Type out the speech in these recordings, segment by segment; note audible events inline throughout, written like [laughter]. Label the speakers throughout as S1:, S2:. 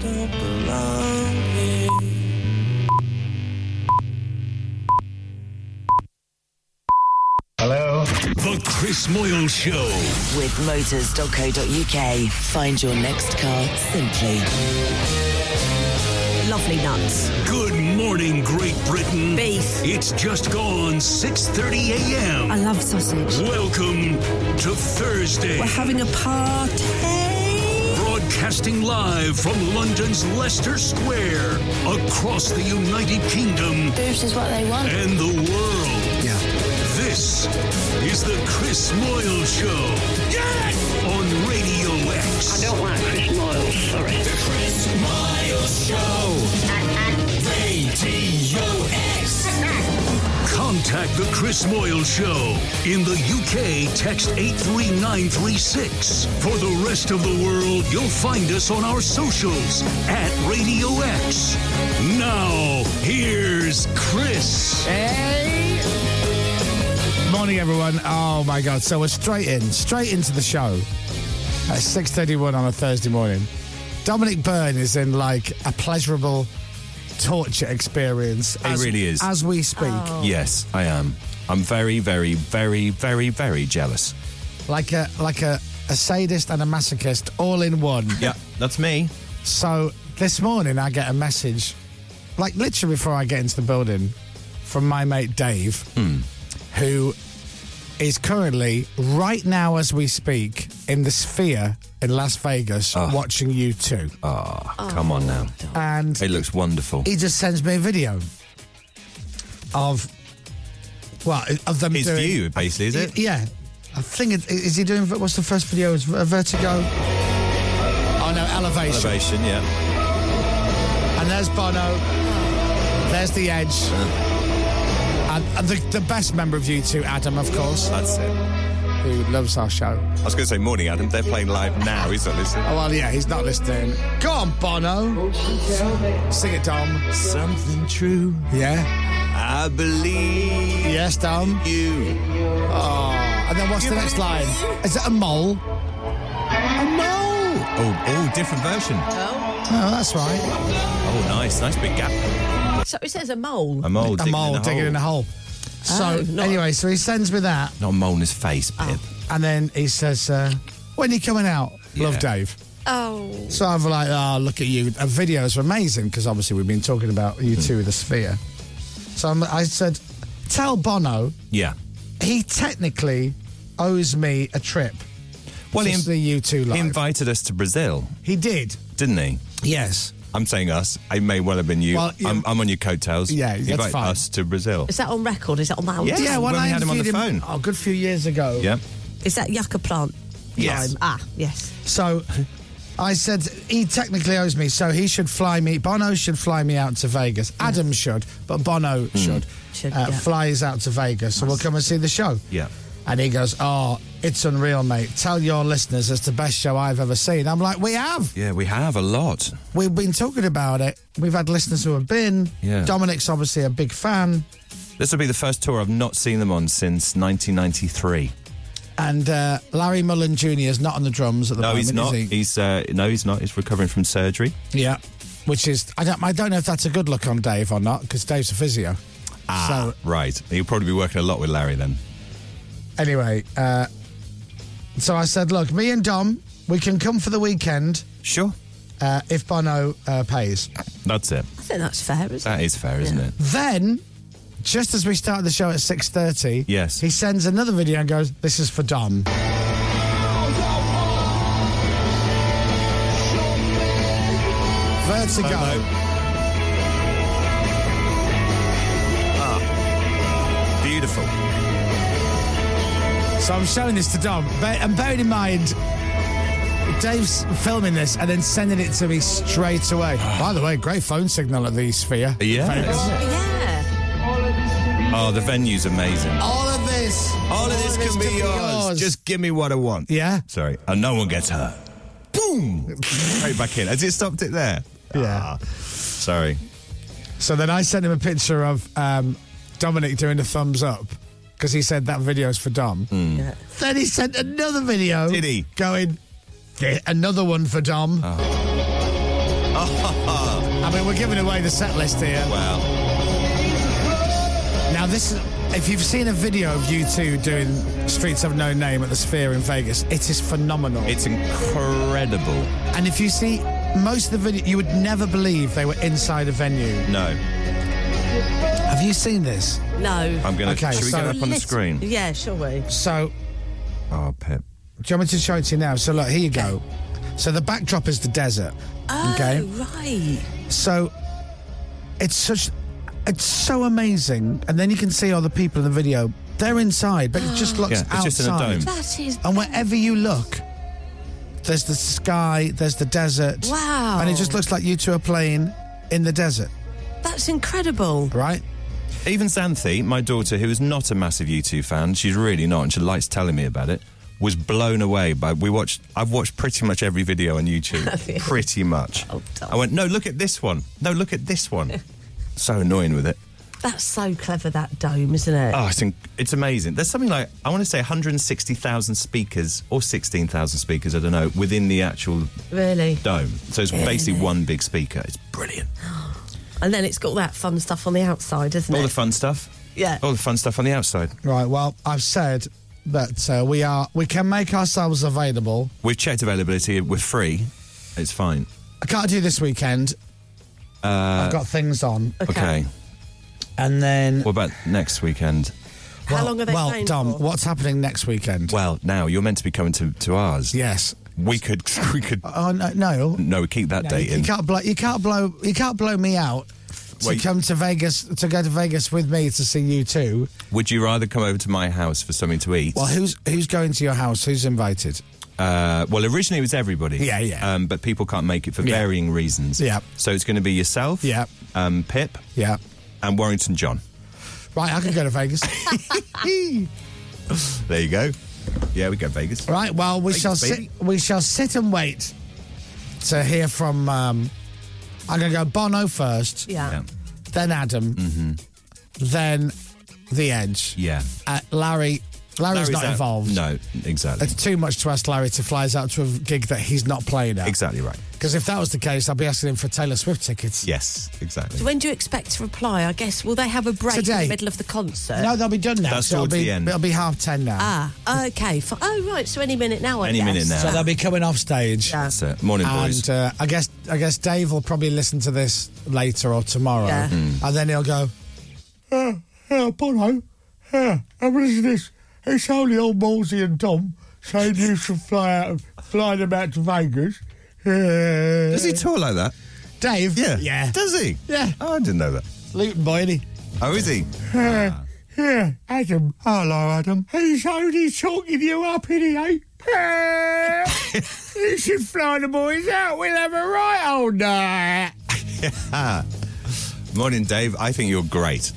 S1: don't belong here.
S2: Hello?
S3: The Chris Moyle Show.
S4: With motors.co.uk. Find your next car simply. Lovely nuts.
S3: Good morning, Great Britain.
S4: Beef.
S3: It's just gone 6.30 a.m.
S5: I love sausage.
S3: Welcome to Thursday.
S5: We're having a party.
S3: Broadcasting live from London's Leicester Square, across the United Kingdom
S6: Boobs is what they want.
S3: and the world. Yeah. This is the Chris Moyle Show. Yes! On Radio X. I don't like Chris Moyle, sorry. The Chris Moyle Show. Radio X. Contact the Chris Moyle Show. In the UK, text 83936. For the rest of the world, you'll find us on our socials at Radio X. Now, here's Chris.
S2: Hey! Morning, everyone. Oh my God! So we're straight in, straight into the show at six thirty-one on a Thursday morning. Dominic Byrne is in like a pleasurable torture experience.
S7: It really is.
S2: as we speak.
S7: Oh. Yes, I am. I'm very, very, very, very, very jealous.
S2: like a like a, a sadist and a masochist all in one.
S7: [laughs] Yeah, that's me.
S2: So this morning I get a message, like literally before I get into the building, from my mate Dave,
S7: Hmm.
S2: who is currently right now as we speak in the Sphere in Las Vegas watching you two,
S7: Oh, Ah. come on now.
S2: and
S7: It looks wonderful.
S2: he just sends me a video of well of them
S7: His
S2: doing
S7: view, basically, is it?
S2: Yeah. I think it, is he doing what's the first video? Is a vertigo? Oh no, elevation.
S7: Elevation, yeah.
S2: And there's Bono. There's the Edge. And, and the, the best member of you two, Adam, of course,
S7: That's it.
S2: who loves our show.
S7: I was going to say morning, Adam. They're playing live now. He's not listening.
S2: Oh well, yeah, he's not listening. Go on, Bono. Sing it, Dom.
S7: Something true.
S2: Yeah.
S7: I believe
S2: Yes, Dom.
S7: you.
S2: Oh, and then what's the next line? Is it a mole? A mole.
S7: Oh, oh, different version.
S2: Oh, that's right.
S7: Oh, nice. Nice big gap.
S8: So it says a mole.
S7: A mole
S2: a
S7: digging
S2: mole
S7: in a
S2: digging
S7: hole.
S2: in a hole. So
S8: Oh, not-
S2: anyway, so he sends me that,
S7: Not a mole in his face,
S2: Oh,
S7: Pip.
S2: and then he says, uh, "When are you coming out?" Love
S7: Yeah.
S2: Dave.
S8: Oh.
S2: So I'm like, "Oh, look at you!" And videos are amazing because obviously we've been talking about
S7: Hmm.
S2: you two with the sphere. So I'm, I said, "Tell Bono
S7: Yeah.
S2: he technically owes me a trip."
S7: Well,
S2: to
S7: he,
S2: see you two live.
S7: he invited us to Brazil,
S2: he did.
S7: didn't he?
S2: Yes.
S7: I'm saying us. It may well have been you.
S2: Well, yeah.
S7: I'm, I'm on your coattails.
S2: Yeah,
S7: you
S2: that's
S7: invite
S2: fine.
S7: us to Brazil.
S8: Is that on record? Is that on the album?
S7: Yes.
S2: Yeah, when,
S7: when
S2: I
S7: we had him on
S2: interviewed
S7: the phone.
S2: oh, a good few years ago.
S7: Yeah.
S8: Is that yucca plant?
S7: Yes.
S8: time? Ah, yes.
S2: So I said he technically owes me, so he should fly me. Bono should fly me out to Vegas. Adam should, but Bono
S7: Mm.
S2: should,
S8: Mm. Should,
S2: uh,
S8: yeah.
S2: fly us out to Vegas, so we'll come and see the show.
S7: Yeah.
S2: And he goes, "Oh, it's unreal, mate. Tell your listeners it's the best show I've ever seen." I'm like, "We have.
S7: Yeah, we have a lot.
S2: We've been talking about it. We've had listeners who have been.
S7: Yeah.
S2: Dominic's obviously a big fan,
S7: This will be the first tour I've not seen them on since 1993.
S2: and uh, Larry Mullen Jr. is not on the drums at the
S7: No,
S2: moment.
S7: he's not.
S2: Is he?
S7: He's uh, no, he's not. He's recovering from surgery.
S2: Yeah, which is I don't I don't know if that's a good look on Dave or not because Dave's a physio.
S7: Ah, right. He'll probably be working a lot with Larry then.
S2: So anyway, uh, so I said, look, me and Dom, we can come for the weekend
S7: Sure.
S2: uh, if Bono uh, pays.
S7: That's it.
S8: I think that's fair, isn't
S7: That is fair, isn't it?
S2: Then, just as we start the show at six thirty,
S7: Yes.
S2: he sends another video and goes, "This is for Dom." Vertigo.
S7: Ah, Beautiful.
S2: So I'm showing this to Dom, but and bearing in mind, Dave's filming this and then sending it to me
S7: [sighs]
S2: straight away. By the way, great phone signal at the Sphere.
S7: Yes.
S8: it? Yeah.
S7: Oh, the venue's amazing.
S2: All of this.
S7: All of this can be yours. Just give me what I want.
S2: Yeah.
S7: Sorry. And no one gets hurt. Boom! Straight back in. Has it stopped it there?
S2: Yeah.
S7: Ah, sorry.
S2: So then I sent him a picture of um, Dominic doing the thumbs up because he said that video's for Dom. Then he sent another video.
S7: Did he?
S2: Going, "Th- another one for Dom.
S7: Uh,
S2: I mean, we're giving away the set list here.
S7: Wow.
S2: Now, this is, if you've seen a video of you two doing Streets of No Name at the Sphere in Vegas, it is phenomenal.
S7: It's incredible.
S2: and if you see most of the video, you would never believe they were inside a venue.
S7: No,
S2: Have you seen this?
S8: No.
S7: I'm going to.
S2: Okay,
S7: should we
S2: so-
S7: get it up on the
S8: Little-
S7: screen?
S8: Yeah, shall we?
S2: So,
S7: Oh, Pip.
S2: do you want me to show it to you now? So, look, here you go. So, the backdrop is the desert. okay.
S8: Oh, right.
S2: So it's such it's so amazing. And then you can see all the people in the video. They're inside, but
S7: [gasps]
S2: it just looks
S7: Yeah, it's
S2: outside.
S7: just in a dome.
S8: That is.
S2: And wherever you look, there's the sky, there's the desert.
S8: Wow.
S2: And it just looks like you two are playing in the desert,
S8: That's incredible.
S2: right?
S7: Even Xanthi, my daughter, who is not a massive U2 fan, she's really not, and she likes telling me about it, was blown away by. We watched. I've watched pretty much every video on
S8: [laughs]
S7: YouTube. pretty much.
S8: Oh, Tom.
S7: I went. No, look at this one. No, look at this
S8: [laughs]
S7: one. so annoying with it.
S8: That's so clever, that dome, isn't it?
S7: Oh, it's, in, it's amazing. There's something like, I want to say 160,000 speakers or 16,000 speakers, I don't know, within the actual
S8: Really?
S7: dome. So it's basically one big speaker. It's brilliant.
S8: And then it's got all that fun stuff on the outside, isn't
S7: All
S8: it?
S7: the fun stuff.
S8: Yeah.
S7: All the fun stuff on the outside.
S2: Right. Well, I've said that uh, we are we can make ourselves available.
S7: We've checked availability. We're free. It's fine.
S2: I can't do this weekend. I've got things on.
S7: Uh, Okay.
S2: And then
S7: What about next weekend?
S8: How long are they
S2: Well,
S8: playing
S2: Dom,
S8: for?
S2: what's happening next weekend?
S7: Well, now you're meant to be coming to, to ours.
S2: yes.
S7: We could, [laughs] we could,
S2: Oh no, no.
S7: no, we keep that
S2: No,
S7: date
S2: you, you
S7: in.
S2: can't blow. You can't blow. You can't blow me out to
S7: Wait.
S2: come to Vegas to go to Vegas with me to see you too.
S7: Would you rather come over to my house for something to eat?
S2: Well, who's who's going to your house? Who's invited?
S7: Uh, well, originally it was everybody.
S2: Yeah, yeah.
S7: Um, but people can't make it for
S2: Yeah.
S7: varying reasons.
S2: Yeah.
S7: So it's going to be yourself.
S2: Yeah.
S7: Um, Pip.
S2: Yeah.
S7: And Warrington John.
S2: Right, I can go
S7: [laughs]
S2: to Vegas.
S7: There you go. Yeah, we go Vegas.
S2: right. Well, we
S7: Vegas,
S2: shall sit.
S7: baby.
S2: We shall sit and wait to hear from. Um, I'm going to go Bono first,
S8: Yeah.
S7: Yeah.
S2: then Adam, then The Edge.
S7: Mm-hmm. Yeah.
S2: Uh, Larry. Larry's,
S7: Larry's
S2: not
S7: out.
S2: involved.
S7: No, exactly.
S2: It's too much to ask Larry to fly us out to a gig that he's not playing at.
S7: Exactly right.
S2: Because if that was the case, I'd be asking him for Taylor Swift tickets.
S7: Yes, exactly.
S8: When do you expect to reply? I guess, will they have a break in
S2: Today.
S8: the middle of the concert?
S2: No, they'll be done now.
S7: That's
S2: so it'll
S7: towards
S2: be,
S7: the end.
S2: It'll be half ten now.
S8: Ah, okay. fi- oh, right. So any minute now, I
S7: Any
S8: guess.
S7: minute now.
S2: So they'll be coming off stage.
S8: Yeah.
S7: That's it. Morning, boys.
S2: And uh, I guess I guess Dave will probably listen to this later or tomorrow,
S8: Yeah. Hmm.
S2: and then he'll go, "Uh, "Yeah, yeah, Bono, yeah, I'm listening to uh, this. It's only old Moulsey and Tom saying you should fly out, fly them out to Vegas." Yeah.
S7: Does he talk like that?
S2: Dave?
S7: Yeah.
S2: yeah.
S7: Does he?
S2: Yeah.
S7: Oh, I didn't know that.
S2: Luton boy, isn't he?
S7: Oh, is he? [laughs]
S2: Yeah, Adam. Hello, Adam. He's only talking you up, isn't he, eh? you should fly the boys out. We'll have a right old night.
S7: Morning, Dave. I think you're great.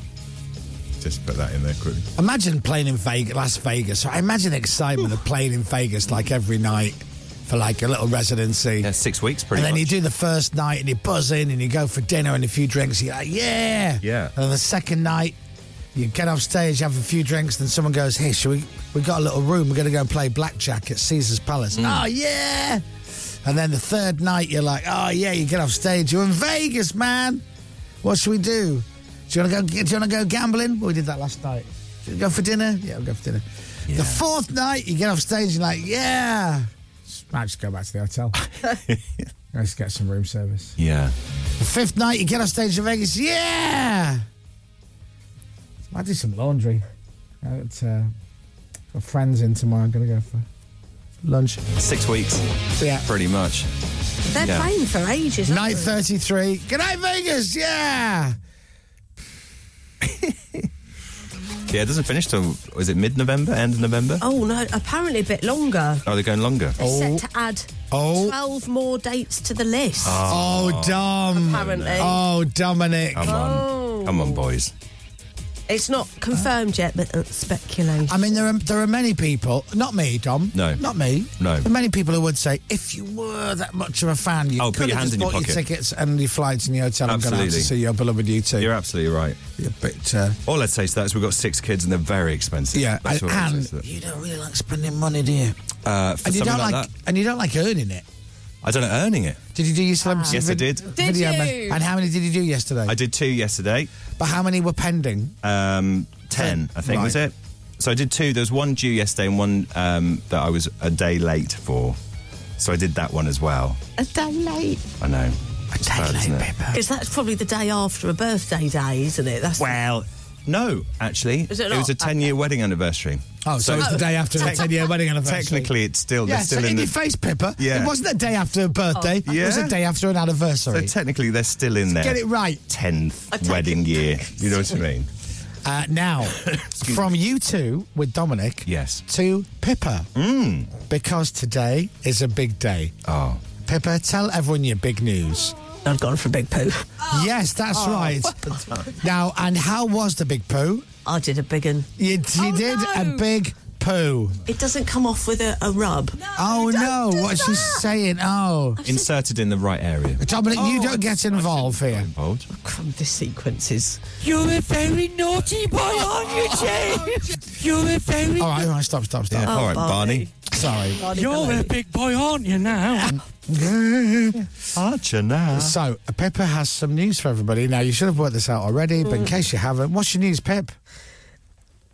S7: Just put that in there quickly.
S2: Imagine playing in Vegas, Las Vegas. I imagine the excitement of playing in Vegas like every night for like a little residency.
S7: Yeah, six weeks, pretty
S2: And then
S7: much.
S2: you do the first night and you buzz in and you go for dinner and a few drinks. You're like, yeah.
S7: Yeah.
S2: And then the second night, you get off stage, have a few drinks, then someone goes, hey, shall we, we got a little room. We're going to go and play blackjack at Caesar's Palace. Oh, yeah. And then the third night, you're like, oh, yeah, you get off stage. You're in Vegas, man. What should we do? Do you want to go? Do you want to go gambling? Well, we did that last night. Should we go for dinner? Yeah, we'll go for dinner. The fourth night, you get off stage, you're like, yeah. Might just go back to the hotel. Let's get [laughs] some room service.
S7: Yeah.
S2: The fifth night, you get off stage in Vegas, yeah. Might do some laundry. I got, uh, got friends in tomorrow. I'm gonna go for lunch.
S7: Six weeks,
S2: So, yeah.
S7: pretty much.
S8: They're
S7: Yeah.
S8: playing for ages. aren't
S2: Night
S8: they?
S2: 33. Good night, Vegas. Yeah.
S7: Yeah, it doesn't finish till, is it mid November, end of November?
S8: Oh, no. Apparently a bit longer.
S7: Oh, they're going longer.
S8: They're set to add
S2: Oh.
S8: 12 more dates to the list.
S2: Oh, Dom.
S8: Apparently. Oh.
S2: Oh, Dominic.
S7: Come on. Come on, boys.
S8: It's not confirmed yet, but it's speculation.
S2: I mean, there are there are many people, not me, Dom.
S7: No.
S2: not me.
S7: No.
S2: There are many people who would say, if you were that much of a fan, you
S7: Oh,
S2: could
S7: put your hand
S2: have just
S7: in your
S2: bought your
S7: pocket.
S2: tickets and your flights and your hotel and gone out to
S7: Absolutely.
S2: see your beloved you two.
S7: You're absolutely right.
S2: a bit, uh,
S7: All I'd say to that is we've got six kids and they're very expensive.
S2: yeah.
S7: That's
S2: and
S7: all I'd say to
S2: and you don't really like spending money, do you?
S7: that. Uh, for
S2: And you
S7: something
S2: don't like,
S7: like, that.
S2: and you don't like earning it.
S7: I don't know, earning it.
S2: Did you do your celebrity?
S7: Ah. Yes, I did.
S6: Did
S2: video
S6: you?
S2: man- And how many did you do yesterday?
S7: I did two yesterday.
S2: But how many were pending?
S7: Um, ten, I think was
S2: Right.
S7: it. So I did two. There was one due yesterday and one um, that I was a day late for. So I did that one as well.
S8: A day late.
S7: I know. It's bad, isn't it?
S8: Because that's probably the day after a birthday day, isn't it? That's
S7: Well, no, actually,
S8: Is it
S7: was
S8: not?
S7: a ten-year wedding anniversary.
S2: Oh, so, it's the day after the 10 year wedding anniversary.
S7: Technically, it's still
S2: Yeah,
S7: they're
S2: so
S7: still
S2: in
S7: in
S2: your
S7: the.
S2: face, Pippa.
S7: Yeah.
S2: It wasn't a day after a birthday.
S8: Oh.
S2: It was
S7: Yeah.
S2: a day after an
S7: So
S2: anniversary.
S7: technically, they're still in there.
S2: Get it right.
S7: Tenth
S8: I take
S7: wedding
S8: it
S7: year. You know what I mean?
S2: Uh,
S7: [laughs]
S2: now, from you two with Dominic
S7: Yes. Mm.
S2: to Pippa. Because today is a big day.
S7: Oh,
S2: Pippa, tell everyone your big news.
S8: I've gone for a big poo.
S2: [laughs] Yes, that's
S8: Oh. [laughs]
S2: right. [laughs] Now, and how was the big poo?
S8: I did a big un. Oh,
S2: You, you did a big poo.
S8: It doesn't come off with a, a rub.
S2: oh no, what she's saying. Oh.
S7: inserted in the right area.
S2: Dominic, you don't get involved here.
S7: Involved.
S8: Oh. Crumb, the sequences.
S6: You're a very naughty boy, aren't you, James? You're a very.
S2: All right, all right, stop, stop,
S7: Yeah.
S2: stop.
S7: All right, Barney.
S2: Sorry.
S6: You're a big boy, aren't you now?
S7: Archer now.
S2: So, Pippa has some news for everybody. Now, you should have worked this out already, but in case you haven't, what's your news, Pip?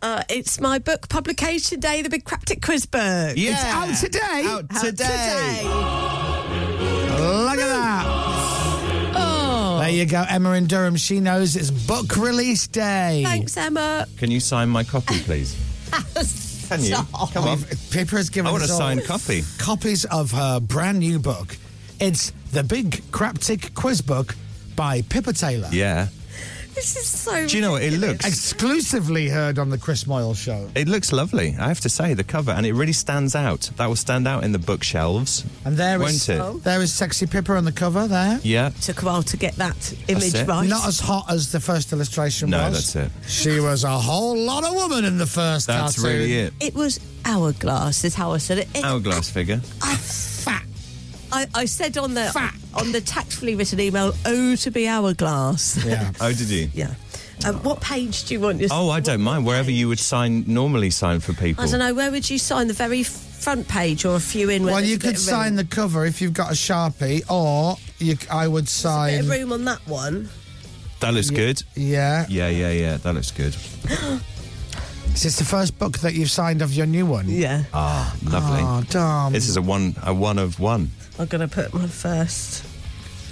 S8: Uh, it's my book publication day, The Big Craptic Quizberg.
S7: Yeah.
S2: It's out today.
S7: Out
S8: Out
S7: today.
S2: Look at that. Oh. There you go, Emma in Durham. She knows it's book release day.
S8: Thanks, Emma.
S7: Can you sign my copy, please? Can you? Come on.
S2: Pippa has given
S7: I want a
S2: us all
S7: signed copy.
S2: copies of her brand new book. It's The Big Craptic Quiz Book by Pippa Taylor.
S7: Yeah.
S8: This is so.
S7: Do you know what it
S8: ridiculous.
S7: looks?
S2: Exclusively heard on the Chris Moyle show.
S7: It looks lovely, I have to say, the cover, and it really stands out. That will stand out in the bookshelves.
S2: And there
S7: Won't
S2: is-
S7: it?
S2: there is sexy Pippa on the cover there.
S7: Yeah.
S8: Took a while to get that image
S7: it.
S8: right.
S2: Not as hot as the first illustration
S7: No,
S2: was.
S7: that's it.
S2: She was a whole lot of woman in the first
S7: That's
S2: cartoon. Ah.
S7: really it.
S8: it was hourglass, is how I said it. It-
S7: Hourglass figure.
S2: Fat.
S8: I, I said on the
S2: Fat.
S8: on the tactfully written email, "Oh, to be hourglass."
S2: Yeah.
S7: Oh, did you?
S8: yeah. [laughs] Um, what page do you want? Your,
S7: Oh, I don't mind. Wherever you would sign, normally sign for people.
S8: I don't know. Where would you sign the very f- front page or a few in? Where
S2: Well,
S8: there's
S2: you
S8: a bit
S2: could
S8: of
S2: sign
S8: room?
S2: the cover if you've got a sharpie, or you, I would
S8: Bit of
S2: sign.
S8: room on that one.
S7: That looks good.
S8: [gasps]
S2: Yeah.
S7: Yeah, yeah, yeah. That looks good.
S2: Is this the first book that you've signed of your new one?
S8: Yeah,
S7: Ah, lovely.
S2: Oh, damn.
S7: This is a one, a one of one.
S8: I'm gonna put one first.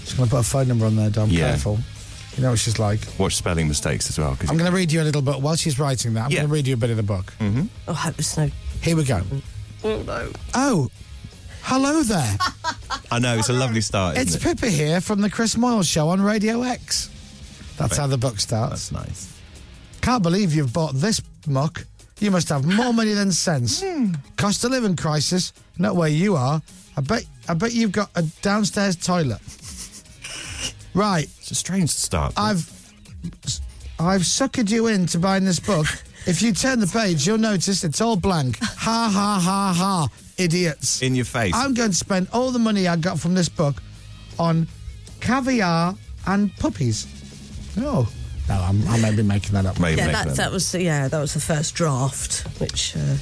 S2: Just going to put a phone number on there, Dom.
S7: Yeah.
S2: Careful. You know what she's like.
S7: Watch spelling mistakes as well. 'cause-
S2: I'm going to read you a little bit while she's writing that. I'm
S7: Yeah.
S2: going to read you a bit of the book.
S8: Oh, I hope there's no.
S2: Here we go.
S8: Oh no.
S2: Oh, hello there.
S7: I know it's a lovely start. Isn't
S2: It's
S7: it?
S2: Pippa here from the Chris Moyle Show on Radio X. That's
S7: Right.
S2: how the book starts.
S7: That's nice.
S2: Can't believe you've bought this muck. You must have more money than sense. Cost of living crisis, not where you are. I bet, I bet you've got a
S7: [laughs]
S2: downstairs toilet. right,
S7: It's a strange start. but-
S2: I've, I've suckered you into buying this book. if you turn the page, you'll notice it's all blank. Ha ha ha ha, idiots.
S7: in your face.
S2: I'm going to spend all the money I got from this book on caviar and puppies. Oh. No, I'm, I may be making that up.
S7: Maybe
S8: Yeah,
S7: make
S8: that,
S7: that-
S8: that was yeah, that was the first draft, which uh,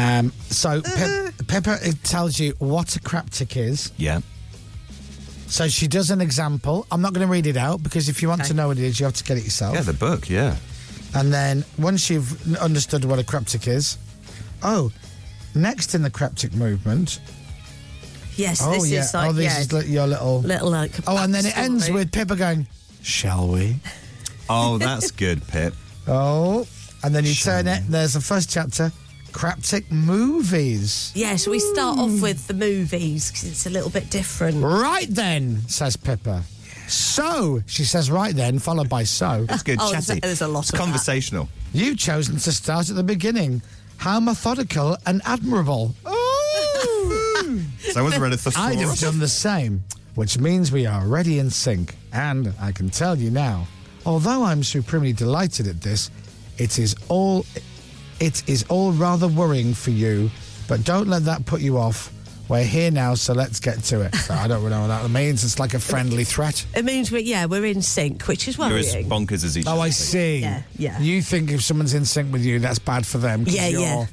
S2: Um, so Pep, Pepper it tells you what a craptic is.
S7: Yeah.
S2: So she does an example. I'm not going to read it out because if you want to
S8: Okay.
S2: know what it is, you have to get it yourself.
S7: Yeah, the book. Yeah.
S2: And then once you've n- understood what a craptic is, oh, next in the craptic movement.
S8: yes,
S2: Oh
S8: this
S2: yeah,
S8: is like
S2: oh this
S8: yeah,
S2: is li- your little.
S8: little like.
S2: oh, and then it ends
S8: backstory.
S2: with Pepper going, "Shall we?"
S7: Oh, that's good, Pip.
S2: Oh, and then you turn it. There's the first chapter, craptic movies.
S8: Yeah, so we start off with the movies because it's a little bit different.
S2: Right then, says Pippa. So she says, right then, followed by so.
S7: It's good.
S8: [laughs] Oh, there's-
S7: chatty.
S8: there's a lot
S7: It's
S8: of that.
S7: conversational.
S2: You've chosen to start at the beginning. How methodical and admirable.
S7: Someone's read a
S2: I'd have
S7: thesaurus.
S2: done the same, which means we are already in sync. And I can tell you now, although I'm supremely delighted at this, it is all it is all rather worrying for you, but don't let that put you off. We're here now, so let's get to it. So I don't really know what that means. It's like a friendly threat.
S8: It means we yeah we're in sync, which is
S7: You're
S8: worrying.
S7: as bonkers as each
S2: Oh,
S7: other.
S2: I see.
S8: Yeah, yeah.
S2: You think if someone's in sync with you, that's bad for them. 'cause
S8: Yeah, yeah.
S2: you're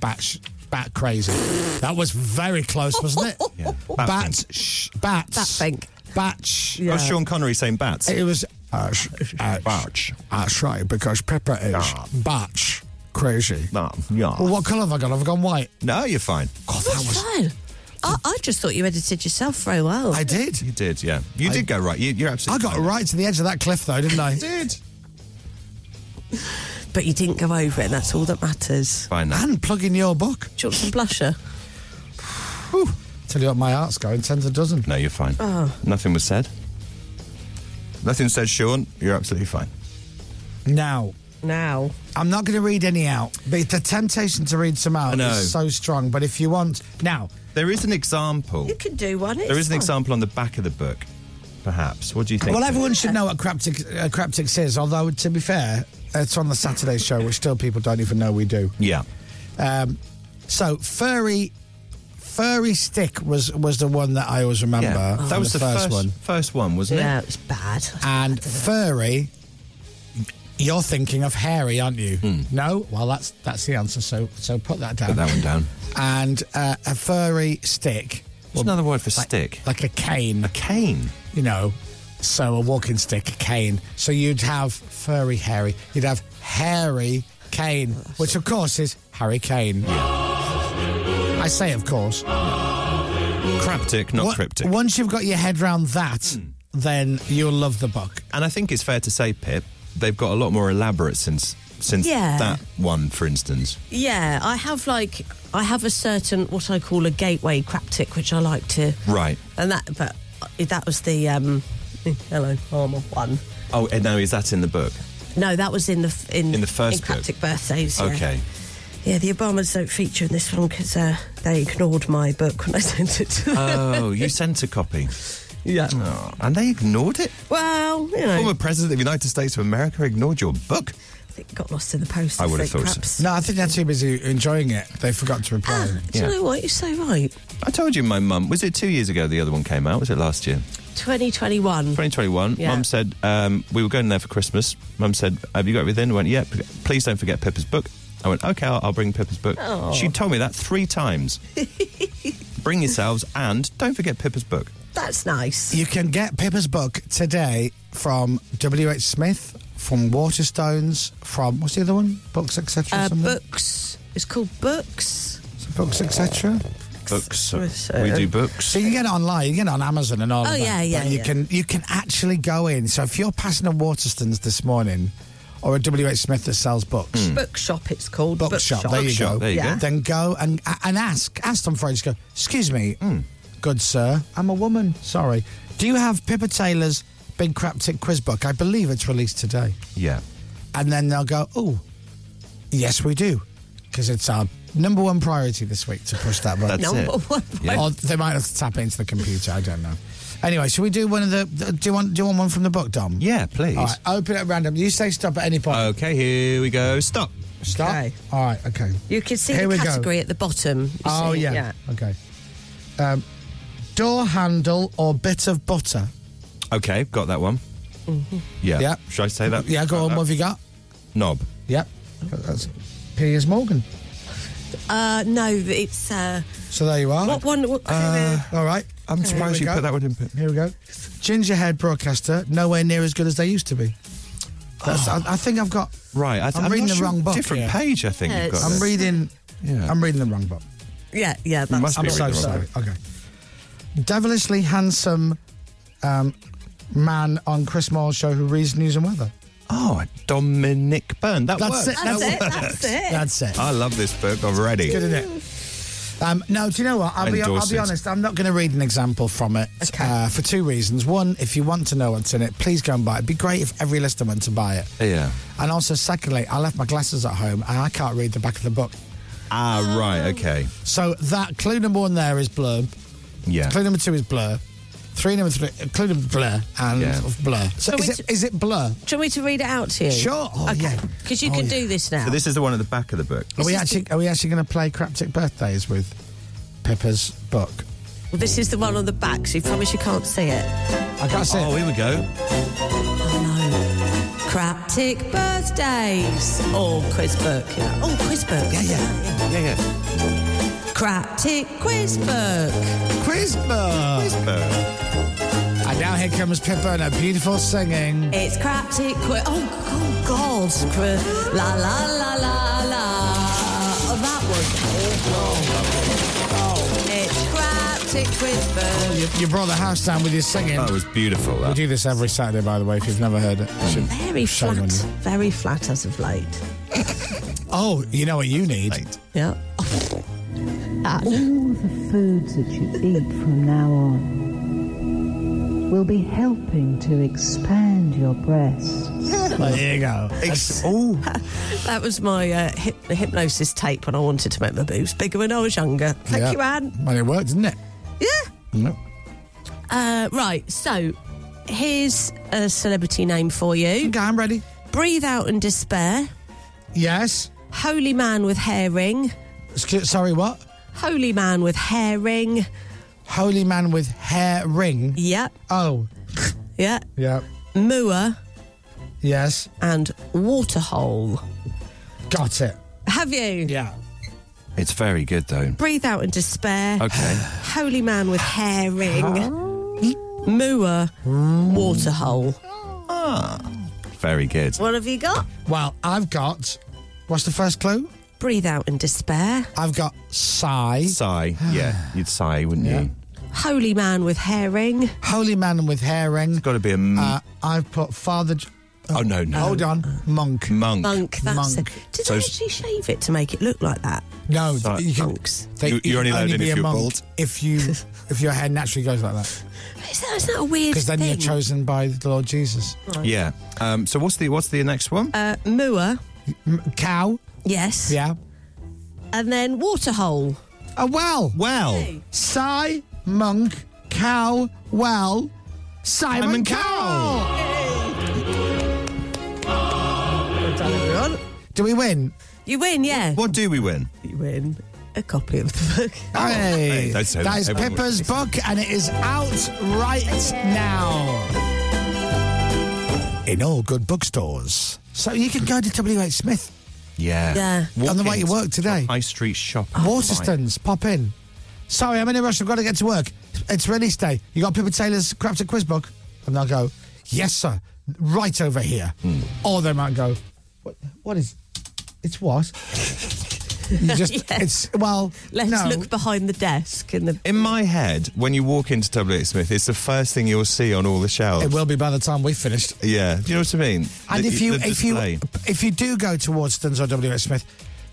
S2: Batch bat crazy. That was very close, wasn't
S8: [laughs]
S2: it?
S7: Yeah. Bat
S2: Bats, sh- bats,
S8: Bat think.
S2: batch.
S7: Oh, Sean Connery saying bats.
S2: It was uh, sh- uh,
S7: Batch.
S2: That's right, because Pepper is
S7: Ah.
S2: batch crazy.
S7: No, yeah.
S2: Well, what colour have I gone? Have I gone white?
S7: no, you're fine.
S2: God, that was.
S8: Fine. I, I just thought you edited yourself very well.
S2: I did.
S7: You did, yeah. You did go right. You, you're
S2: I
S7: absolutely.
S2: got
S7: fine.
S2: right to the edge of that cliff, though, didn't I?
S7: You [laughs] did.
S8: but you didn't go over it, and that's all that matters.
S7: Fine now.
S2: And plug in your book.
S8: Do you want some blusher?
S2: Tell you what, my art's going ten to dozen.
S7: No, you're fine.
S2: Oh.
S7: Nothing was said. Nothing said, Sean. You're absolutely fine.
S2: Now,
S8: Now.
S2: I'm not going to read any out, but the temptation to read some out
S7: I know.
S2: is so strong. But if you want, now,
S7: There is an example.
S8: You can do one. It's
S7: There is an
S8: fine.
S7: example on the back of the book, perhaps. What do you think?
S2: well, everyone should know what Craptic, uh, Craptics is, although, to be fair, it's on the Saturday show, which still people don't even know we do.
S7: Yeah.
S2: Um, so, Furry furry Stick was, was the one that I always remember.
S7: yeah.
S2: from
S7: that was the,
S2: first, one.
S7: First one, wasn't
S8: Yeah,
S7: it?
S8: it's bad.
S2: And Furry, you're thinking of hairy, aren't you? No? Well, that's that's the answer, so, so put that down.
S7: Hmm. Put that one down.
S2: and uh, a furry stick,
S7: What's another word for stick?
S2: like a cane,
S7: A cane.
S2: you know. So a walking stick, a cane. So you'd have furry, hairy. You'd have hairy cane, which of course is Harry Kane. I say, of course.
S7: Craptic, not
S2: Wa-
S7: cryptic. Hmm.
S2: Once you've got your head round that, then you'll love the book.
S7: And I think it's fair to say, Pip, they've got a lot more elaborate since since
S8: Yeah.
S7: that one, for instance.
S8: Yeah, I have like I have a certain what I call a gateway craptic, which I like to.
S7: Right.
S8: And that, but that was the um, [laughs] hello armor one.
S7: Oh, and now is that in the book?
S8: No, that was in the f- in,
S7: In the first
S8: in
S7: book?
S8: craptic birthdays. yeah. [laughs]
S7: Okay.
S8: Yeah, the Obamas don't feature in this one because uh, they ignored my book when I [laughs] sent it to them.
S7: Oh, you sent a copy.
S8: yeah.
S7: Oh, and they ignored it?
S8: Well, you know,
S7: Former President of the United States of America ignored your book.
S8: it got lost in the post.
S7: I would have
S8: think,
S7: thought so.
S8: perhaps.
S2: No, I think they're too busy enjoying it. They forgot to reply.
S8: Ah, do
S7: Yeah.
S8: you know what? You're so right.
S7: I told you my mum, was it two years ago the other one came out? Was it last year?
S8: 2021.
S7: 2021.
S8: Yeah.
S7: Mum said, um, we were going there for Christmas. Mum said, have you got everything? I went, yeah, p- please don't forget Pippa's book. I went, okay, I'll, I'll bring Pippa's book.
S8: Oh.
S7: She told me that three
S8: [laughs]
S7: times. bring yourselves and don't forget Pippa's book.
S8: That's nice.
S2: You can get Pippa's book today from WH Smith, from Waterstones, from what's the other one? Books, etc.
S8: Uh,
S2: something?
S8: books. It's called books.
S2: Books, etc.
S7: Books.
S8: With,
S7: we
S8: uh,
S7: do books.
S2: So you can get it online, you can get it on Amazon and all.
S8: Oh,
S2: of that,
S8: yeah, yeah,
S2: but You
S8: yeah.
S2: can you can actually go in. So if you're passing a Waterstones this morning, or a WH Smith that sells books,
S8: bookshop it's called
S2: bookshop, there you
S7: Hmm. Bookshop,
S2: go.
S7: there you
S8: Yeah. go.
S2: Then go and and ask ask Tom Friday. Just go. Excuse me,
S7: Hmm.
S2: good sir, I'm a woman. Sorry. Do you have Pippa Taylor's Big Craptic Quiz Book? I believe it's released today.
S7: Yeah.
S2: and then they'll go, oh, yes, we do, because it's our number one priority this week to push that button.
S7: That's
S8: Number
S7: it.
S8: one
S7: Yeah.
S2: Or they might have to tap into the computer. I don't know. Anyway, should we do one of the? Do you want? Do you want one from the book, Dom?
S7: Yeah, please.
S2: All right. Open it at random. You say stop at any point.
S7: Okay, here we go. Stop.
S2: stop.
S8: okay.
S2: All right. Okay.
S8: You can see
S2: Here we
S8: the
S2: go.
S8: category at the bottom. you
S2: Oh
S8: see,
S2: yeah. Okay. Um, door handle or bit of butter.
S7: Okay, got that one.
S8: Mm-hmm.
S7: Yeah.
S2: Yeah.
S7: Should I say that?
S2: Yeah. Uh, Go on. What have you got?
S7: Knob.
S2: Yep. That's Piers Morgan.
S8: Uh, no, it's uh,
S2: So there you are. Uh,
S8: what one? What,
S2: All right.
S7: I'm surprised
S2: we
S7: you
S2: go.
S7: put that one in. Pip.
S2: Here we go. Gingerhead broadcaster, nowhere near as good as they used to be. That's, I, I think I've got.
S7: Ah. Right, I
S2: I'm reading
S7: not
S2: the
S7: sure-
S2: wrong book
S7: Different
S2: here.
S7: page, I think.
S8: Yeah,
S7: you've got
S8: it's-
S2: I'm
S7: there.
S2: reading.
S7: Yeah.
S2: I'm reading the wrong book.
S8: yeah, yeah. That's
S7: must be
S2: I'm
S7: reading
S2: so
S7: the wrong
S2: sorry. Okay. Devilishly handsome um, man on Chris Moore's show who reads news and weather.
S7: Oh, Dominic Byrne. That
S2: That's
S7: works.
S2: it.
S8: that's it. That's it.
S2: That's it.
S7: I love this book already.
S2: Good, isn't it? Um, no, do you know what? I'll
S7: I
S2: be, I'll
S7: endorse
S2: be
S7: it.
S2: honest. I'm not going to read an example from it
S8: Okay.
S2: uh, for two reasons. One, if you want to know what's in it, please go and buy it. It'd be great if every listener went to buy it.
S7: Yeah.
S2: And also, secondly, I left my glasses at home and I can't read the back of the book.
S7: Ah, right. Okay.
S2: So that clue number one there is blur.
S7: Yeah.
S2: Clue number two is blur. Three number three, uh, clue number blur and
S7: Yeah.
S2: blur. So
S8: Shall we
S2: is it,
S8: t-
S2: is it blur?
S8: Do you want me to read it out to you?
S2: Sure. Oh,
S8: okay.
S2: yeah.
S8: Because you
S2: Oh,
S8: can
S2: yeah.
S8: do this now.
S7: So this is the one at the back of the book.
S2: Are we
S8: is
S2: actually are we actually going to play Craptic Birthdays with Pippa's book?
S8: Well, this is the one on the back, so you promise you can't see it.
S2: I can't see.
S7: Oh,
S2: it.
S7: here we go.
S8: Oh no. Craptic birthdays or quiz book. Yeah. Oh, quiz book.
S7: Yeah, yeah.
S5: Democratic Quiz Book.
S2: Quiz book. And now here comes Pippa and her beautiful singing.
S5: It's Craptic Quiz. Oh, oh, God. Cra- La, la, la, la, la. Oh, that was
S2: Oh,
S5: awful. Oh, it's Craptic Quiz Book.
S2: You, you brought the house down with your singing.
S7: That was beautiful.
S2: We
S7: That.
S2: do this every Saturday, by the way, if you've never heard it. Should
S8: Very
S2: shame on
S8: flat.
S2: you.
S8: Very flat as of late.
S2: [laughs] Oh, you know what you need?
S8: Yeah.
S9: foods that you eat from now on will be helping to expand your breasts.
S8: [laughs]
S2: there you go.
S7: Oh,
S8: That was my uh, hyp- hypnosis tape when I wanted to make my boobs bigger when I was younger. Thank
S2: Yeah.
S8: you, Anne.
S2: Well, it worked, didn't it? Mm-hmm.
S8: Yeah.
S2: No.
S8: Uh, right, so here's a celebrity name for you
S2: Okay, I'm ready.
S8: Breathe Out in Despair,
S2: Yes.
S8: Holy Man with Herring,
S2: Excuse, sorry, what?
S8: Holy Man with Herring.
S2: Holy man with hair ring.
S8: Yeah,
S2: Oh,
S8: yeah.
S2: yeah.
S8: Moor
S2: Yes.
S8: and Waterhole.
S2: Got it.
S8: Have you?
S2: Yeah.
S7: it's very good though.
S8: Breathe Out in Despair,
S7: Okay.
S8: Holy Man with Herring, Moor,
S2: Hmm.
S8: Waterhole.
S7: [sighs] Very good.
S8: What have you got?
S2: Ah. Well, I've got. What's the first clue?
S8: Breathe Out in Despair.
S2: I've got sigh.
S7: Sigh. Yeah, you'd sigh, wouldn't you?
S8: Holy man with herring.
S2: Holy man with hair ring.
S7: Got to be a m-
S2: Uh, I've put father. J-
S7: oh no no
S2: Hold on, monk.
S7: monk.
S8: Monk, that's
S2: Monk.
S8: it. Did
S7: So
S8: they
S7: s-
S8: actually shave it to make it look like that?
S2: No,
S7: Sorry.
S2: you can.
S8: Monks.
S2: They,
S7: You- you're only
S2: can
S7: allowed in
S2: be
S7: if
S2: a
S7: you're
S2: monk
S7: bald.
S2: If you,
S8: [laughs]
S2: if your hair naturally goes like that,
S8: Is that, is that a weird
S2: because then
S8: thing?
S2: you're chosen by the Lord Jesus.
S7: Yeah. Um, so what's the what's the next one?
S8: uh, moor,
S2: M- cow.
S8: yes.
S2: Yeah.
S8: And then waterhole.
S2: A well.
S7: well,
S2: Sigh, monk, cow, well, Simon,
S7: Simon
S2: Cowell.
S8: everyone.
S2: Do we win?
S8: You win, yeah.
S7: what do we win?
S8: You win a copy of the book.
S2: [laughs] Hey,
S7: hey, that's-
S2: that is
S7: everyone would-
S2: Pippa's book, and it is out right now in all good bookstores. So you can go to WH Smith,
S7: Yeah. Oh.
S8: Yeah.
S7: Walk
S2: Uh, On the way to
S7: into
S2: work today.
S7: High Street shop.
S2: Waterstones, pop in. Sorry, I'm in a rush. I've got to get to work. It's release day. You got Pippa Taylor's Crafted Quiz book? And they'll go, yes, sir, right over here. Or they might go, what, what is, it's what? you
S8: [laughs]
S2: just, it's, well,
S8: Let's
S2: no.
S8: look behind the desk in the
S7: In my head, when you walk into WH Smith, it's the first thing you'll see on all the shelves.
S2: It will be by the time we've finished.
S7: Yeah. Do you know what I mean?
S2: And
S7: The-
S2: if you
S7: the
S2: if you
S7: display.
S2: if you do go to Waterstones or W. H. Smith,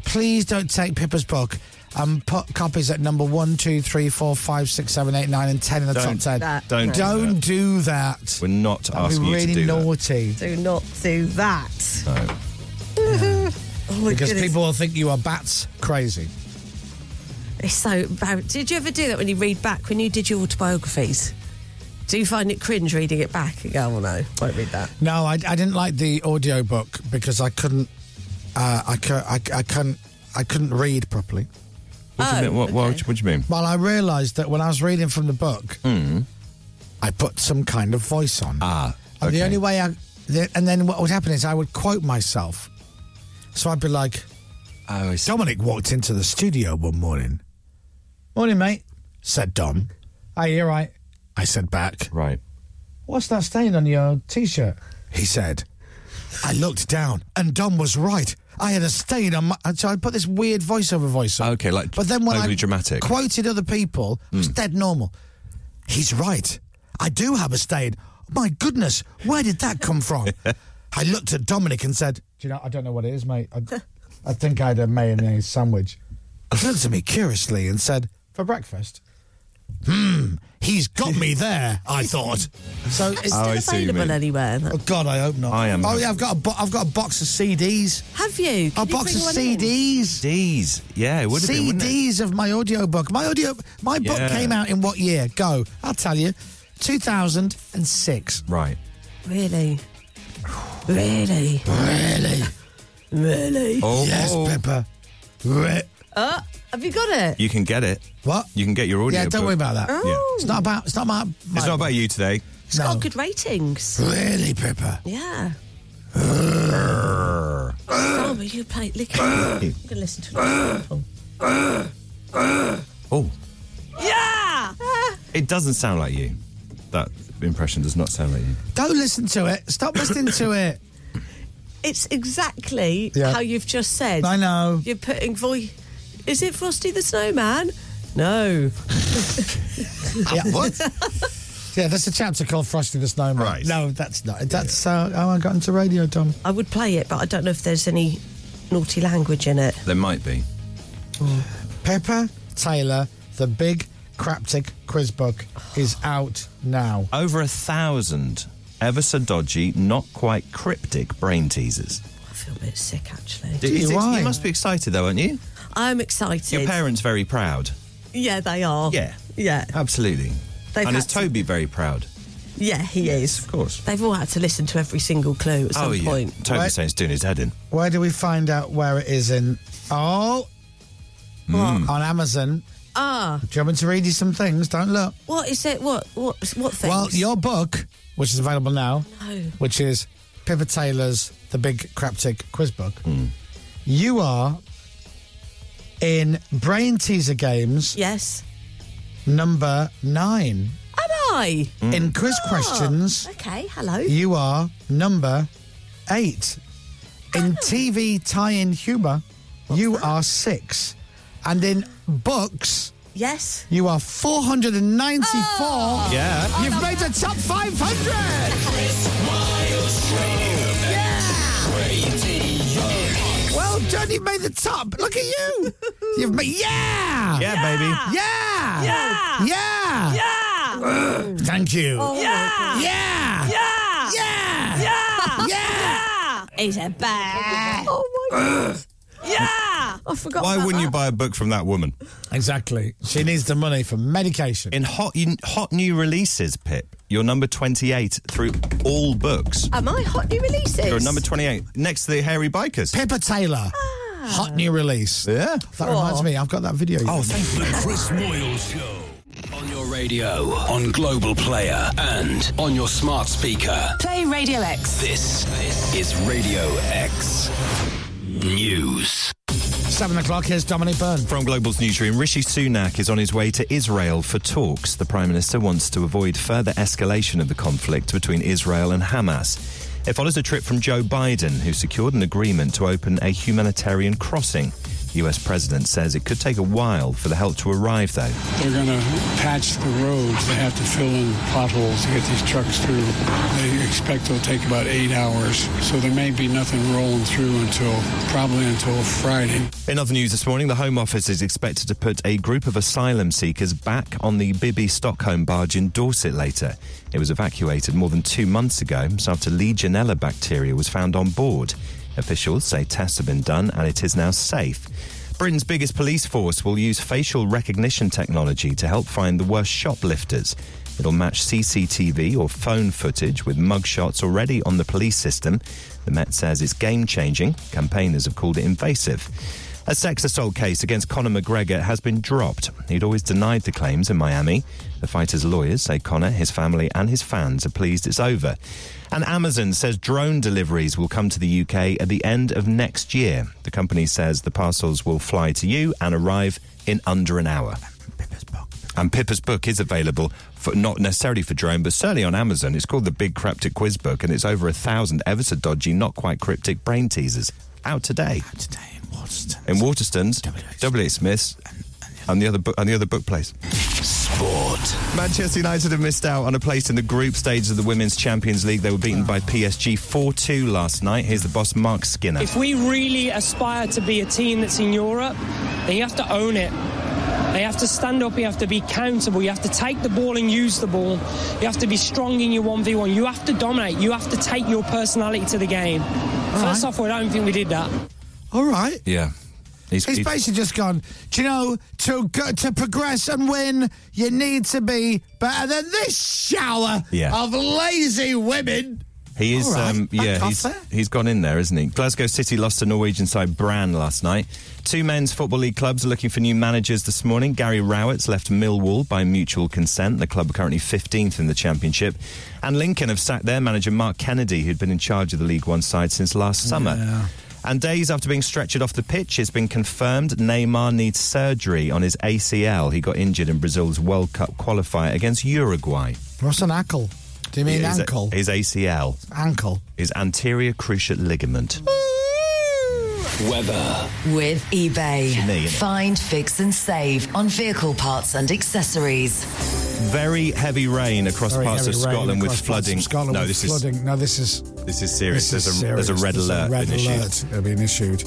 S2: please don't take Pippa's book and put copies at number one, two, three, four, five, six, seven, eight, nine, and ten in the
S7: Don't-
S2: top ten.
S8: That-
S7: don't do
S2: don't
S7: that.
S2: do that.
S7: we're not
S2: That'd
S7: asking
S2: be
S7: you to
S2: really
S7: do that.
S2: naughty
S8: Do not do that.
S7: No.
S8: [laughs] Oh my
S2: because
S8: goodness.
S2: people will think you are bats crazy.
S8: It's so embarrassing. Did you ever do that when you read back when you did your autobiographies? Do you find it cringe reading it back and go, oh no, won't read that?
S2: No, I, I didn't like the audio book because I couldn't. Uh, I, cou- I, I couldn't. I couldn't read properly.
S7: What, do you
S8: Oh,
S7: mean? What, what,
S8: okay.
S7: what do you mean? Hmm.
S2: Well, I realised that when I was reading from the book, I put some kind of voice on.
S7: Ah,
S2: And the
S7: okay.
S2: only way I, the, and then what would happen is I would quote myself. So I'd be like,
S7: Oh, I see.
S2: Dominic walked into the studio one morning. Morning, mate, said Dom. Hey, you all right? I said back,
S7: Right.
S2: What's that stain on your t shirt? He said. I looked down, and Dom was right. I had a stain on my. And so I put this weird voiceover voice on.
S7: Okay, like
S2: But then when I
S7: overly dramatic.
S2: quoted other people, it was
S7: Hmm.
S2: dead normal. He's right. I do have a stain. My goodness, where did that
S7: [laughs]
S2: come from? I looked at Dominic and said, Do you know, I don't know what it is, mate. I, I think I had a mayonnaise sandwich. He looked at me curiously and said, For breakfast? Hmm, he's got me there, I thought. So it's
S7: Oh, I
S8: It's
S7: see what you
S8: available
S7: mean.
S8: anywhere. that-
S2: Oh God, I hope not.
S7: I am
S2: Oh
S7: hoping.
S2: yeah, I've got a bo- I've got a box of CDs.
S8: Have you? Can
S2: A
S8: you
S2: box
S8: bring
S2: of
S8: one in?
S2: CDs.
S7: D's. Yeah, it would have been. wouldn't it?
S2: CDs of my audiobook. My audio my book
S7: Yeah.
S2: came out in what year? Go. I'll tell you. 2006.
S7: Right.
S8: Really? Really?
S2: Really?
S8: Really?
S7: Oh,
S2: Yes,
S7: oh.
S2: Pippa. Re-
S8: Oh, have you got it?
S7: You can get it.
S2: what?
S7: You can get your audio.
S2: yeah, don't worry about that.
S7: Yeah.
S8: Oh,
S2: It's not about it's not about my
S7: It's not about you today.
S8: it's
S2: no.
S8: got good ratings.
S2: Really, Pippa.
S8: Yeah.
S2: Uh.
S8: oh, but you play lick. it. I'm going to listen to it.
S2: Uh.
S7: Oh,
S5: Yeah!
S7: it doesn't sound like you. That impression does not sound like you.
S2: Don't listen to it. Stop listening to it.
S8: It's exactly
S2: Yeah.
S8: how you've just said.
S2: I know.
S8: You're putting voice. Is it Frosty the Snowman? [laughs] No.
S2: [laughs] Yeah. What? Yeah, there's a chapter called Frosty the Snowman.
S7: Right.
S2: No, that's not. That's uh, how I got into radio, Tom.
S8: I would play it, but I don't know if there's any naughty language in it.
S7: There might be.
S2: Pepper Taylor, the big craptic quiz book, is out now.
S7: Over a thousand ever so dodgy, not quite cryptic brain teasers.
S8: I feel a bit sick, actually.
S7: It's- it's-
S2: why?
S7: You must be excited though, aren't you?
S8: I'm excited.
S7: Your parents very proud.
S8: Yeah, they are.
S7: Yeah.
S8: Yeah.
S7: Absolutely.
S8: They've
S7: and
S8: had
S7: is
S8: to-
S7: Toby very proud?
S8: Yeah, he is.
S7: Of course.
S8: They've all had to listen to every single clue at some
S7: oh, yeah.
S8: point.
S7: Toby
S2: Right.
S7: saying it's doing his head in.
S2: Where do we find out where it is in? Oh, on Amazon. Ah. Do you want me to read you some things? Don't look.
S8: What is it? What what what things? Oh.
S2: Well, your book, which is available now,
S8: No.
S2: which is Pippa Taylor's The Big Craptic Quiz Book, you are in Brain Teaser Games
S8: Yes.
S2: number nine.
S8: Am I? Ah,
S2: In quiz questions,
S8: Okay. Hello.
S2: you are number eight. In TV tie in humour, you are six. And in books,
S8: Yes.
S2: you are 494.
S7: Yeah.
S2: You've made the top 500! Well done, you've made the top. Look at you. You've made, yeah!
S7: Yeah, baby.
S2: Yeah!
S5: Yeah!
S2: Yeah!
S5: Yeah!
S2: Thank you.
S8: Oh
S6: Oh.
S5: Yeah!
S2: Yeah!
S5: Yeah!
S2: Yeah!
S5: Yeah!
S2: Yeah!
S5: He's a bear!
S8: Oh my god!
S5: Yeah!
S8: I forgot.
S7: Why
S8: about
S7: wouldn't you
S8: that.
S7: buy a book from that woman?
S2: Exactly. She needs the money for medication.
S7: In hot, in hot new releases, Pip, you're number 28 through all books.
S8: Am I hot new releases?
S7: You're number 28 next to the Hairy Bikers.
S2: Pippa Taylor. Hot new release.
S7: Yeah.
S2: That reminds me, I've got that video.
S7: Oh, thank you.
S3: The Chris Moyle Show. On your radio, on Global Player, and on your smart speaker.
S4: [laughs] Play Radio X.
S3: This is Radio X News.
S2: Seven o'clock, here's Dominic Byrne.
S7: From Global's newsroom, Rishi Sunak is on his way to Israel for talks. The Prime Minister wants to avoid further escalation of the conflict between Israel and Hamas. It follows a trip from Joe Biden, who secured an agreement to open a humanitarian crossing. The US President says it could take a while for the help to arrive, though.
S10: They're going to patch the roads. They have to fill in potholes to get these trucks through. They expect it'll take about eight hours. So there may be nothing rolling through until probably until Friday.
S7: In other news this morning, the Home Office is expected to put a group of asylum seekers back on the Bibby Stockholm barge in Dorset later. It was evacuated more than two months ago so after Legionella bacteria was found on board. Officials say tests have been done and it is now safe. Britain's biggest police force will use facial recognition technology to help find the worst shoplifters. It'll match CCTV or phone footage with mugshots already on the police system. The Met says it's game changing. Campaigners have called it invasive. A sex assault case against Conor McGregor has been dropped. He'd always denied the claims in Miami. The fighter's lawyers say Conor, his family, and his fans are pleased it's over. And Amazon says drone deliveries will come to the UK at the end of next year. The company says the parcels will fly to you and arrive in under an hour. And Pippa's book is available for not necessarily for drone, but certainly on Amazon. It's called the Big Cryptic Quiz Book, and it's over a thousand ever so dodgy, not quite cryptic brain teasers out today
S1: Today in Waterstones.
S7: in Waterstones, W. H. Smiths, and the other book, and the other book place.
S3: Sport.
S7: Manchester United have missed out on a place in the group stage of the Women's Champions League. They were beaten by PSG 4-2 last night. Here's the boss, Mark Skinner.
S11: If we really aspire to be a team that's in Europe, then you have to own it. You have to stand up, you have to be countable, you have to take the ball and use the ball, you have to be strong in your 1v1, you have to dominate, you have to take your personality to the game. First off, I don't think we did that.
S2: All right.
S7: yeah, he's,
S2: He's
S7: he's-
S2: basically just gone, do you know, to go, to progress and win, you need to be better than this shower
S7: Yeah.
S2: of lazy women.
S7: He is,
S2: All right,
S7: um,
S2: back
S7: yeah,
S2: off
S7: he's,
S2: there.
S7: he's gone in there, isn't he? Glasgow City lost to Norwegian side Brann last night. Two men's Football League clubs are looking for new managers this morning. Gary Rowett's left Millwall by mutual consent. The club are currently 15th in the Championship. And Lincoln have sacked their manager, Mark Kennedy, who'd been in charge of the League One side since last summer. And days after being stretchered off the pitch, it's been confirmed Neymar needs surgery on his ACL. He got injured in Brazil's World Cup qualifier against Uruguay.
S2: What's an ankle? Do you mean
S7: his,
S2: ankle?
S7: His ACL.
S2: Ankle.
S7: His anterior cruciate ligament. Weather.
S4: With eBay.
S7: Me, innit?
S4: Find, fix, and save on vehicle parts and accessories.
S7: Very heavy rain across
S4: Very
S7: parts of
S4: heavy rain
S7: Scotland with
S4: across parts of
S7: flooding.
S2: Scotland
S7: no,
S2: with
S7: this
S2: flooding. No, this is
S7: is this is serious.
S2: This
S7: there's
S2: is
S7: a there's a
S2: serious.
S7: red
S2: There's
S7: alert
S2: A red
S7: been issued.
S2: alert have been issued.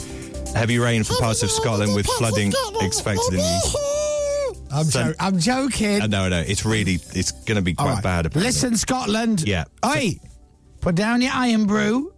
S7: Heavy rain for parts of Scotland with flooding expected in the.
S2: I'm, jo- I'm joking.
S7: Uh, No, no, it's really it's going to be
S2: All
S7: quite
S2: right.
S7: bad. Apparently.
S2: Listen, Scotland.
S7: Yeah.
S2: Oi, put down your iron brew.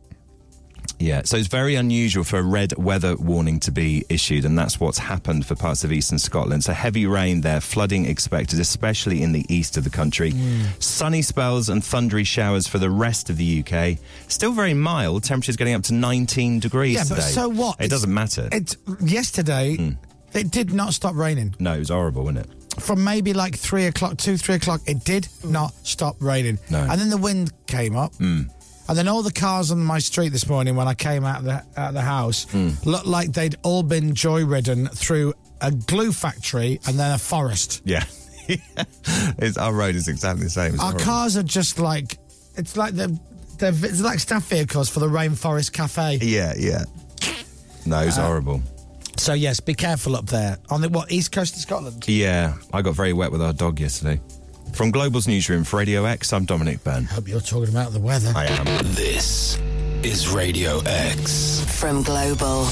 S7: Yeah, so it's very unusual for a red weather warning to be issued, and that's what's happened for parts of eastern Scotland. So heavy rain there, flooding expected, especially in the east of the country.
S2: Mm.
S7: Sunny spells and thundery showers for the rest of the UK. Still very mild, temperatures getting up to 19 degrees
S2: yeah,
S7: today.
S2: but so what?
S7: It
S2: It's-
S7: doesn't matter. Hmm.
S2: It's yesterday. It did not stop raining
S7: no, it was horrible, wasn't it?
S2: from maybe like three o'clock, two, three o'clock. It did not stop raining.
S7: No.
S2: And then the wind came up. And then all the cars on my street this morning when I came out of the, out of the house
S7: Hmm.
S2: looked like they'd all been joyridden through a glue factory and then a forest.
S7: Yeah. [laughs] it's, our road is exactly the same. It's
S2: Our
S7: horrible.
S2: cars are just like it's like the they're, it's like staff vehicles for the Rainforest Cafe.
S7: Yeah, yeah. No, it was
S2: Uh,
S7: horrible.
S2: So yes, be careful up there on the what east coast of Scotland.
S7: Yeah, I got very wet with our dog yesterday. From Global's newsroom for Radio X, I'm Dominic Byrne.
S2: Hope you're talking about the weather.
S7: I am.
S3: This is Radio X.
S4: From Global.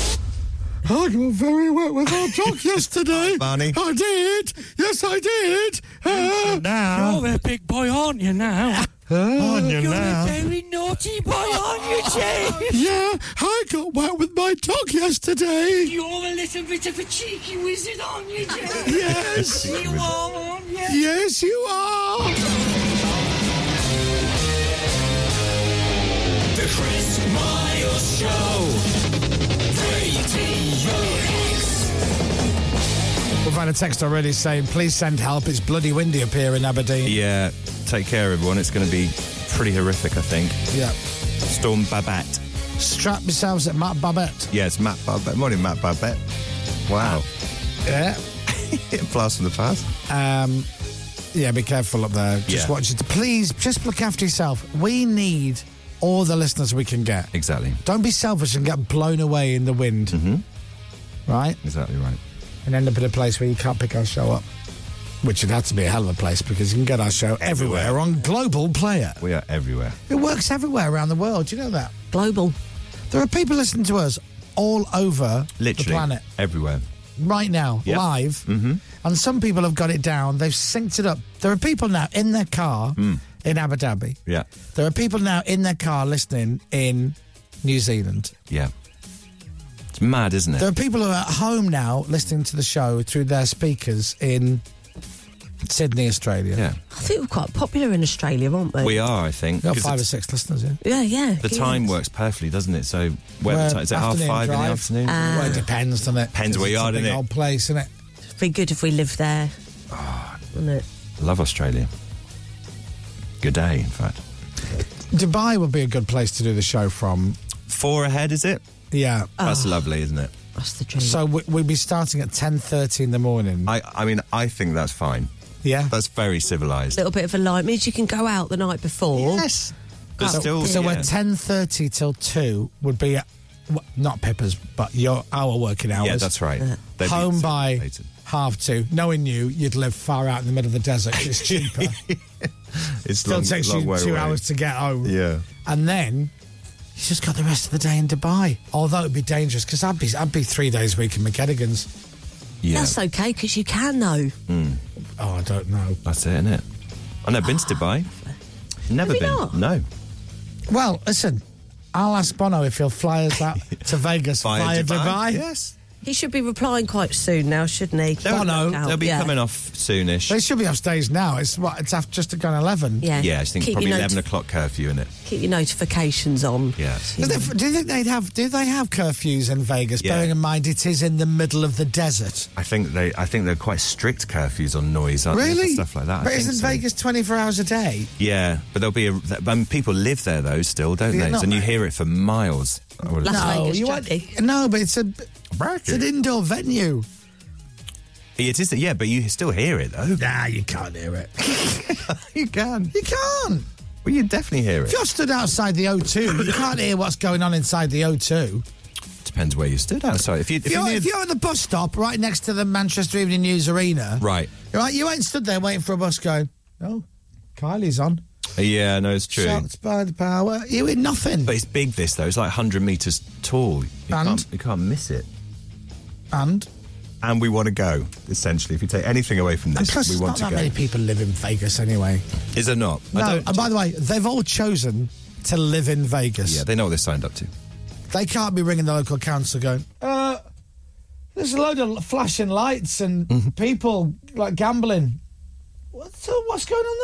S2: I got very wet with our dog yesterday.
S7: Barney.
S2: I did. Yes, I did. Uh,
S6: Now. You're a big boy, aren't
S2: [laughs]
S6: you now?
S2: uh,
S6: You're a very naughty boy, aren't
S2: [laughs]
S6: you, James? [laughs]
S2: yeah, I got wet with my dog yesterday.
S6: You're a little bit of a cheeky wizard, aren't you,
S2: [laughs]
S6: James?
S2: Yes.
S6: [laughs] You are, aren't you?
S2: Yes, you are.
S3: The Chris Miles Show. Radio X.
S2: We've had a text already saying, please send help. It's bloody windy up here in Aberdeen.
S7: Yeah, take care, everyone. It's going to be pretty horrific, I think.
S2: Yeah.
S7: Storm Babette.
S2: Strap yourselves at Matt Babbitt.
S7: Yes, Matt Babette. Morning, Matt Babette. Wow.
S2: Yeah.
S7: [laughs] Blast from the past.
S2: Um, yeah, be careful up there. Just
S7: Yeah.
S2: watch it. Please, just look after yourself. We need all the listeners we can get.
S7: Exactly. Mm-hmm.
S2: Don't be selfish and get blown away in the wind. Right?
S7: Exactly right.
S2: And end up in a place where you can't pick our show up. Which would have to be a hell of a place because you can get our show everywhere, on Global Player.
S7: We are everywhere.
S2: It works everywhere around the world. Do you know that?
S8: Global.
S2: There are people listening to us all over the
S7: Literally.
S2: planet
S7: Everywhere.
S2: right now,
S7: Yeah.
S2: live. Mm-hmm. And some people have got it down. They've synced it up. There are people now in their car
S7: Mm.
S2: in Abu Dhabi.
S7: Yeah.
S2: There are people now in their car listening in New Zealand.
S7: Yeah. It's mad, isn't
S2: There
S7: it?
S2: are people who are at home now listening to the show through their speakers in Sydney, Australia.
S7: Yeah.
S8: I think we're quite popular in Australia, aren't we?
S7: We are, I think.
S2: We've got
S7: 'Cause
S2: five or
S7: it's-
S2: six listeners, yeah.
S8: Yeah, yeah.
S7: the
S8: yeah.
S7: time works perfectly, doesn't it? So, where the time, is it half
S2: afternoon
S7: five in the
S2: drive.
S7: afternoon?
S8: Uh,
S2: well, it depends, doesn't it?
S7: Depends where
S2: It's
S7: you are,
S2: a big
S7: doesn't it?
S2: Old place, isn't it?
S8: It'd be good if we lived there.
S7: Ah.
S8: wouldn't it?
S7: Love Australia. Good day, in fact.
S2: Dubai would be a good place to do the show from.
S7: Four ahead, is it?
S2: Yeah.
S7: That's lovely, isn't it?
S8: Ah. That's the dream.
S2: So we- we'd be starting at ten thirty in the morning.
S7: I, I mean, I think that's fine.
S2: yeah.
S7: That's very civilized.
S8: little bit of a light means you can go out the night before.
S2: Yes.
S7: But
S2: so,
S7: still,
S2: so
S7: yeah.
S2: we're ten thirty till two would be uh, w- not Pippa's, but your our working hours.
S7: Yeah, that's right. They'd be
S2: Home by
S7: celebrated.
S2: half two. Knowing you, you'd live far out in the middle of the
S7: [laughs]
S2: desert. 'cause It's cheaper.
S7: It's
S2: Still
S7: long,
S2: takes
S7: long
S2: you
S7: way
S2: two
S7: away.
S2: hours to get home.
S7: Yeah.
S2: and then. You just got the rest of the day in Dubai. Although it'd be dangerous because I'd be I'd be three days a week in McEdigan's.
S7: Yeah.
S8: That's
S7: That's,
S8: okay because you can though.
S2: Oh, I don't know.
S7: it, isn't it? I've never been to Dubai. Never
S8: Ah. Have you
S7: been.
S8: not?
S7: No. [laughs]
S2: Well, listen, I'll ask Bono if he'll fly us out to Vegas via, Dubai.
S7: Yes.
S8: He should be replying quite soon now, shouldn't he?
S7: Bono, they'll be
S8: Yeah.
S7: coming off soonish.
S2: They should be off stage now. It's what it's after just gone eleven.
S7: Yeah, I think
S8: Keep
S7: probably
S8: your
S7: eleven
S8: notif-
S7: o'clock curfew in it.
S8: Keep your notifications on.
S7: Yeah.
S2: Is there- do you think they'd have? Do they have curfews in Vegas?
S7: Yeah.
S2: Bearing in mind it is in the middle of the desert.
S7: I think they. I think they're quite strict curfews on noise, aren't they?
S2: really?
S7: for Stuff like that. I
S2: But
S7: think
S2: isn't
S7: so.
S2: Vegas twenty four hours a day?
S7: Yeah, but there'll be. A, th- um, people live there though, still, don't
S2: Yeah,
S7: they?
S2: not
S7: and you hear it for miles. I would've thought.
S2: no, you want, no, but it's a it's an indoor venue.
S7: It is. Yeah, but you still hear it though.
S2: Nah, you can't hear it.
S7: [laughs] you can.
S2: You can't.
S7: Well, you definitely hear
S2: If
S7: it.
S2: you're stood outside the
S7: [coughs]
S2: O2, you can't hear what's going on inside the O2.
S7: Depends where you stood outside. Oh, If you
S2: If, you're,
S7: near-
S2: if you're at the bus stop right next to the Manchester Evening News Arena,
S7: right.
S2: you're like, you ain't stood there waiting for a bus going, oh, Kylie's on.
S7: Yeah, no, it's true.
S2: Shocked by the power. You in nothing.
S7: But it's big. This though, it's like hundred meters tall. You
S2: And?
S7: can't, you can't miss it.
S2: And
S7: And we want to go. Essentially, if you take anything away from
S2: and
S7: this,
S2: plus,
S7: we want
S2: not
S7: to
S2: that
S7: go.
S2: many people live in Vegas anyway.
S7: Is there not? I
S2: No,
S7: don't-
S2: and by the way, they've all chosen to live in Vegas.
S7: yeah, they know what they signed up to.
S2: They can't be ringing the local council going, uh, there's a load of flashing lights and
S7: Mm-hmm.
S2: people like gambling. What's, what's going on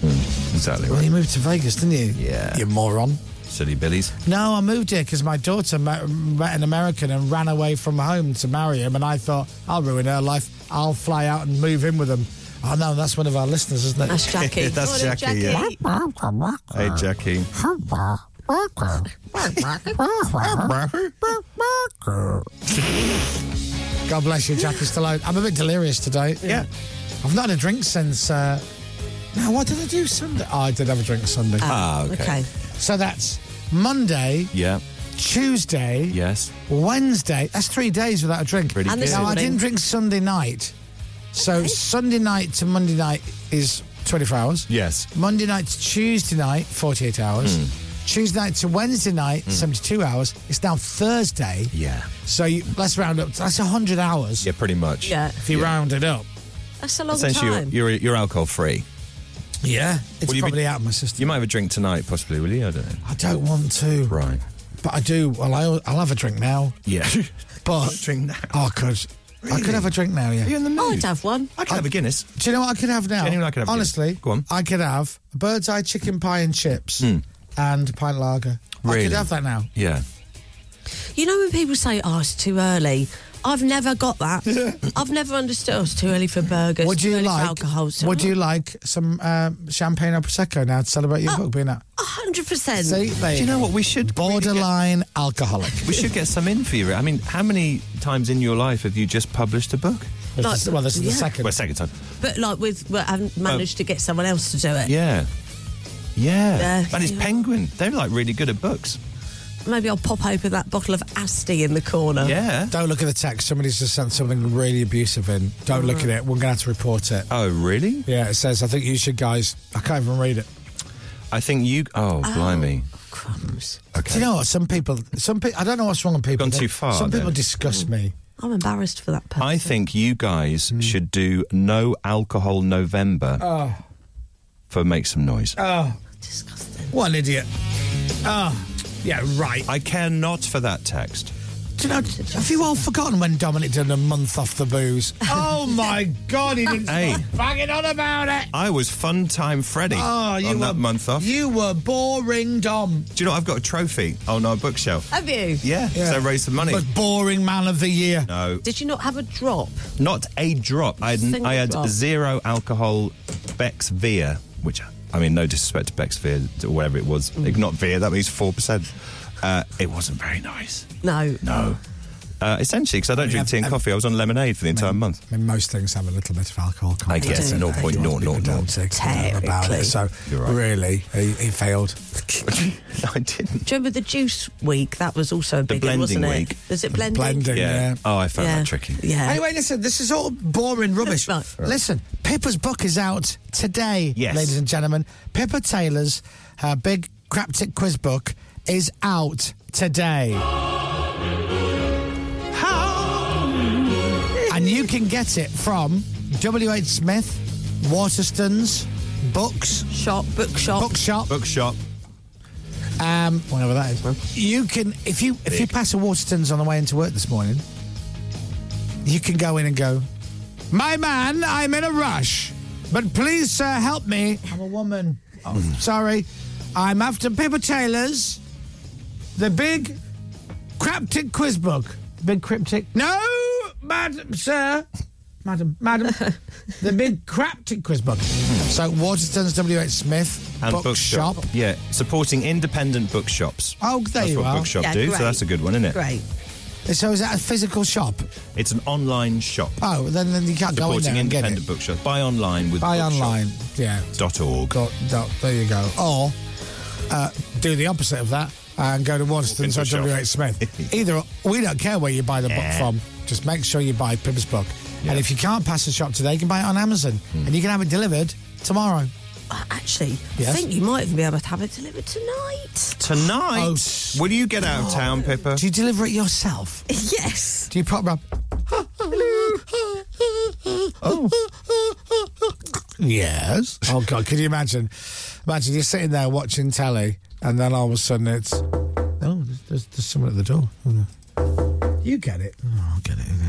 S2: there?
S7: Hmm, Exactly.
S2: Well, you moved to Vegas, didn't you?
S7: Yeah.
S2: You moron.
S7: Silly billies.
S2: No, I moved here because my daughter met, met an American and ran away from home to marry him. And I thought, I'll ruin her life. I'll fly out and move in with him. Oh, no, that's one of our listeners, isn't it?
S8: That's
S7: [laughs]
S8: Jackie.
S7: That's Morning, Jackie, yeah. Jackie. Hey,
S2: Ah.
S7: Jackie.
S2: God bless you, Jackie Stallone. I'm a bit delirious today. Yeah. I've not had a drink since. Uh, now, what did I do Sunday? Oh, I did have a drink Sunday.
S7: Ah, okay. okay.
S2: So that's Monday,
S7: Yeah.
S2: Tuesday,
S7: Yes.
S2: Wednesday. That's three days without a drink.
S7: Pretty And this good.
S2: now, I
S7: morning.
S2: didn't drink Sunday night. So Sunday night to Monday night is 24 hours.
S7: Yes.
S2: Monday night to Tuesday night, 48 hours.
S7: Hmm.
S2: Tuesday night to Wednesday night, 72 hours. It's now Thursday.
S7: Yeah.
S2: So you, let's round up. That's 100 hours.
S7: Yeah, pretty much.
S8: Yeah.
S2: If you round it up.
S8: That's a long
S7: Essentially,
S8: time.
S7: you're, you're, you're alcohol free.
S2: Yeah. It's
S7: Will you be-
S2: probably out of my system.
S7: You might have a drink tonight, possibly, will you? I don't know.
S2: I don't want to.
S7: Right.
S2: But I do. Well, I'll, I'll have a drink now.
S7: Yeah.
S2: [laughs] But
S7: drink now.
S2: Oh, I could. I could have a drink now, yeah.
S7: You're in the mood.
S8: I'd have one.
S7: I can have a Guinness.
S2: Do you know what I could have now?
S7: Genuinely, I could have a
S2: Honestly,
S7: Guinness. Go on. Hmm.
S2: I could have a bird's eye chicken pie and chips and a pint lager. I could
S7: Really?
S2: have that now.
S7: Yeah.
S8: You know when people say, "Oh, it's too early." I've never
S7: [laughs]
S8: got that. I've never understood. Oh, it's too early for burgers.
S2: Would
S8: too
S2: you
S8: early for
S2: like?
S8: alcohol? So-
S2: Would you like some um, champagne or prosecco now to celebrate
S8: Oh,
S2: your book being out?
S8: A hundred percent.
S2: See, there
S7: Do
S2: you
S7: you
S2: go.
S7: know what? We should
S2: borderline alcoholic.
S7: we should get some in for you. I mean, how many times in your life have you just published a book?
S2: Well, this is- well, this is the
S8: yeah.
S2: second.
S7: Well, second time.
S8: But like with, well, I haven't managed to get someone else to do it.
S7: Yeah. Yeah.
S8: Uh,
S7: and it's Penguin. They're like really good at books.
S8: Maybe I'll pop open that bottle of Asti in the corner.
S7: Yeah.
S2: Don't look at the text. Somebody's just sent something really abusive in. Don't look at it. We're going to have to report it.
S7: Oh, really?
S2: Yeah, it says. I think you should, guys. I can't even read it.
S7: I think you. Oh, blimey.
S8: Crumbs.
S7: Okay.
S2: Do you know what? Some people. Some people. I don't know what's wrong with people.
S7: Gone
S2: They-
S7: too far,
S2: Some people
S7: though.
S2: disgust me.
S8: Mm. I'm embarrassed for that person.
S7: I think you guys
S2: Hmm.
S7: should do no alcohol November
S2: Oh.
S7: for make some noise.
S8: Disgusting.
S2: What an idiot. Oh, yeah, right.
S7: I care not for that text.
S2: Do you know, have you all forgotten when Dominic did a month off the
S8: [laughs]
S2: booze? Oh my God, he didn't
S7: Hey.
S2: stop banging on about it.
S7: I was fun time Freddy
S2: Oh, you
S7: on
S2: were
S7: that month off.
S2: You were boring, Dom.
S7: Do you know I've got a trophy on our bookshelf?
S8: Have you?
S7: Yeah,
S2: Yeah.
S7: so raise some money.
S2: But boring man of the year.
S7: no,
S8: Did you not have a drop?
S7: not a drop. I had,
S8: Single
S7: I had
S8: drop.
S7: zero alcohol Bex Beer, which I mean, no disrespect to Bex Beer or whatever it was.
S2: Mm.
S7: Not Veer, that means four percent. Uh, it wasn't very nice.
S8: No.
S7: No. Uh, essentially, because I don't drink tea and coffee, I was on lemonade for the entire month.
S2: I mean, most things have a little bit of alcohol content.
S7: guess,
S2: don't they?
S7: 0.000.
S2: People don't say about it. So,
S7: You're right.
S2: really, he,
S7: [laughs]
S2: he failed.
S7: I didn't.
S8: Do you remember the juice week? That was also a big one,
S7: blending
S8: wasn't
S7: week.
S8: it? Was it blending?
S2: Blending, yeah.
S7: Yeah. Oh, I found
S8: yeah.
S7: that tricky.
S8: Yeah.
S2: Anyway, listen, this is all boring rubbish.
S8: Right.
S2: Listen, Pippa's book is out today,
S7: Yes.
S2: ladies and gentlemen. Pippa Taylor's her big craptic quiz book is out today. and you can get it from WH Smith, Waterstones, Books,
S8: shop, bookshop.
S2: Bookshop,
S7: Bookshop.
S2: um, whatever that is. You can if you if you pass a Waterstones on the way into work this morning, you can go in and go, My man, I'm in a rush, but please, sir, help me. I'm a woman. Oh, sorry. I'm after Pippa Taylor's The Big Cryptic Quiz Book. Big Cryptic. No, madam, sir. Madam, [laughs] madam, the big cryptic quiz book. So Waterstones W.H. Smith
S7: And
S2: bookshop.
S7: bookshop. Yeah, supporting independent bookshops.
S2: Oh, there
S7: that's
S2: you
S7: what
S2: are.
S7: bookshop
S2: Yeah,
S7: do.
S2: great.
S7: So that's a good one, isn't it?
S2: Great. So is that a physical shop?
S7: It's an online shop.
S2: Oh, then, then you can't go in
S7: supporting
S2: there and get it.
S7: independent bookshops. Buy online with
S2: Buy
S7: bookshop
S2: online. Yeah.
S7: Dot org.
S2: Dot, dot, there you go. Or uh, do the opposite of that and go to Waterstones
S7: into
S2: or
S7: a shop. [laughs]
S2: W.H. Smith. Either or, we don't care where you buy the
S7: Yeah.
S2: book from. Just make sure you buy Pip's book. And if you can't pass the shop today, you can buy it on Amazon
S7: Hmm.
S2: and you can have it delivered tomorrow.
S8: Actually,
S2: Yes?
S8: I think you might even be able to have it delivered tonight.
S7: Tonight? Will you get out of town, Pippa?
S2: Oh, Do you deliver it yourself?
S8: [laughs] Yes.
S2: Do you pop up? Oh. Yes. Oh God, could you imagine? Imagine you're sitting there watching telly, and then all of a sudden it's oh, there's, there's, there's someone at the door. You get it. Oh, I'll get it. yeah.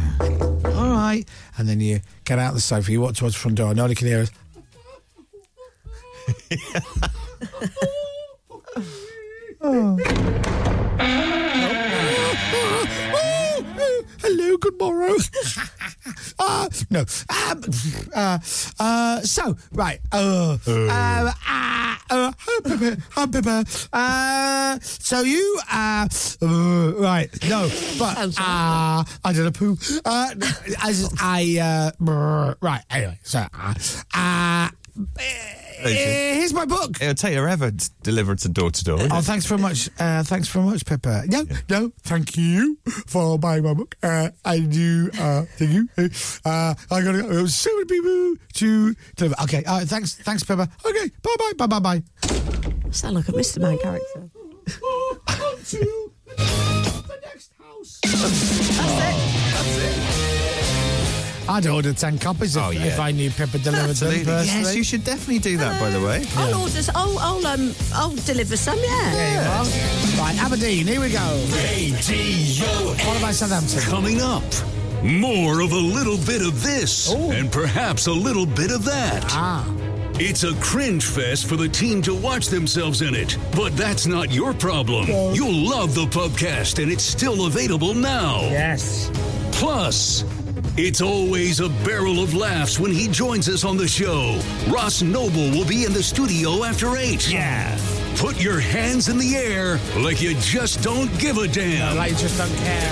S2: All right. And then you get out the sofa, you walk towards the front door, nobody can hear us. Hello, good morrow. uh, no. Um, uh, uh, so, right. Uh, um, uh, uh, hi, Pippa. Hi, Pippa. Uh, so you, uh, uh, right, no, but uh, I did a poo. Uh, no, I, just, I uh, brr, right, anyway, so, uh, uh, eh, here's my book.
S7: It'll take her ever to deliver it to door to door.
S2: Oh, thanks very much. Uh, thanks very much, Pippa. No, no, thank you for buying my book. Uh, I do. Uh, thank you. Uh, I got to go. It was so many people to deliver. Okay. Uh, thanks. Thanks, Pippa. Okay. Bye bye. Bye bye bye.
S8: Sound like a Mr. Man character.
S2: I'd order ten copies if,
S7: Oh, yeah.
S2: if I knew Pippa delivered
S7: Absolutely.
S2: them. Personally.
S7: Yes, you should definitely do that, by the way.
S8: I'll order. s- I'll, I'll um. I'll deliver some. Yeah.
S2: There you are. Right, Aberdeen. Here we go.
S3: Radio
S2: What about Southampton?
S3: Coming up, more of a little bit of this and perhaps a little bit of that. Ah. It's a cringe fest for the team to watch themselves in it, but that's not your problem. You'll love the pubcast, and it's still available now. Yes. Plus, it's always a barrel of laughs when he joins us on the show. Ross Noble will be in the studio after eight. Yeah. Put your hands in the air like you just don't give a damn.
S2: Like you just don't care.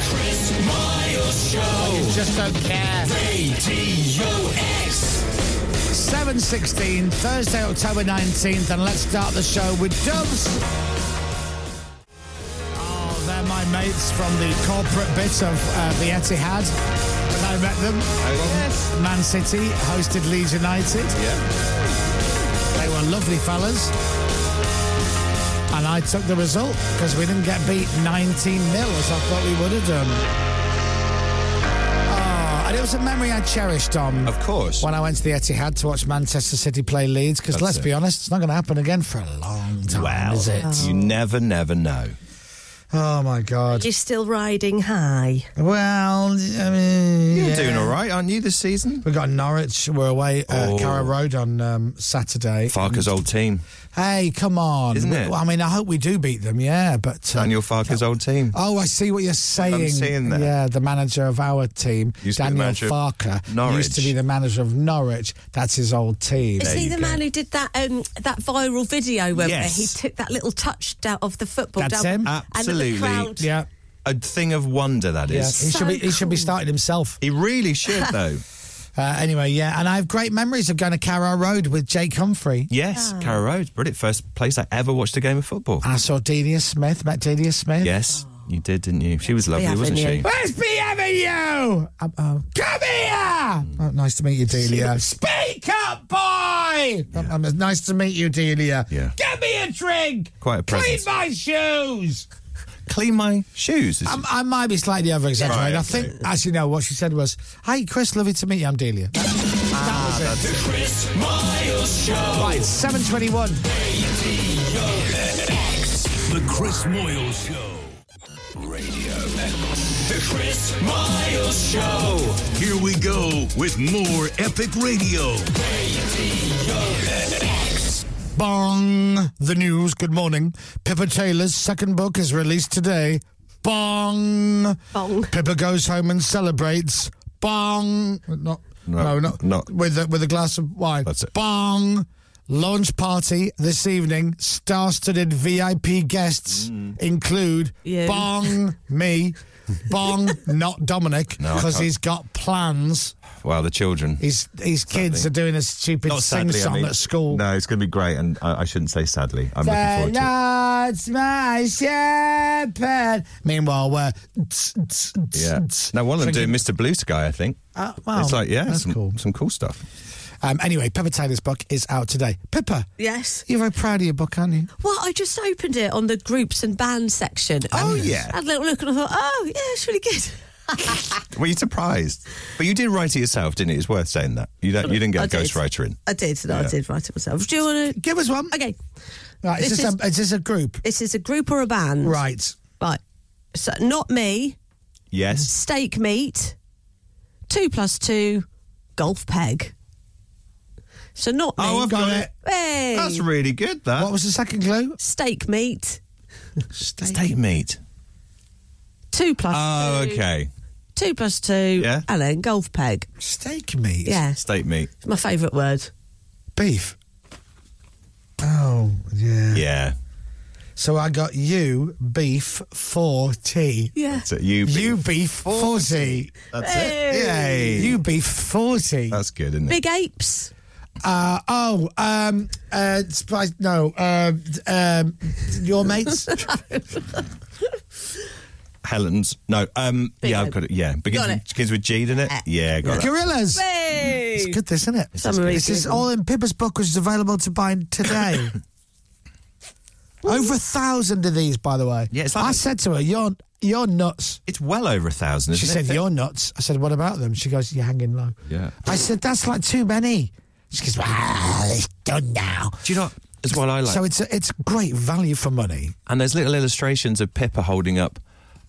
S2: You just don't care.
S3: Radio X.
S2: 7.16, Thursday, October 19th, and let's start the show with Doves. Oh, they're my mates from the corporate bit of uh, the Etihad when I met them. yes. Man City hosted Leeds United. Yeah. They were lovely fellas. And I took the result because we didn't get beat 19 0 as I thought we would have done. Oh, and it was a memory I cherished, Dom. Of
S7: course.
S2: When I went to the Etihad to watch Manchester City play Leeds, because
S7: That's
S2: let's
S7: it.
S2: be honest, it's not going to happen again for a long time, is it?
S7: You never, never know.
S2: Oh my God!
S8: You're still riding high.
S2: Well, I mean,
S7: You're
S2: yeah.
S7: doing all right, aren't you, this season?
S2: We've got Norwich. We're away at
S7: Oh.
S2: Carrow Road on um, Saturday.
S7: Farker's old team.
S2: Hey, come on!
S7: Isn't
S2: We-
S7: it?
S2: I mean, I hope we do beat them. Yeah, but uh,
S7: Daniel Farker's old team.
S2: Oh, I see what you're saying.
S7: seeing that.
S2: Yeah, the manager of our team,
S7: Used to be the
S2: Daniel
S7: manager of
S2: Farker,
S7: Norwich.
S2: used to be the manager of Norwich. That's his old team.
S8: Is he the man who did that um, that viral video where
S7: Yes.
S8: he took that little touch down of the football?
S2: That's
S8: down,
S2: him.
S8: And the crowd,
S7: Absolutely.
S2: Yeah.
S7: A thing of wonder, that
S2: Yeah,
S7: is.
S2: he should be. He should be starting himself.
S7: He really should,
S8: [laughs]
S7: though.
S2: Uh, anyway, yeah, and I have great memories of going to Carrow Road with Jake Humphrey.
S7: Yes,
S8: Ah.
S7: Carrow Road. Brilliant. First place I ever watched a game of football.
S2: And I saw Delia Smith. Met Delia Smith.
S7: Yes, you did, didn't you? She was lovely,
S2: Be
S7: wasn't
S2: having
S7: she?
S2: you. Where's B Avenue? Um, oh. Come here! Oh, nice to meet you, Delia. [laughs] Speak up, boy! Um, um, nice to meet you, Delia.
S7: Yeah.
S2: Get me a drink!
S7: Quite a
S2: Clean
S7: presence.
S2: my shoes!
S7: Clean my shoes. is-
S2: I'm, Um, I might be slightly over exaggerating.
S7: Right,
S2: I think, actually, no, what she said was, Hey, Chris, lovely to meet you. I'm Delia.
S3: The Chris Miles Show.
S2: Right, 721.
S3: The Chris Moyle Show. Radio X. The Chris Miles Show. Here we go with more epic radio.
S2: Bong! The news, good morning. Pippa Taylor's second book is released today. Bong! Bong. Pippa goes home and celebrates. Bong! Not, no, not, not. With, a, with a glass of wine. That's it. Bong! Launch party this evening. Star studded VIP guests
S7: Mm.
S2: include
S8: You.
S2: Bong, me, Bong, not Dominic,
S7: No, I
S2: because
S7: can't.
S2: he's got plans.
S7: Wow, the children.
S2: His, his kids are doing a stupid
S7: Not
S2: sing
S7: sadly,
S2: song
S7: I mean.
S2: at school.
S7: No, it's going to be great, and I, I shouldn't say sadly. I'm looking forward to it.
S2: Lord's my shepherd. Meanwhile, we're. tss, tss, tss,
S7: Yeah.
S2: tss.
S7: No, one of them doing
S2: Singing.
S7: Mr. Blue Sky, I think.
S2: Uh, well,
S7: it's like, yeah,
S2: that's
S7: some cool. some cool stuff.
S2: Um, anyway, Pippa Taylor's book is out today. Pippa,
S8: Yes.
S2: you're very proud of your book, aren't you?
S8: Well, I just opened it on the groups and bands section.
S7: Oh,
S8: and
S7: yeah.
S8: Had a little look and I thought, oh, yeah, it's really good.
S7: Were you surprised? But you did write it yourself, didn't it? It's worth saying that. You don't. You didn't get
S8: I
S7: a
S8: did.
S7: ghostwriter in.
S8: I did. No, I
S7: Yeah.
S8: did write it myself. Do you want to
S2: give us one?
S8: Okay.
S2: Right, is this a- is this a group?
S8: This is a group or a band.
S2: Right.
S8: Right. So, not me.
S7: Yes.
S8: Steak meat. Two plus two. Golf peg. So not me.
S7: Oh, I've got it.
S8: Hey.
S7: That's really good. That.
S2: What was the second clue?
S8: Steak meat.
S2: Steak,
S7: meat.
S8: Two plus
S7: Oh,
S8: two.
S7: okay.
S8: Two plus two.
S7: Yeah.
S8: And then golf peg.
S2: Steak meat.
S8: Yeah.
S7: Steak meat.
S8: It's my favourite word.
S2: Beef. Oh, yeah.
S7: Yeah.
S2: So I got you, beef, 40.
S8: Yeah.
S7: So you.
S2: You beef 40.
S7: That's
S8: Hey.
S7: it. Yay.
S2: You beef 40.
S7: That's good, isn't it?
S8: Big apes.
S2: Uh, oh, um, uh, spice, no, uh, um, your
S7: [laughs]
S2: mates.
S7: Helen's. No. Um.
S8: Big
S7: yeah,
S8: head.
S7: I've got it. Yeah. Begins,
S8: Got
S7: with,
S8: it.
S7: begins with G, doesn't it? Yeah. Got it.
S2: Gorillas.
S8: Hey.
S2: It's good, this, isn't it?
S8: Some are really
S2: This is
S8: good.
S2: all in Pippa's book, which is available to buy
S7: [coughs]
S2: today. Over a thousand of these, by the way.
S7: Yeah, it's like-
S2: I said to her, "You're you're nuts."
S7: It's well over a thousand.
S2: She
S7: isn't
S2: said,
S7: it?
S2: "You're nuts." I said, "What about them?" She goes, "You're hanging low."
S7: Yeah.
S2: I said, "That's like too many." She goes, "Well, it's done now."
S7: Do you know? As well, I like.
S2: So it's a, it's great value for money.
S7: and there's little illustrations of Pippa holding up,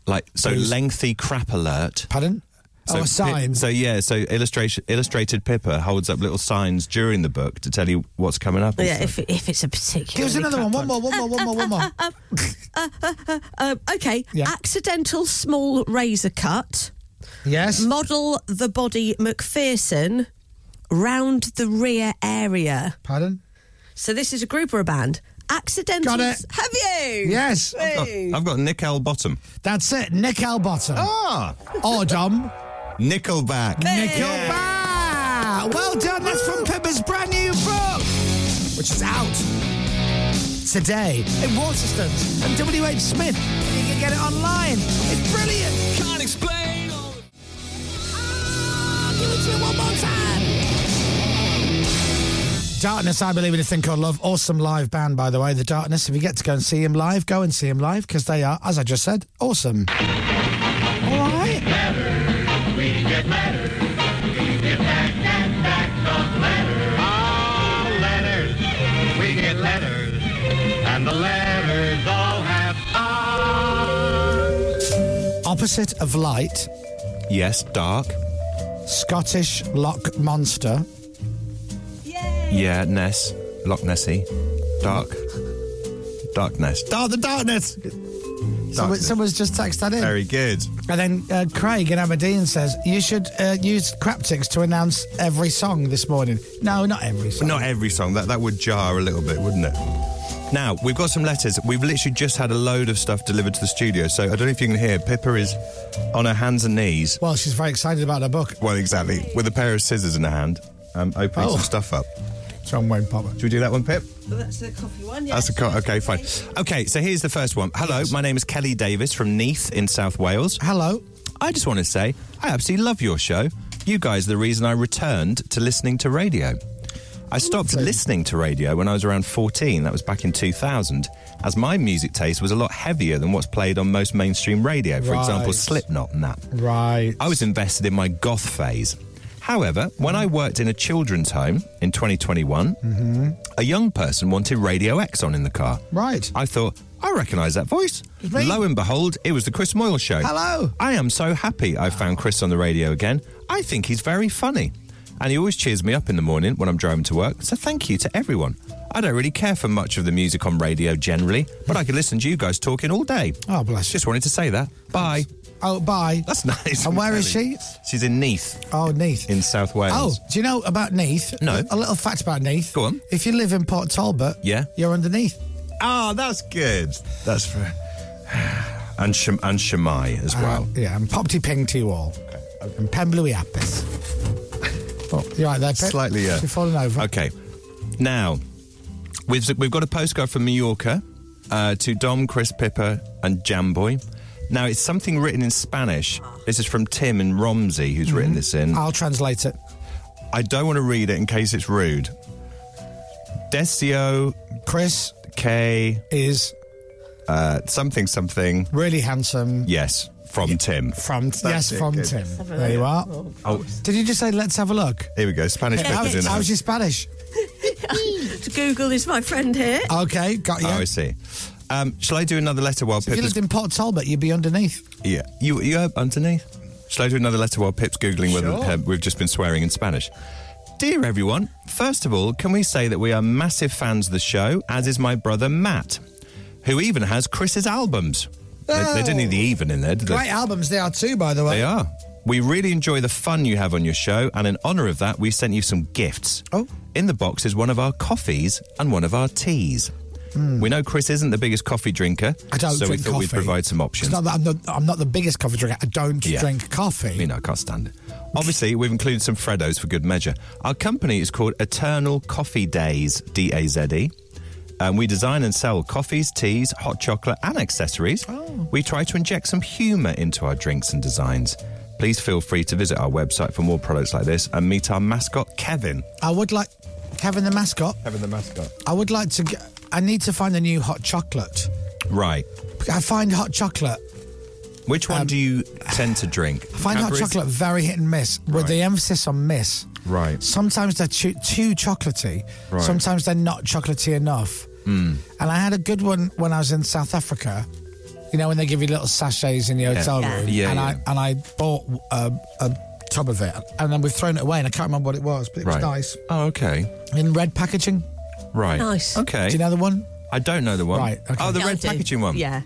S7: like so lengthy crap alert.
S2: Pardon?
S7: So
S2: oh, a
S7: Pip-
S2: sign.
S7: so yeah, so illustration illustrated Pippa holds up little signs during the book to tell you what's coming up. and
S8: Yeah,
S7: stuff.
S8: if, if it's a particular.
S2: Give us another one. One more. One more. One more.
S8: [laughs]
S2: One
S8: Uh,
S2: more.
S8: Um, okay.
S2: Yeah.
S8: Accidental small razor cut.
S2: Yes.
S8: Model the body McPherson. Round the rear area.
S2: Pardon?
S8: So this is a group or a band. Accidental.
S2: Got it.
S8: Have you?
S2: Yes.
S8: Hey.
S7: I've got Nickel Bottom.
S2: That's it. Nick Albottom. um.
S7: Ah,
S2: Or Dom.
S7: Nickelback.
S2: Nickelback. Well done. That's from Pippa's brand new book, which is out today in Waterstones and WH Smith. You can get it online. It's brilliant.
S3: Can't explain all the
S2: Ah, Darkness, I believe in a thing called love. Awesome live band, by the way. The Darkness. If you get to go and see him live, go and see him live because they are, as I just said, awesome. All right.
S12: letters. We get letters, and the letters all have
S2: Opposite of light,
S7: Yes, Dark.
S2: Scottish lock monster.
S7: Yeah, Ness. Loch Nessie. Dark. Darkness.
S2: Ah,
S7: Dark the darkness.
S2: Someone,
S7: Darkness.
S2: someone's just texted that in.
S7: Very good.
S2: And then uh, Craig in Aberdeen says, You should uh, use Craptics to announce every song this morning. No, not every song.
S7: Not every song. That that would jar a little bit, wouldn't it? Now we've got some letters. We've literally just had a load of stuff delivered to the studio, so I don't know if you can hear. Pippa is on her hands and knees.
S2: Well, she's very excited about her book.
S7: Well, exactly, with a pair of scissors in her hand, um, opening
S2: Oh.
S7: some stuff up.
S2: John Wayne Popper.
S7: Should we do that one, Pip?
S8: That's the coffee one.
S7: That's a co- okay, fine. Okay, so here's the first one. Hello, my name is Kelly Davis from Neath in South Wales.
S2: Hello.
S7: I just want to say I absolutely love your show. You guys are the reason I returned to listening to radio. I stopped listening to radio when I was around 14, that was back in 2000, as my music taste was a lot heavier than what's played on most mainstream radio, for
S2: Right.
S7: example, Slipknot and that.
S2: Right.
S7: I was invested in my goth phase. However, when I worked in a children's home in 2021,
S2: Mm-hmm.
S7: a young person wanted Radio X on in the car.
S2: Right.
S7: I thought, I recognise that voice.
S2: It's me.
S7: Lo and behold, it was the Chris Moyle show.
S2: Hello.
S7: I am so happy I found Chris on the radio again. I think he's very funny. And he always cheers me up in the morning when I'm driving to work. So thank you to everyone. I don't really care for much of the music on radio generally, but I could listen to you guys talking all day.
S2: Oh, bless
S7: Just wanted to say that. Bye.
S2: Oh, bye.
S7: That's [laughs] nice.
S2: And where is she?
S7: She's in Neath.
S2: Oh, Neath.
S7: In South Wales.
S2: Oh, do you know about Neath?
S7: No.
S2: A little fact about Neath.
S7: Go on.
S2: If you live in Port Talbot,
S7: Yeah.
S2: you're underneath.
S7: Oh, that's good. That's for. [sighs] And, Shem- and Shemai as well.
S2: Uh, yeah, and Popty Ping to you all. And Pembley Apis. oh, you're right there, Pip.
S7: Slightly, yeah.
S2: You're falling over.
S7: Okay. Now, we've, we've got a postcard from Mallorca uh, to Dom, Chris Pipper, and Jamboy. Now, it's something written in Spanish. This is from Tim in Romsey, who's written this in.
S2: Mm-hmm. I'll translate it.
S7: I don't want to read it in case it's rude. Desio.
S2: Chris.
S7: K.
S2: Is.
S7: Uh, something, something.
S2: Really handsome.
S7: Yes, from Tim.
S2: From yes,
S7: it,
S2: from
S7: good.
S2: Tim. There you are.
S7: Oh,
S2: Did you just say let's have a look?
S7: here we go. Spanish
S2: How-
S7: Pepper's in the
S2: how's
S7: house.
S2: your
S8: [laughs]
S2: Spanish?
S8: Google is my friend here.
S2: Okay, got you.
S7: Oh, I see. Um, shall I do another letter while
S2: if you
S7: Pippa's
S2: lived in Port Talbot, you'd be underneath.
S7: Yeah. You you have underneath. Shall I do another letter while Pip's googling whether
S2: Sure.
S7: um, we've just been swearing in Spanish? Dear everyone, first of all, can we say that we are massive fans of the show, as is my brother Matt, who even has Chris's albums. They, they didn't need the even in there, did they?
S2: Oh. Great albums they are too, by the way.
S7: They are. We really enjoy the fun you have on your show, and in honour of that, we sent you some gifts. Oh. In the box is one of our coffees and one of our teas. We know Chris isn't the biggest coffee drinker,
S2: Hmm. I don't
S7: so
S2: drink
S7: we thought we'd
S2: coffee.
S7: provide some options.
S2: It's not that I'm not, I'm not the biggest coffee drinker. I don't
S7: Yeah.
S2: drink coffee.
S7: You know, I can't stand it. Obviously, we've included some Freddos for good measure. Our company is called Eternal Coffee Days, D A Z E. And we design and sell coffees, teas, hot chocolate, and accessories.
S2: Oh.
S7: We try to inject some humour into our drinks and designs. Please feel free to visit our website for more products like this and meet our mascot, Kevin.
S2: I would like Kevin the mascot.
S7: Kevin the mascot.
S2: I would like to. Get, I need to find a new hot chocolate.
S7: Right.
S2: I find hot chocolate.
S7: Which one do you tend to drink?
S2: I Um, [sighs] find
S7: Cadbury's?
S2: hot chocolate very hit and miss, with the emphasis on miss.
S7: Right.
S2: Sometimes they're too, too chocolatey.
S7: Right.
S2: Sometimes they're not chocolatey enough.
S7: Mm.
S2: And I had a good one when I was in South Africa. You know when they give you little sachets in the
S7: Yeah.
S2: hotel
S7: Yeah.
S2: room,
S7: Yeah,
S2: and
S7: yeah.
S2: I and I bought a, a tub of it, and then we've thrown it away, and I can't remember what it was, but it was
S7: Right.
S2: nice
S7: Oh, okay.
S2: in red packaging.
S7: Right.
S2: Nice.
S7: Okay.
S2: Do you know the one?
S7: I don't know the one.
S2: Right, okay.
S7: Oh, the
S2: Yeah, I
S7: red
S2: do.
S7: packaging one.
S8: Yeah.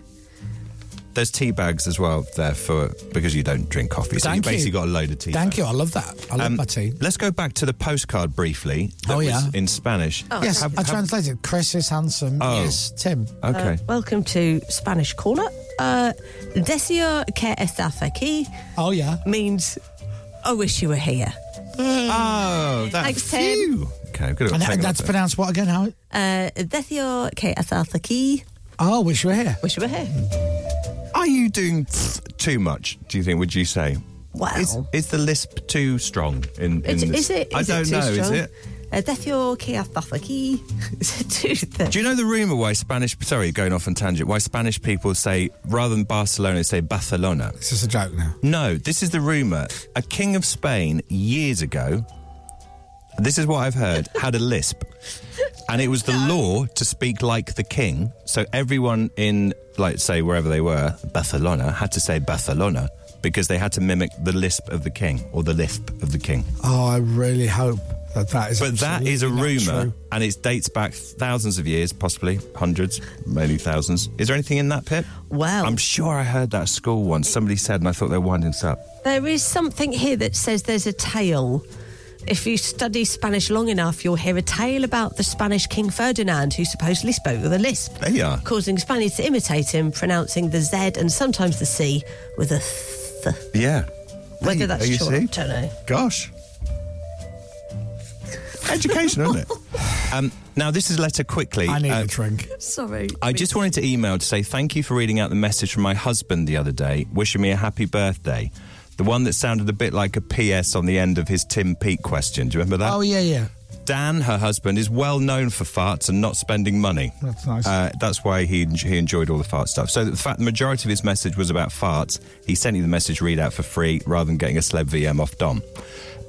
S7: There's tea bags as well there for because you don't drink coffee, so you
S2: Thank you.
S7: basically got a load of tea.
S2: Thank
S7: bags.
S2: you. I love that. I love
S7: Um,
S2: my tea.
S7: Let's go back to the postcard briefly. that
S2: Oh,
S7: was
S2: yeah.
S7: in Spanish.
S8: Oh,
S2: yes,
S7: Have-
S2: I
S7: have-
S2: translated. Chris is handsome.
S7: Oh.
S2: Yes, Tim.
S7: Okay.
S8: Uh, welcome to Spanish Corner. Uh, Deseo que estás aquí.
S2: Oh, yeah.
S8: Means, I wish you
S2: [laughs]
S8: were here.
S7: Oh, that's
S8: Thanks, Tim.
S7: phew. Okay, I've got to
S2: And,
S7: take
S2: and
S7: that
S2: that's
S7: bit.
S2: pronounced what again? How?
S8: Uh, Deseo que estás aquí.
S2: Oh, wish you were here.
S8: Wish you were here.
S7: Are you doing too much? Do you think? Would you say?
S8: Wow.
S7: Is, is the lisp too strong? In, in
S8: Is,
S7: this?
S8: is it? Is
S7: I don't
S8: it too
S7: know. Is
S8: strong?
S7: it?
S8: Uh, Deseo que estás aquí. [laughs] Is it too thin?
S7: Do you know the rumor why Spanish? Sorry, going off on tangent. Why Spanish people say rather than Barcelona, say Barcelona?
S2: This is a joke now.
S7: No, this is the rumor. A king of Spain years ago, this is what I've heard, had a lisp. And it was the law to speak like the king. So everyone in, like, say, wherever they were, Barcelona, had to say Barcelona because they had to mimic the lisp of the king or the lisp of the king.
S2: Oh, I really hope that that is.
S7: But that is a
S2: absolutely not
S7: rumor
S2: true.
S7: and it dates back thousands of years, possibly hundreds, maybe thousands. Is there anything in that, Pip?
S8: Wow.
S7: I'm sure I heard that at school once. Somebody said, and I thought they were winding us up.
S8: There is something here that says there's a tale. If you study Spanish long enough, you'll hear a tale about the Spanish King Ferdinand, who supposedly spoke with a lisp.
S7: There you are.
S8: Causing Spaniards to imitate him, pronouncing the Z and sometimes the C with a th.
S7: Yeah.
S8: Whether that's
S7: you
S8: true,
S7: see?
S8: I don't know.
S7: Gosh. Education, isn't it? Um, now, this is a letter quickly.
S2: I need
S7: Uh,
S2: a drink.
S8: Sorry.
S7: I just wanted to email to say thank you for reading out the message from my husband the other day, wishing me a happy birthday. The one that sounded a bit like a PS on the end of his Tim Peake question. Do you remember that?
S2: Oh yeah, yeah.
S7: Dan, her husband, is well known for farts and not spending money.
S2: That's nice.
S7: Uh, that's why he he enjoyed all the fart stuff. So the fact the majority of his message was about farts. He sent you the message readout for free rather than getting a celeb VM off Dom.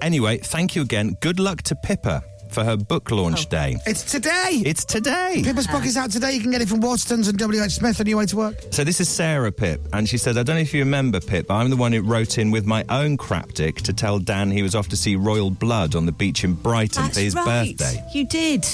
S7: Anyway, thank you again. Good luck to Pippa for her book
S8: Oh.
S7: launch day.
S2: It's today.
S7: It's today.
S2: Pippa's book is out today. You can get it from Waterstones and WH Smith on your way to work.
S7: So this is Sarah Pip, and she said, I don't know if you remember Pip, but I'm the one who wrote in with my own crap dick to tell Dan he was off to see Royal Blood on the beach in Brighton
S8: That's
S7: for his
S8: right.
S7: birthday.
S8: You did.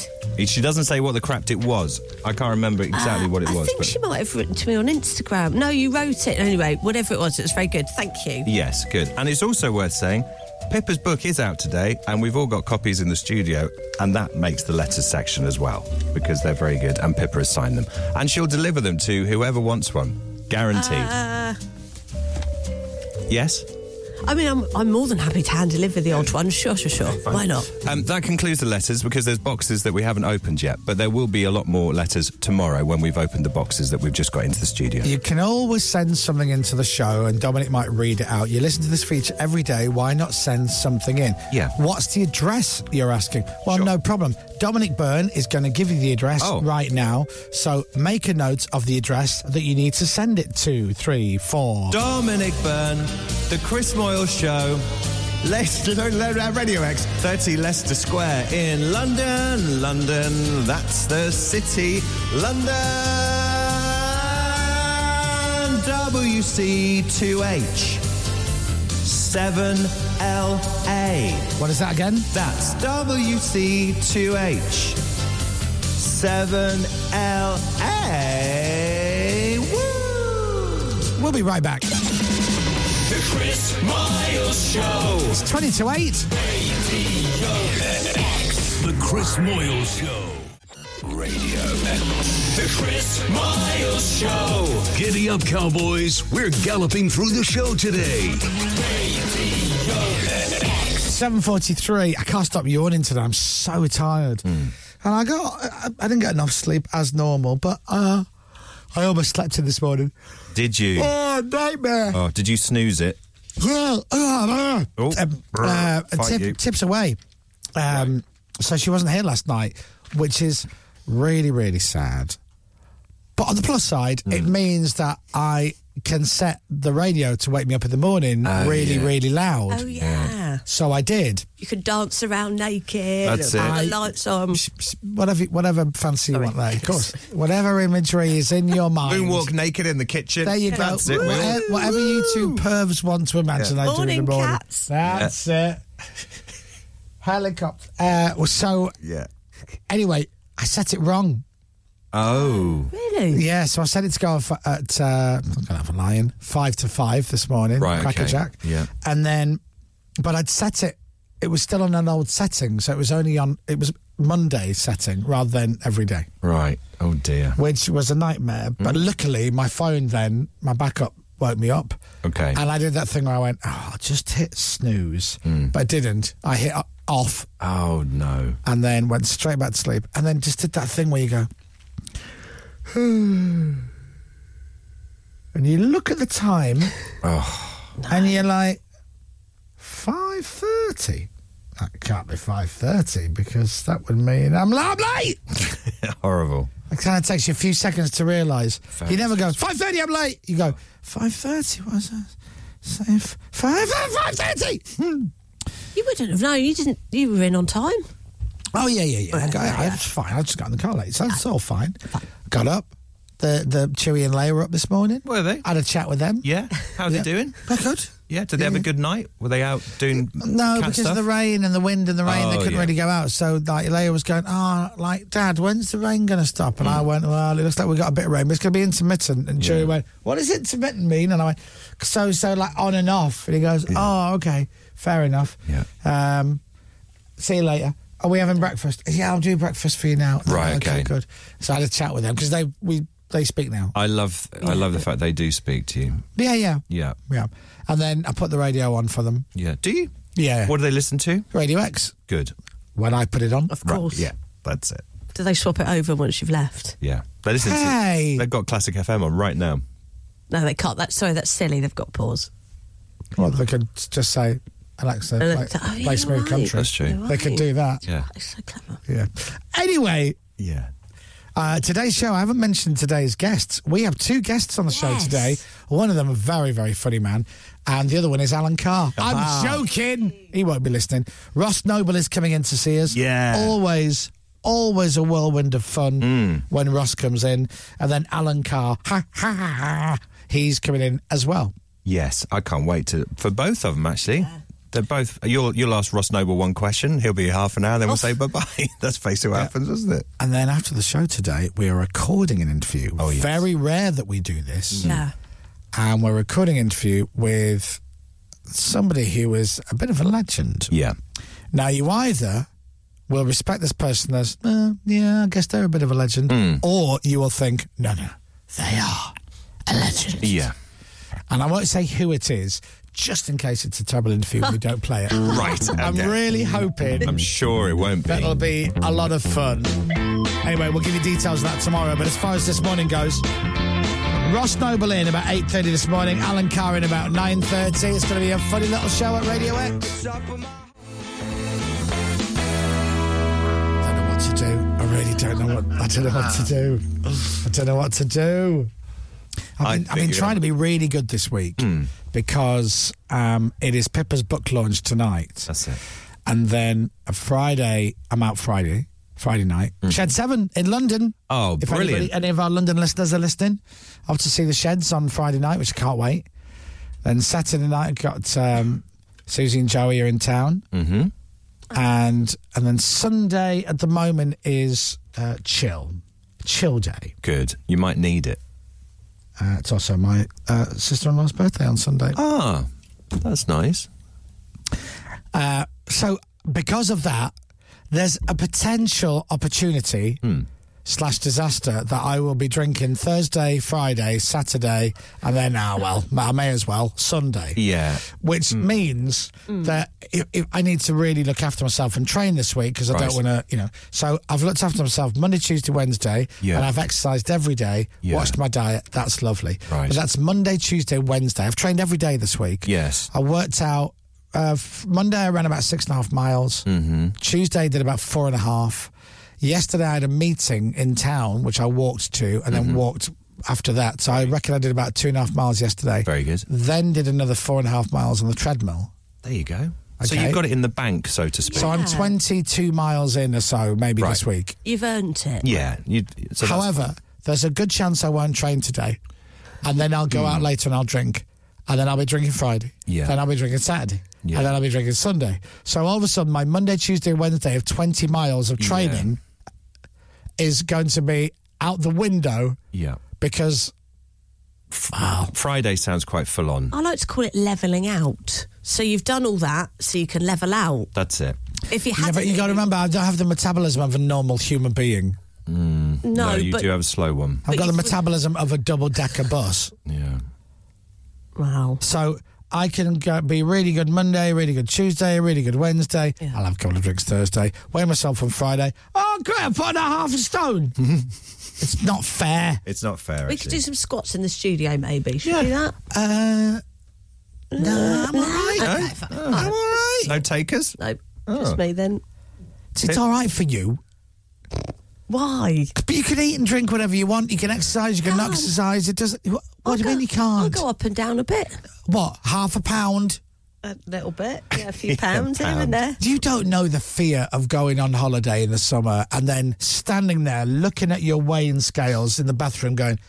S7: She doesn't say what the crap dick was. I can't remember exactly
S8: Uh,
S7: what it
S8: I
S7: was.
S8: think
S7: but-
S8: she might have written to me on Instagram. No, you wrote it anyway. Whatever it was, it was very good. Thank you.
S7: Yes, good. And it's also worth saying Pippa's book is out today, and we've all got copies in the studio, and that makes the letters section as well because they're very good, and Pippa has signed them. And she'll deliver them to whoever wants one. Guaranteed.
S8: Uh,
S7: yes?
S8: I mean, I'm, I'm more than happy to hand deliver the odd one. Sure, sure, sure. Why not?
S7: Um, that concludes the letters because there's boxes that we haven't opened yet, but there will be a lot more letters tomorrow when we've opened the boxes that we've just got into the studio.
S2: You can always send something into the show and Dominic might read it out. You listen to this feature every day. Why not send something in?
S7: Yeah.
S2: What's the address you're asking? Well, no problem. Dominic Byrne is going to give you the address
S7: Oh.
S2: right now. So make a note of the address that you need to send it to. Three, four.
S7: Dominic Byrne, The Chris Moyle Show, [laughs] Leicester, Radio X, 30 Leicester Square in London, London, that's the city, London, WC2H. 7LA.
S2: What is that again?
S7: That's WC2H. 7LA. Woo!
S2: We'll be right back.
S3: The Chris Miles
S7: Oh.
S3: Show.
S2: It's 20 to 8.
S3: Radio X. The Chris Moyles Show. Radio X. The Chris Miles Show.
S13: Giddy up, cowboys. We're galloping through the show today.
S2: 7.43. I can't stop yawning today. I'm so tired.
S7: Hmm.
S2: And I got, I, I didn't get enough sleep as normal, but uh, I almost slept in this morning.
S7: Did you?
S2: Oh, nightmare.
S7: Oh, did you snooze it?
S2: Well, uh,
S7: Oh,
S2: um, uh,
S7: brr, fight
S2: tip-
S7: you.
S2: tips away. Um, So she wasn't here last night, which is really, really sad. But on the plus side, it
S7: Hmm.
S2: means that I can set the radio to wake me up in the morning
S8: Oh,
S2: really,
S8: yeah.
S2: really loud.
S8: Oh, yeah.
S2: So I did.
S8: You could dance around naked.
S2: That's
S8: and put
S2: it.
S8: the lights on.
S2: Whatever, whatever fancy you want
S7: [laughs]
S2: there, of course. Whatever imagery is in your mind.
S7: Moonwalk naked in the kitchen.
S2: There you go.
S7: That's it, Will.
S2: whatever, whatever you two pervs want to imagine
S7: Yeah.
S2: I do in the
S7: Morning,
S2: morning.
S7: cats.
S2: That's it. Helicopter. Uh, well, so
S7: yeah.
S2: Anyway, I set it wrong.
S7: Oh. [laughs]
S8: Really?
S2: Yeah. So I set it to go off at uh, I'm gonna have a lion five to five this morning.
S7: Right.
S2: Cracker
S7: okay.
S2: Jack.
S7: Yeah.
S2: And then, but I'd set it. It was still on an old setting, so it was only on. It was Monday setting rather than every day.
S7: Right. Oh dear. Mm.
S2: which was a nightmare. But luckily, my phone then, my backup woke me up.
S7: Okay.
S2: And I did that thing where I went, oh, I'll just hit snooze. But I didn't. I hit o- off
S7: Mm. Oh no.
S2: and then went straight back to sleep. And then just did that thing where you go, [sighs] and you look at the time
S7: [sighs] Oh.
S2: and you're like, 5.30? That can't be 5.30 because that would mean I'm, I'm late.
S7: Horrible.
S2: It kind of takes you a few seconds to realise.
S7: Fair.
S2: You never go five thirty. I'm late. You go five thirty. Was that? Safe. Five five thirty. Hmm.
S8: You wouldn't have known. You didn't. You were in on time.
S2: Oh yeah, yeah, yeah. I, I, I was fine. I just got in the car late, so it's all fine. Got up. The the Chewy and Leia were up this morning. Were
S7: they?
S2: Had a chat with them. [laughs]
S7: Yeah. How are
S2: Yeah.
S7: they doing?
S2: They're good.
S7: Yeah. Did they have a good night? Were they out doing
S2: No,
S7: cat
S2: because
S7: stuff?
S2: of the rain and the wind and the rain, they
S7: Oh,
S2: couldn't
S7: yeah.
S2: really go out. So like Leia was going, oh, like Dad, when's the rain going to stop?
S7: Hmm.
S2: And I went, well, it looks like we got a bit of rain, but it's going to be intermittent. And Joey went, what does intermittent mean? And I went, so so like on and off. And he goes, oh, okay, fair enough. Yeah. Um, see you later. Are we having breakfast? Yeah, I'll do breakfast for you now.
S7: Right, okay.
S2: Good. So I had a chat with them because they we they speak now.
S7: I love. I love the fact they do speak to you.
S2: Yeah, yeah,
S7: Yeah.
S2: yeah. And then I put the radio on for them.
S7: Yeah. Do you?
S2: Yeah.
S7: What do they listen to?
S2: Radio X.
S7: Good.
S2: When I put it on,
S8: of course.
S7: Yeah. That's it.
S8: Do they swap it over once you've left?
S7: Yeah. They listen
S8: Hey.
S7: to. They've got Classic FM on right now.
S8: No, they can't. That's sorry. That's silly. They've got pause.
S2: Well, they could just say, Alexa,
S8: Alexa,
S2: like,
S8: oh, yeah,
S2: play
S8: you're
S2: Smooth
S8: right.
S2: Country.
S8: That's true. You're
S2: They could
S8: right.
S2: do that.
S7: Yeah.
S8: It's so clever.
S2: Yeah. Anyway. Yeah. Uh, today's show, I haven't mentioned today's guests. We have two guests on the show today. One of them a very, very funny man, and the other one is Alan Carr.
S3: Ah.
S2: I'm joking. He won't be listening. Ross Noble is coming in to see us. Yeah. Always, always a whirlwind of fun when Ross comes in. And then Alan Carr, ha, ha, ha, ha, he's coming in as well.
S7: Yes, I can't wait to for both of them actually. They're both. You'll you'll ask Ross Noble one question. He'll be half an hour. Then we'll say bye bye. [laughs] Let's face it, what happens, isn't it?
S2: And then after the show today, we are recording an interview. Oh, yes. Very rare that we do this.
S7: Mm.
S5: Yeah.
S2: And we're recording an interview with somebody who is a bit of a legend.
S7: Yeah.
S2: Now, you either will respect this person as, "Uh, yeah, I guess they're a bit of a legend,
S7: Mm.
S2: or you will think, no, no, they are a legend.
S7: Yeah.
S2: And I won't say who it is, just in case it's a terrible interview and we don't play
S7: [laughs]
S2: it.
S7: Right.
S2: I'm
S7: okay.
S2: really hoping.
S7: I'm sure it won't be.
S2: That'll be a lot of fun. Anyway, we'll give you details of that tomorrow. But as far as this morning goes, Ross Noble in about 8.30 this morning, Alan Carr in about 9.30. It's going to be a funny little show at Radio X. Don't know what to do. I really don't know what... I don't know what to do. I don't know what to do.
S7: I
S2: I've been, I've
S7: think
S2: been
S7: you're-
S2: trying to be really good this week
S7: Hmm.
S2: because um, it is Pippa's book launch tonight.
S7: That's it.
S2: And then a Friday, I'm out Friday, Friday night. Shed 7 in London.
S7: Mm. Oh,
S2: if
S7: brilliant.
S2: Anybody, any of our London listeners are listening, I'll to see the Sheds on Friday night, which I can't wait. Then Saturday night, I've got um, Susie and Joey are in town.
S7: Mm-hmm.
S2: And, and then Sunday at the moment is uh, chill, chill day.
S7: Good. You might need it.
S2: Uh, it's also my uh, sister-in-law's birthday on Sunday.
S7: Ah, that's nice.
S2: Uh, so because of that, there's a potential opportunity
S7: Hmm.
S2: slash disaster that I will be drinking Thursday, Friday, Saturday, and then ah well, I may as well Sunday.
S7: Yeah.
S2: Which
S7: Mm.
S2: means that if, if I need to really look after myself and train this week because I
S7: Right.
S2: don't want to, you know. So I've looked after myself Monday, Tuesday, Wednesday,
S7: Yeah.
S2: and I've exercised every day,
S7: Yeah.
S2: watched my diet. That's lovely.
S7: Right.
S2: But that's Monday, Tuesday, Wednesday. I've trained every day this week.
S7: Yes.
S2: I worked out uh, f- Monday. I ran about six and a half miles. Mm-hmm. Tuesday did about four and a half. Yesterday I had a meeting in town, which I walked to, and
S7: Mm-hmm.
S2: then walked after that. So I reckon I did about two and a half miles yesterday.
S7: Very good.
S2: Then did another four and a half miles on the treadmill.
S7: There you go. So
S2: Okay.
S7: you've got it in the bank, so to speak.
S2: So I'm 22 miles in or so, maybe this week.
S8: You've earned it.
S7: Yeah. You, so that's-
S2: However, there's a good chance I won't train today, and then I'll go out later and I'll drink, and then I'll be drinking Friday,
S7: Mm. Yeah.
S2: then I'll be drinking Saturday,
S7: Yeah.
S2: and then I'll be drinking Sunday. So all of a sudden, my Monday, Tuesday, Wednesday of 20 miles of training is going to be out the window
S7: Yeah.
S2: because
S7: Friday sounds quite full on.
S8: I like to call it levelling out. So you've done all that, so you can level out.
S7: That's it.
S8: If you
S2: yeah,
S8: had
S2: but you got to remember, I don't have the metabolism of a normal human being.
S8: no,
S7: Mm. you
S8: but
S7: do have a slow one.
S2: I've got the metabolism of a double decker bus.
S7: Yeah.
S8: Wow.
S2: So I can go, be really good Monday, really good Tuesday, really good Wednesday. I'll have a couple of drinks Thursday. Weigh myself on Friday. Oh, great, I put on a half
S7: [laughs]
S2: a stone. it's not fair.
S7: It's not fair.
S8: we could do some squats in the studio, maybe. Should we do that?
S2: Uh, no, I'm all right. Oh,
S8: Okay, fine.
S2: I'm all right. Oh.
S7: No takers?
S8: No, just me then.
S2: It's all right for you.
S8: Why?
S2: But you can eat and drink whatever you want. You can exercise. You can
S8: Can't.
S2: exercise. It doesn't. What, what do you mean you
S8: I'll
S2: can't?
S8: go up and down a bit,
S2: What? Half a pound?
S8: a little bit, yeah,
S2: [laughs]
S8: a few pounds here
S7: pound.
S8: and there.
S2: You don't know the fear of going on holiday in the summer and then standing there looking at your weighing scales in the bathroom going,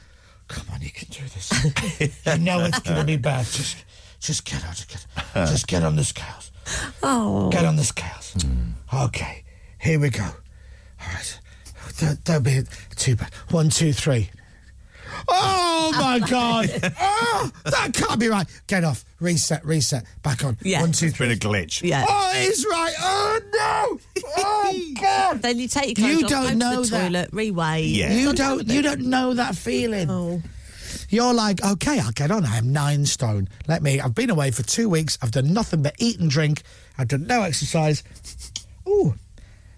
S2: Come on, you can do this. [laughs] you know it's going to be bad. Just, just get on, just get, just get on the scales.
S8: Oh,
S2: Get on the scales. Okay, here we go. All right. Don't, don't be too bad. One, two, three. Oh my God! [laughs] oh, that can't be right. Get off. Reset. Reset. Back on.
S8: Yeah.
S2: One, two,
S7: It's been
S2: three.
S7: a glitch.
S8: yeah.
S2: Oh, it's right. Oh
S8: [laughs]
S2: no! Oh God!
S8: Then you take your clothes
S2: You
S8: off,
S2: don't
S8: go to
S2: know
S8: the
S2: that.
S8: toilet, reweigh.
S7: Yeah.
S2: You don't. You don't know that feeling.
S8: Oh.
S2: You're like, okay, I'll get on. I am nine stone. Let me. I've been away for two weeks. I've done nothing but eat and drink. I've done no exercise. Ooh,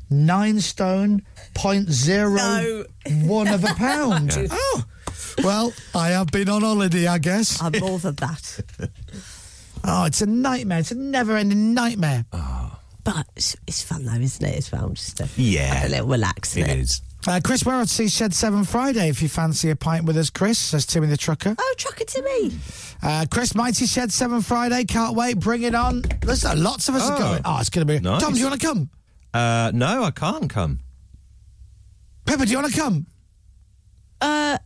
S2: nine stone, point zero
S8: No.
S2: one of
S8: [laughs]
S2: a pound.
S7: Yeah.
S2: Oh, well, I have been on holiday, I guess.
S8: I'm more than that.
S2: [laughs] Oh, it's a nightmare. It's a never-ending nightmare.
S8: But it's, it's fun though, isn't it? As well, just to
S7: Yeah.
S8: have a little relax.
S7: It is.
S2: Uh, Chris, where see Shed 7 Friday if you fancy a pint with us, Chris, says Timmy the Trucker.
S8: Oh, trucker Timmy.
S2: Uh, Chris, Mighty Shed 7 Friday. Can't wait. Bring it on. Listen, lots of us
S7: Oh.
S2: are going. Oh, it's going to be.
S7: Nice.
S2: Tom, do you want to come?
S7: Uh, no, I can't come.
S2: Pepper, do you want to come?
S8: Uh,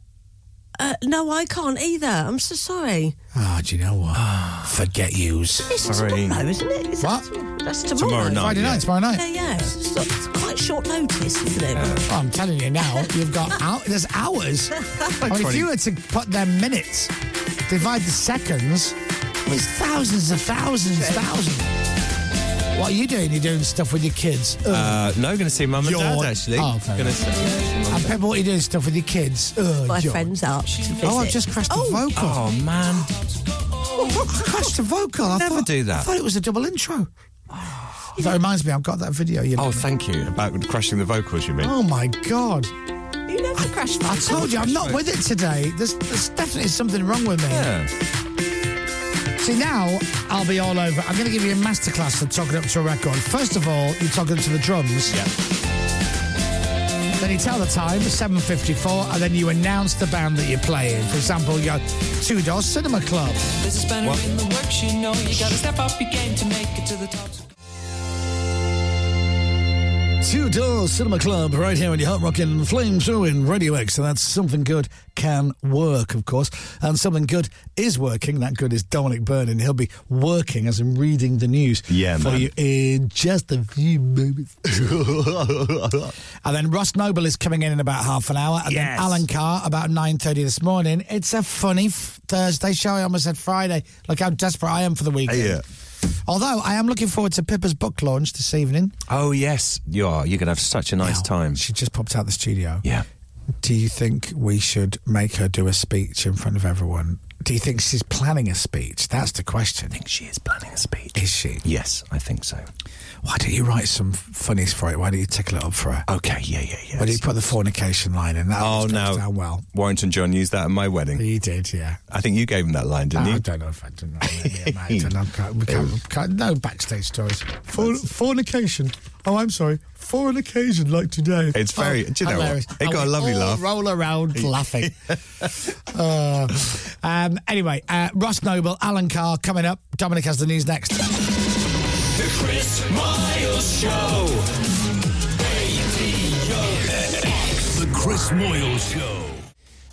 S8: uh, no, I can't either. I'm so sorry.
S2: Oh, do you know what? [sighs] Forget yous.
S8: It's tomorrow, isn't it? Is that tomorrow? That's tomorrow.
S2: Tomorrow night, Friday night, yeah. tomorrow night.
S8: Yeah, yeah. It's, it's- it's quite short notice, isn't it?
S2: Well, I'm telling you now, you've got out. There's
S8: [laughs]
S2: hours. I mean, if
S8: 20.
S2: you were to put their minutes, divide the seconds, there's thousands of thousands, thousands. What are you doing? You're doing stuff with your kids. Ugh.
S7: Uh, no, going to see mum and dad
S2: Yawn.
S7: actually.
S2: Oh, fair
S7: Gonna
S2: enough.
S7: see-
S2: and Pepper, what are you doing? Stuff with your kids. Ugh,
S8: My
S2: George.
S8: friend's up to visit.
S2: Oh, I've just crashed the vocal.
S7: Oh man,
S2: I crashed the vocal. I
S7: Never
S2: thought,
S7: do that.
S2: I thought it was a double intro.
S8: Oh.
S2: that reminds me, I've got that video. You know.
S7: Oh, thank you. About crashing the vocals, you mean?
S2: Oh my god!
S8: You never crashed.
S2: I told you, I'm not with it today. There's, there's definitely something wrong with me.
S7: Yeah.
S2: See, now I'll be all over. I'm going to give you a masterclass for talking up to a record. First of all, you talk up to the drums. Yeah. Then you tell the time, 7.54, and then you announce the band that you're playing. For example, your Two Door Cinema Club.
S6: There's a spanner
S2: What?
S6: in the works, you know. You gotta step up your game to make it to the top.
S14: Two Door Cinema Club, right here on your Hot Rockin' Flame Show in Radio X. And that's Something Good Can Work, of course. And Something Good is working. That good is Dominic Byrne. He'll be working, as in reading the news
S7: Yeah,
S14: for
S7: man.
S14: you in just a few moments.
S2: And then Ross Noble is coming in in about half an hour. And then
S14: Yes.
S2: Alan Carr about 9.30 this morning. It's a funny f- Thursday show. I almost said Friday. Look how desperate I am for the weekend.
S7: Yeah.
S2: Although I am looking forward to Pippa's book launch this evening.
S7: Oh yes, you are. You're gonna have such a nice time. She
S2: just popped out the studio.
S7: Yeah.
S2: Do you think we should make her do a speech in front of everyone? Do you think she's planning a speech? That's the question. I think
S7: she is planning a speech.
S2: Is she?
S7: Yes, I think so.
S2: Why don't you write some f- funnies for it? Why don't you tickle it up for her?
S7: Okay, yeah, yeah, yeah.
S2: Why don't you put the fornication line in? That
S7: Oh
S2: always goes
S7: no.
S2: down well.
S7: Warrington John used that at my wedding.
S2: He did, yeah.
S7: I think you gave him that line, didn't
S2: Oh,
S7: you?
S2: I don't know if I didn't.
S7: [laughs]
S2: I don't know. I can't- we can't- we can't- no backstage stories. For, fornication. Oh, I'm sorry. For an occasion like today.
S7: It's very-
S2: Oh,
S7: do you know what?
S2: hilarious.
S7: It
S2: And
S7: got a
S2: we
S7: lovely
S2: all
S7: laugh. [laughs]
S2: Roll around laughing. Uh, um, anyway, uh, Ross Noble, Alan Carr coming up. Dominic has the news next.
S3: The Chris Miles Show. Radio X. The Chris Moyle Show.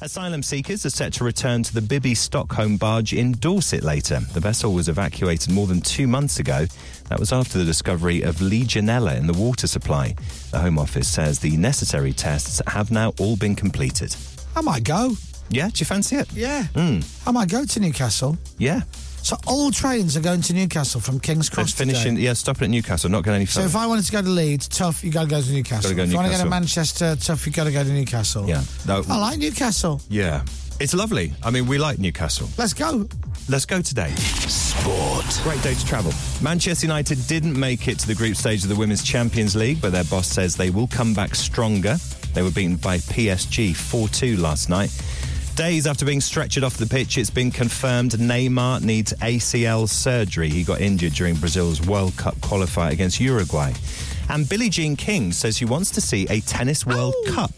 S7: Asylum seekers are set to return to the Bibby Stockholm barge in Dorset later. The vessel was evacuated more than two months ago. That was after the discovery of Legionella in the water supply. The Home Office says the necessary tests have now all been completed.
S2: I might go.
S7: Yeah, do you fancy it?
S2: Yeah.
S7: Mm,
S2: I might go to Newcastle.
S7: yeah.
S2: So all trains are going to Newcastle from King's
S7: Let's
S2: Cross.
S7: finish
S2: today.
S7: in, yeah, stopping at Newcastle, not going any
S2: So
S7: further.
S2: if I wanted to go to Leeds, tough, you got to go to Newcastle.
S7: Gotta go
S2: if you want to go to
S7: Newcastle.
S2: Manchester, tough, you got to go to Newcastle.
S7: yeah. No,
S2: I like Newcastle.
S7: yeah. It's lovely. I mean, we like Newcastle.
S2: Let's go.
S7: Let's go today. Sport. Great day to travel. Manchester United didn't make it to the group stage of the Women's Champions League, but their boss says they will come back stronger. They were beaten by PSG 4 2 last night. Days after being stretchered off the pitch, it's been confirmed Neymar needs ACL surgery. He got injured during Brazil's World Cup qualifier against Uruguay. And Billie Jean King says she wants to see a Tennis World Cup.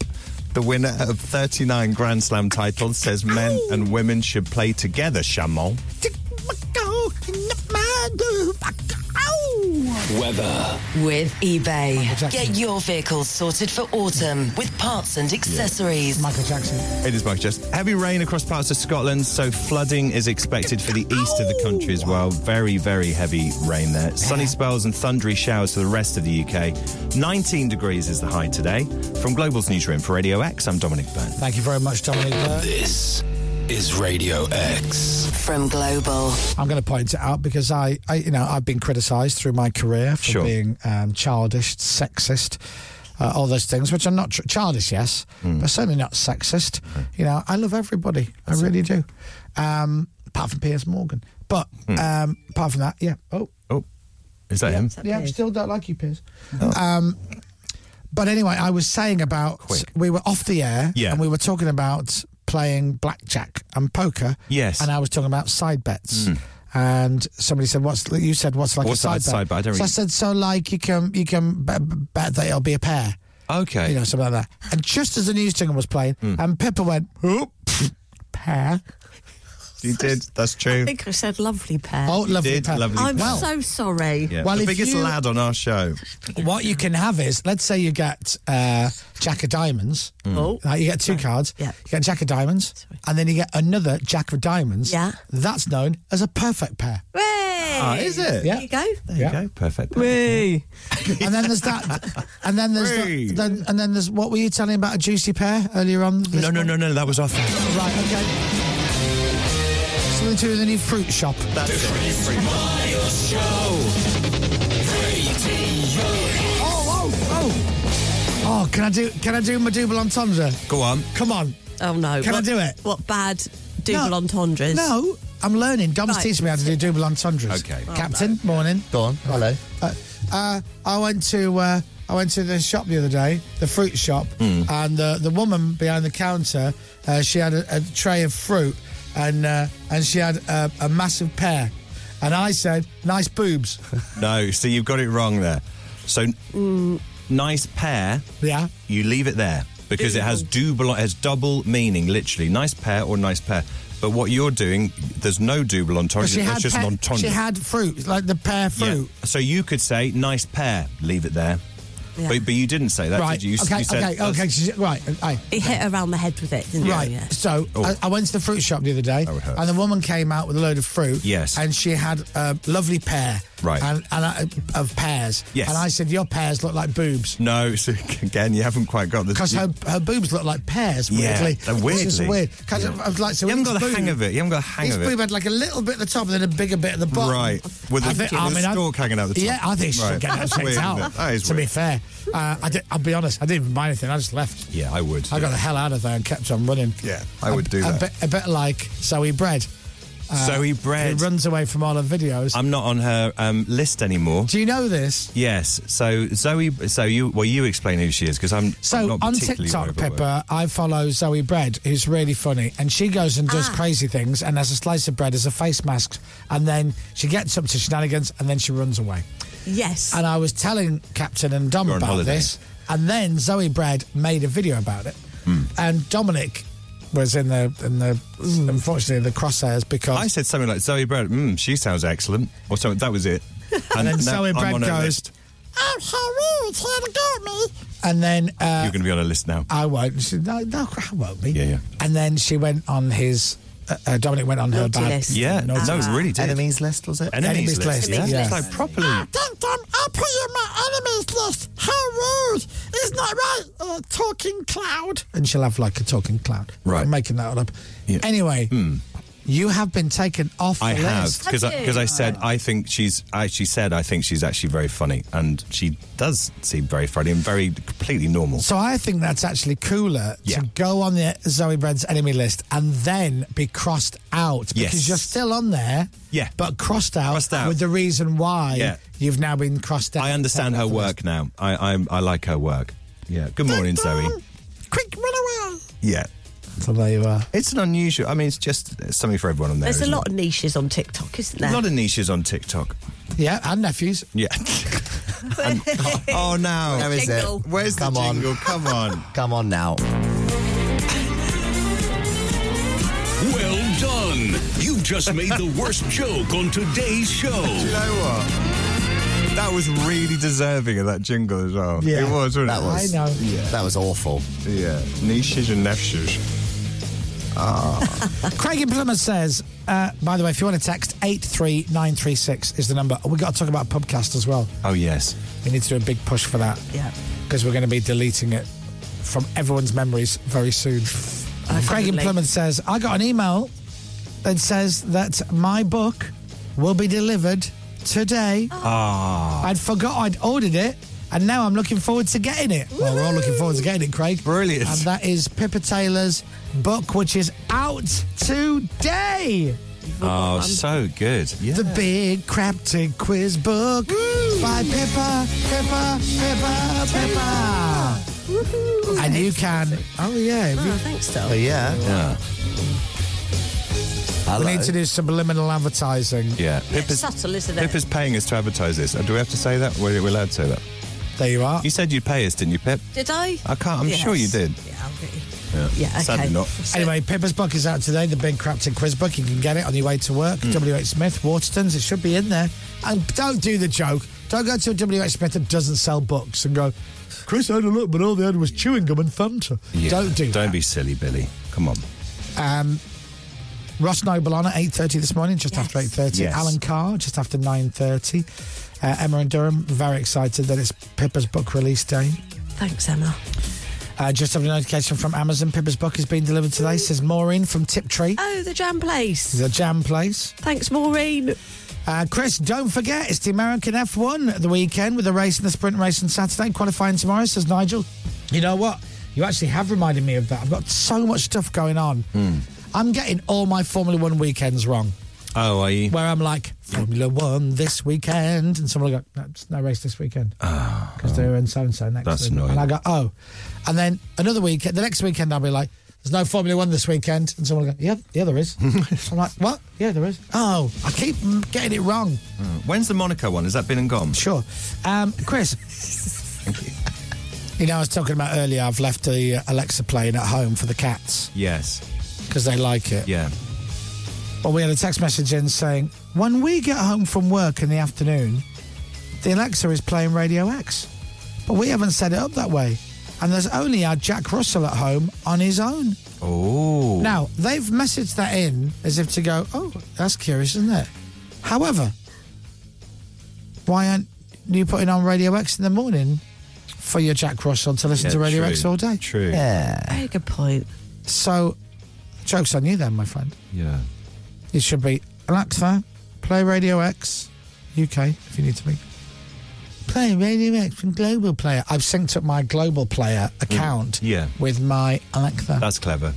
S7: The winner of 39 Grand Slam titles says men and women should play together, Chamon. Weather.
S4: With eBay. Get your vehicle sorted for autumn with parts and accessories.
S2: Michael Jackson.
S7: It is Mike Just. Heavy rain across parts of Scotland, so flooding is expected for the east of the country as well. Very, very heavy rain there. Sunny spells and thundery showers for the rest of the UK. 19 degrees is the high today. From Global's newsroom for Radio X, I'm Dominic Byrne.
S2: Thank you very much, Dominic. Byrne.
S7: This is Radio X.
S4: From Global.
S2: I'm going to point it out because I, I you know, I've been criticised through my career for
S7: Sure.
S2: being um, childish, sexist, uh, all those things, which I'm not tr- childish, yes,
S7: Hmm.
S2: but certainly not sexist. You know, I love everybody, I really do, um, apart from Piers Morgan. But
S7: Hmm.
S2: um, apart from that, yeah. Oh,
S7: Is that him?
S2: yeah, I still don't like you, Piers. Um, but anyway, I was saying about we were off the air,
S7: Yeah.
S2: and we were talking about playing blackjack and poker,
S7: Yes.
S2: and I was talking about side bets.
S7: Mm.
S2: and somebody said, "What's you said? What's like
S7: What's
S2: a
S7: that
S2: side
S7: side bet? I don't
S2: so I
S7: really-
S2: said, "So like you can you can bet, bet that it'll be a pair."
S7: Okay. Hmm.
S2: You know, something like that. And just as the news jingle was playing, and Pippa went, "Oop, pair."
S7: You did. That's
S8: I
S7: true.
S8: think I said lovely pair.
S2: Oh, lovely
S7: did,
S2: pair.
S7: lovely
S8: I'm
S7: pair.
S8: so sorry.
S7: Yeah. the biggest lad on our show.
S2: What you can have is, let's say you get uh, Jack of Diamonds.
S7: Mm. Oh.
S2: Like, you get two cards. Yeah. You get Jack of Diamonds, and then you get another Jack of Diamonds. Yeah. That's known as a perfect pair.
S8: Ah,
S2: is it?
S8: There you go.
S2: There you go.
S7: Perfect.
S2: Whee. [laughs] and then there's that. And then there's the, then, and then there's what were you telling about a juicy pair earlier on?
S7: No, no, no, no. That was off.
S2: Right. Okay. Something to do with the new fruit shop.
S7: That's
S3: Miles Show.
S2: Oh, oh, oh. Oh, can I do can I do my double entendre?
S7: Go on.
S2: Come on.
S8: Oh no.
S2: Can I
S8: What-
S2: do it?
S8: What bad double entendres?
S2: No, I'm learning. Dom's
S8: Right.
S2: teaching me how to do double entendres.
S7: Okay. Oh,
S2: Captain, morning.
S15: Go on. Hello.
S2: Uh, uh, I went to uh, I went to the shop the other day, the fruit shop,
S7: Hmm.
S2: and uh, the the woman behind the counter, uh, she had a, a tray of fruit, and uh, and she had a, a massive pear, and I said, "Nice boobs." [laughs]
S7: No, so you've got it wrong there. So
S2: Mm.
S7: nice pair.
S2: Yeah.
S7: You leave it there because it has double it has double meaning literally. Nice pair or nice pair. But what you're doing, there's no double entendre.
S2: But she
S7: That's
S2: had
S7: just
S2: pear-
S7: an entendre.
S2: she had fruit, like the pear
S7: Yeah.
S2: fruit.
S7: So you could say nice pair, leave it there.
S8: Yeah.
S7: But, but you didn't say that,
S2: right.
S7: did you? You s-
S2: okay.
S7: you said,
S2: okay. Okay. She, right. Aye.
S8: He hit her around the head with it, didn't
S2: Right.
S8: he? Yeah.
S2: So
S7: Oh.
S2: I, I went to the fruit shop the other day, and the woman came out with a load of fruit.
S7: Yes.
S2: And she had a lovely pear.
S7: Right.
S2: And, and I, of pears.
S7: Yes.
S2: And I said, your pears look like boobs.
S7: No, [laughs] so again, you haven't quite got the.
S2: Because her, her boobs look like pears,
S7: Yeah,
S2: weirdly.
S7: they're
S2: Which is
S7: weirdly.
S2: weird. 'Cause I was like, so
S7: You haven't
S2: each
S7: got the
S2: boob-
S7: hang of it. You haven't got the hang
S2: each
S7: of it.
S2: boob had like a little bit at the top and then a bigger bit at the bottom.
S7: Right. With the- with the
S2: I-
S7: stalk hanging out the top.
S2: Yeah, I think she
S7: Right.
S2: should get that
S7: That's
S2: checked
S7: weird, isn't
S2: out.
S7: it? That is
S2: to be fair. Uh, I did, I'll be honest, I didn't even buy anything. I just left.
S7: Yeah, I would.
S2: I got
S7: yeah.
S2: the hell out of there and kept on running.
S7: Yeah, I would do
S2: a
S7: that.
S2: bit, a bit like Zoe Bread.
S7: Zoe Bread.
S2: Who runs away from all her videos.
S7: I'm not on her um, list anymore.
S2: Do you know this?
S7: Yes. So Zoe. So you. Well, you explain who she is because I'm. I'm
S2: So
S7: not
S2: on
S7: particularly
S2: TikTok,
S7: worried about her.
S2: Pippa, I follow Zoe Bread, who's really funny, and she goes and does crazy things, and has a slice of bread as a face mask, and then she gets up to shenanigans, and then she runs away.
S8: Yes.
S2: And I was telling Captain and Dom
S7: You're on
S2: about
S7: holiday.
S2: this, and then Zoe Bread made a video about it,
S7: Hmm.
S2: and Dominic was in the in the unfortunately the crosshairs because
S7: Hmm. I said something like Zoe Bread. Mm, she sounds excellent. Or something. That
S2: [laughs]
S7: was it.
S2: And then
S7: now
S2: Zoe
S7: I'm
S2: Bread
S7: on her
S2: goes,
S7: list.
S2: I'm so rude, trying to get me. And then uh,
S7: You're going to be on a list now.
S2: I won't. She, no, no, I won't be.
S7: Yeah, yeah.
S2: And then she went on his. Uh, uh, Dominic went on her
S7: Naughty
S2: bad.
S7: list. Yeah, no,
S2: naughty
S7: it
S2: list.
S7: really did. Enemies
S15: list was it?
S7: Enemies list, yeah.
S2: yeah.
S7: It's like properly.
S2: Ah, dum dum, I'll put you on my enemies list. How rude! It's not right. Uh, talking cloud. And she'll have like a talking cloud.
S7: Right. Hmm.
S2: I'm making that up. Anyway, you have been taken off.
S7: I
S2: the
S7: have
S2: list.
S7: because because I, said I think she's I she said I think she's actually very funny and she does seem very funny and very completely normal.
S2: So I think that's actually cooler
S7: Yeah.
S2: to go on the Zoe Bread's enemy list and then be crossed out because
S7: Yes.
S2: you're still on there.
S7: Yeah.
S2: But crossed out,
S7: out.
S2: with the reason why
S7: Yeah.
S2: you've now been crossed out.
S7: I understand her work now. I I'm, I like her work. Yeah. Good morning, Zoe.
S2: Quick, run away.
S7: Yeah.
S2: So there you are.
S7: It's an unusual. I mean, it's just it's something for everyone on there.
S8: There's a
S7: isn't
S8: lot of niches on TikTok, isn't
S7: it?
S8: there?
S7: A lot of niches on TikTok.
S2: Yeah, and nephews.
S8: [laughs]
S7: Yeah. And- oh no!
S15: Where is it?
S7: Where's
S15: Come
S7: the
S15: on.
S7: jingle? Come on!
S15: [laughs] Come on now.
S3: Well done. You've just made the worst joke on today's show.
S7: Do you know what? That was really deserving of that jingle as well.
S15: Yeah.
S7: it was. Wasn't
S15: That
S7: it?
S15: was- I know. that was awful.
S7: Yeah, niches and nephews. Ah,
S2: Craig in Plymouth says, uh, by the way, if you want to text, 83936 is the number. We've got to talk about Pubcast as well.
S7: oh yes.
S2: We need to do a big push for that.
S8: Yeah.
S2: Because we're going to be deleting it from everyone's memories very soon. Craig in
S8: Absolutely.
S2: Plymouth says, I got an email that says that my book will be delivered today.
S7: Ah.
S2: I'd forgot I'd ordered it, and now I'm looking forward to getting it. Well, we're all looking forward to getting it, Craig.
S7: Brilliant.
S2: And that is Pippa Taylor's book, which is out today.
S7: Oh, so good. Yeah.
S2: The Big Crab Tig Quiz Book by Pippa, Pippa, Pippa, Pippa. And you can. Oh, yeah. if you-
S8: thanks,
S15: Oh, yeah.
S7: Yeah.
S2: We need to do subliminal advertising.
S7: Yeah.
S8: Yeah, it's subtle, isn't it?
S7: Pippa's paying us to advertise this. Uh, Do we have to say that? We're we're allowed to say that.
S2: There you are.
S7: You said you'd pay us, didn't you, Pip?
S8: Did I?
S7: I can't. I'm
S8: Yes.
S7: sure you did.
S8: Yeah, I'll get you.
S7: Yeah.
S8: Yeah,
S7: Sadly
S8: okay.
S7: not.
S2: Anyway, Pippa's book is out today, the Big Crapton Quiz Book. You can get it on your way to work.
S7: Hmm.
S2: WH Smith, Waterton's, it should be in there. And don't do the joke. Don't go to a WH Smith that doesn't sell books and go, Chris had a look, but all they had was chewing gum and Fanta.
S7: Yeah.
S2: Don't do
S7: Don't be silly, Billy. Come on.
S2: Um, Ross Noble on at 8.30 this morning, just after 8.30.
S7: Yes.
S2: Alan Carr, just after 9.30. Uh, Emma and Durham, very excited that it's Pippa's book release day.
S8: Thanks, Emma.
S2: Uh, just have a notification from Amazon. Pippa's book has been delivered today. Says Maureen from Tiptree.
S8: Oh, the jam place.
S2: The jam place.
S8: Thanks, Maureen.
S2: Uh, Chris, don't forget, it's the American F1 at the weekend with a race and the sprint race on Saturday. Qualifying tomorrow, says Nigel. You know what? You actually have reminded me of that. I've got so much stuff going on. I'm getting all my Formula One weekends wrong.
S7: Oh, are you?
S2: Where I'm like, Formula One this weekend. And someone will go, no, it's no race this weekend. Because they were in so and so next
S7: Ah. That's
S2: week.
S7: annoying.
S2: And I go, oh. And then another weekend, the next weekend, I'll be like, there's no Formula One this weekend. And someone will go, yeah, yeah,
S7: [laughs]
S2: there is. I'm like, what? Yeah, there is. Oh, I keep mm, getting it wrong.
S7: Oh, When's the Monaco one? Has that been and gone?
S2: Sure. Um, Chris. You know, I was talking about earlier, I've left the uh, Alexa playing at home for the cats
S7: Yes.
S2: because they like it.
S7: Yeah.
S2: Well, we had a text message in saying, when we get home from work in the afternoon, the Alexa is playing Radio X. But we haven't set it up that way. And there's only our Jack Russell at home on his own.
S7: Oh.
S2: Now, they've messaged that in as if to go, oh, that's curious, isn't it? However, why aren't you putting on Radio X in the morning for your Jack Russell to listen
S7: Yeah,
S2: to Radio
S7: true,
S2: X all day?
S7: true.
S2: Yeah.
S8: Very good point.
S2: So, joke's on you then, my friend.
S7: Yeah.
S2: It should be Alexa, play Radio X UK if you need to be. Play Radio X from Global Player. I've synced up my Global Player account
S7: Yeah.
S2: with my Alexa.
S7: That's clever.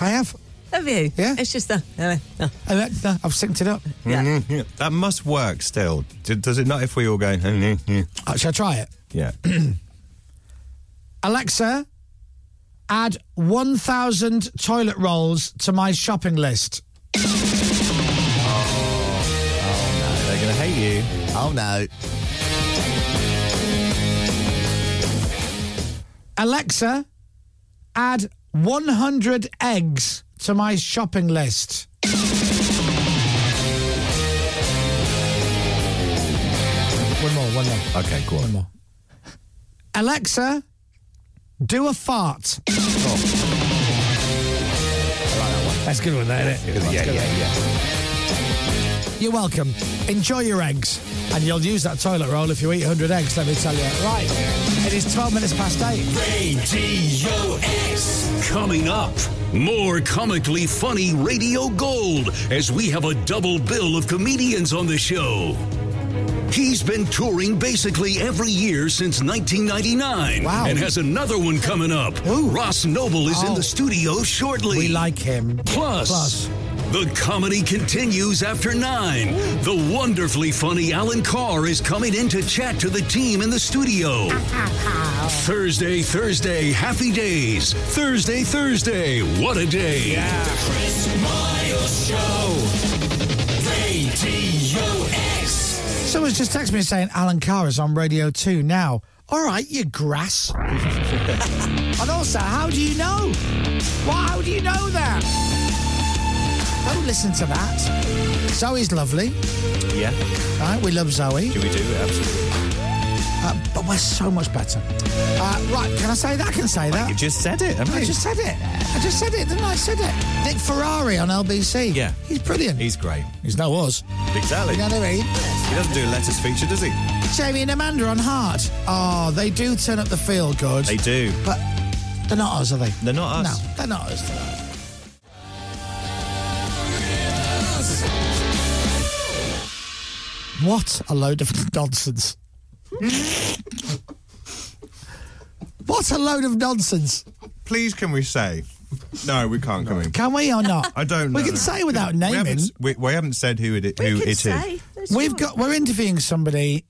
S2: I have.
S8: Have you?
S2: Yeah.
S8: It's just a. no, no.
S2: Alexa, I've synced it up.
S7: Yeah. [laughs] that must work still. D- Does it not if we all go. [laughs]
S2: Uh, shall I try it? [clears throat]
S7: Yeah.
S2: Alexa, add 1,000 toilet rolls to my shopping list.
S7: They're going to hate you.
S15: Oh, no.
S2: Alexa, add 100 eggs to my shopping list. One more, one more.
S7: Okay, go on.
S2: One more. Alexa, do a fart. That's a good one, that, isn't it?
S7: Yeah, yeah, yeah.
S2: You're welcome. Enjoy your eggs. And you'll use that toilet roll if you eat 100 eggs, let me tell you. Right, it is 12 minutes past 8.
S3: Radio X. Coming up, more comically funny Radio Gold as we have a double bill of comedians on the show. He's been touring basically every year since 1999
S2: Wow.
S3: and has another one coming up. Ross Noble is in
S2: Oh.
S3: the studio shortly.
S2: We like him.
S3: Plus,
S2: Plus.
S3: the comedy continues after nine. The wonderfully funny Alan Carr is coming in to chat to the team in the studio. Thursday, Thursday, happy days. Thursday, Thursday, what a day.
S12: The Chris Miles Show. Radio X.
S2: Someone's just texted me saying Alan Carr is on Radio 2 now. All right, you grass. and also, how do you know? Well, how do you know that? Don't listen to that. Zoe's lovely,
S7: Yeah.
S2: right? We love Zoe,
S7: Do we do it? Absolutely.
S2: uh, but we're so much better. Uh, right, can I say that? I can say that.
S7: You just said it, haven't
S2: I
S7: you?
S2: just said it. I just said it, didn't I? I said it. Nick Ferrari on LBC.
S7: Yeah.
S2: He's brilliant.
S7: He's great.
S2: He's no us.
S7: Exactly.
S2: You know what I mean?
S7: He doesn't do a letters feature, does he?
S2: Jamie and Amanda on Heart. Oh, they do turn up the feel good.
S7: They do.
S2: But they're not us, are they?
S7: They're not us.
S2: No, they're not us. They're not us. What a load of [laughs] nonsense. what a load of nonsense.
S7: Please, can we say? No, we can't, come in.
S2: Can we uh, or not?
S7: I don't know.
S2: We can say without
S7: We
S2: naming.
S7: haven't, we, we haven't said who it, who
S8: We
S7: it
S8: could
S7: is.
S8: say. That's
S2: We've
S8: right.
S2: got we're interviewing somebody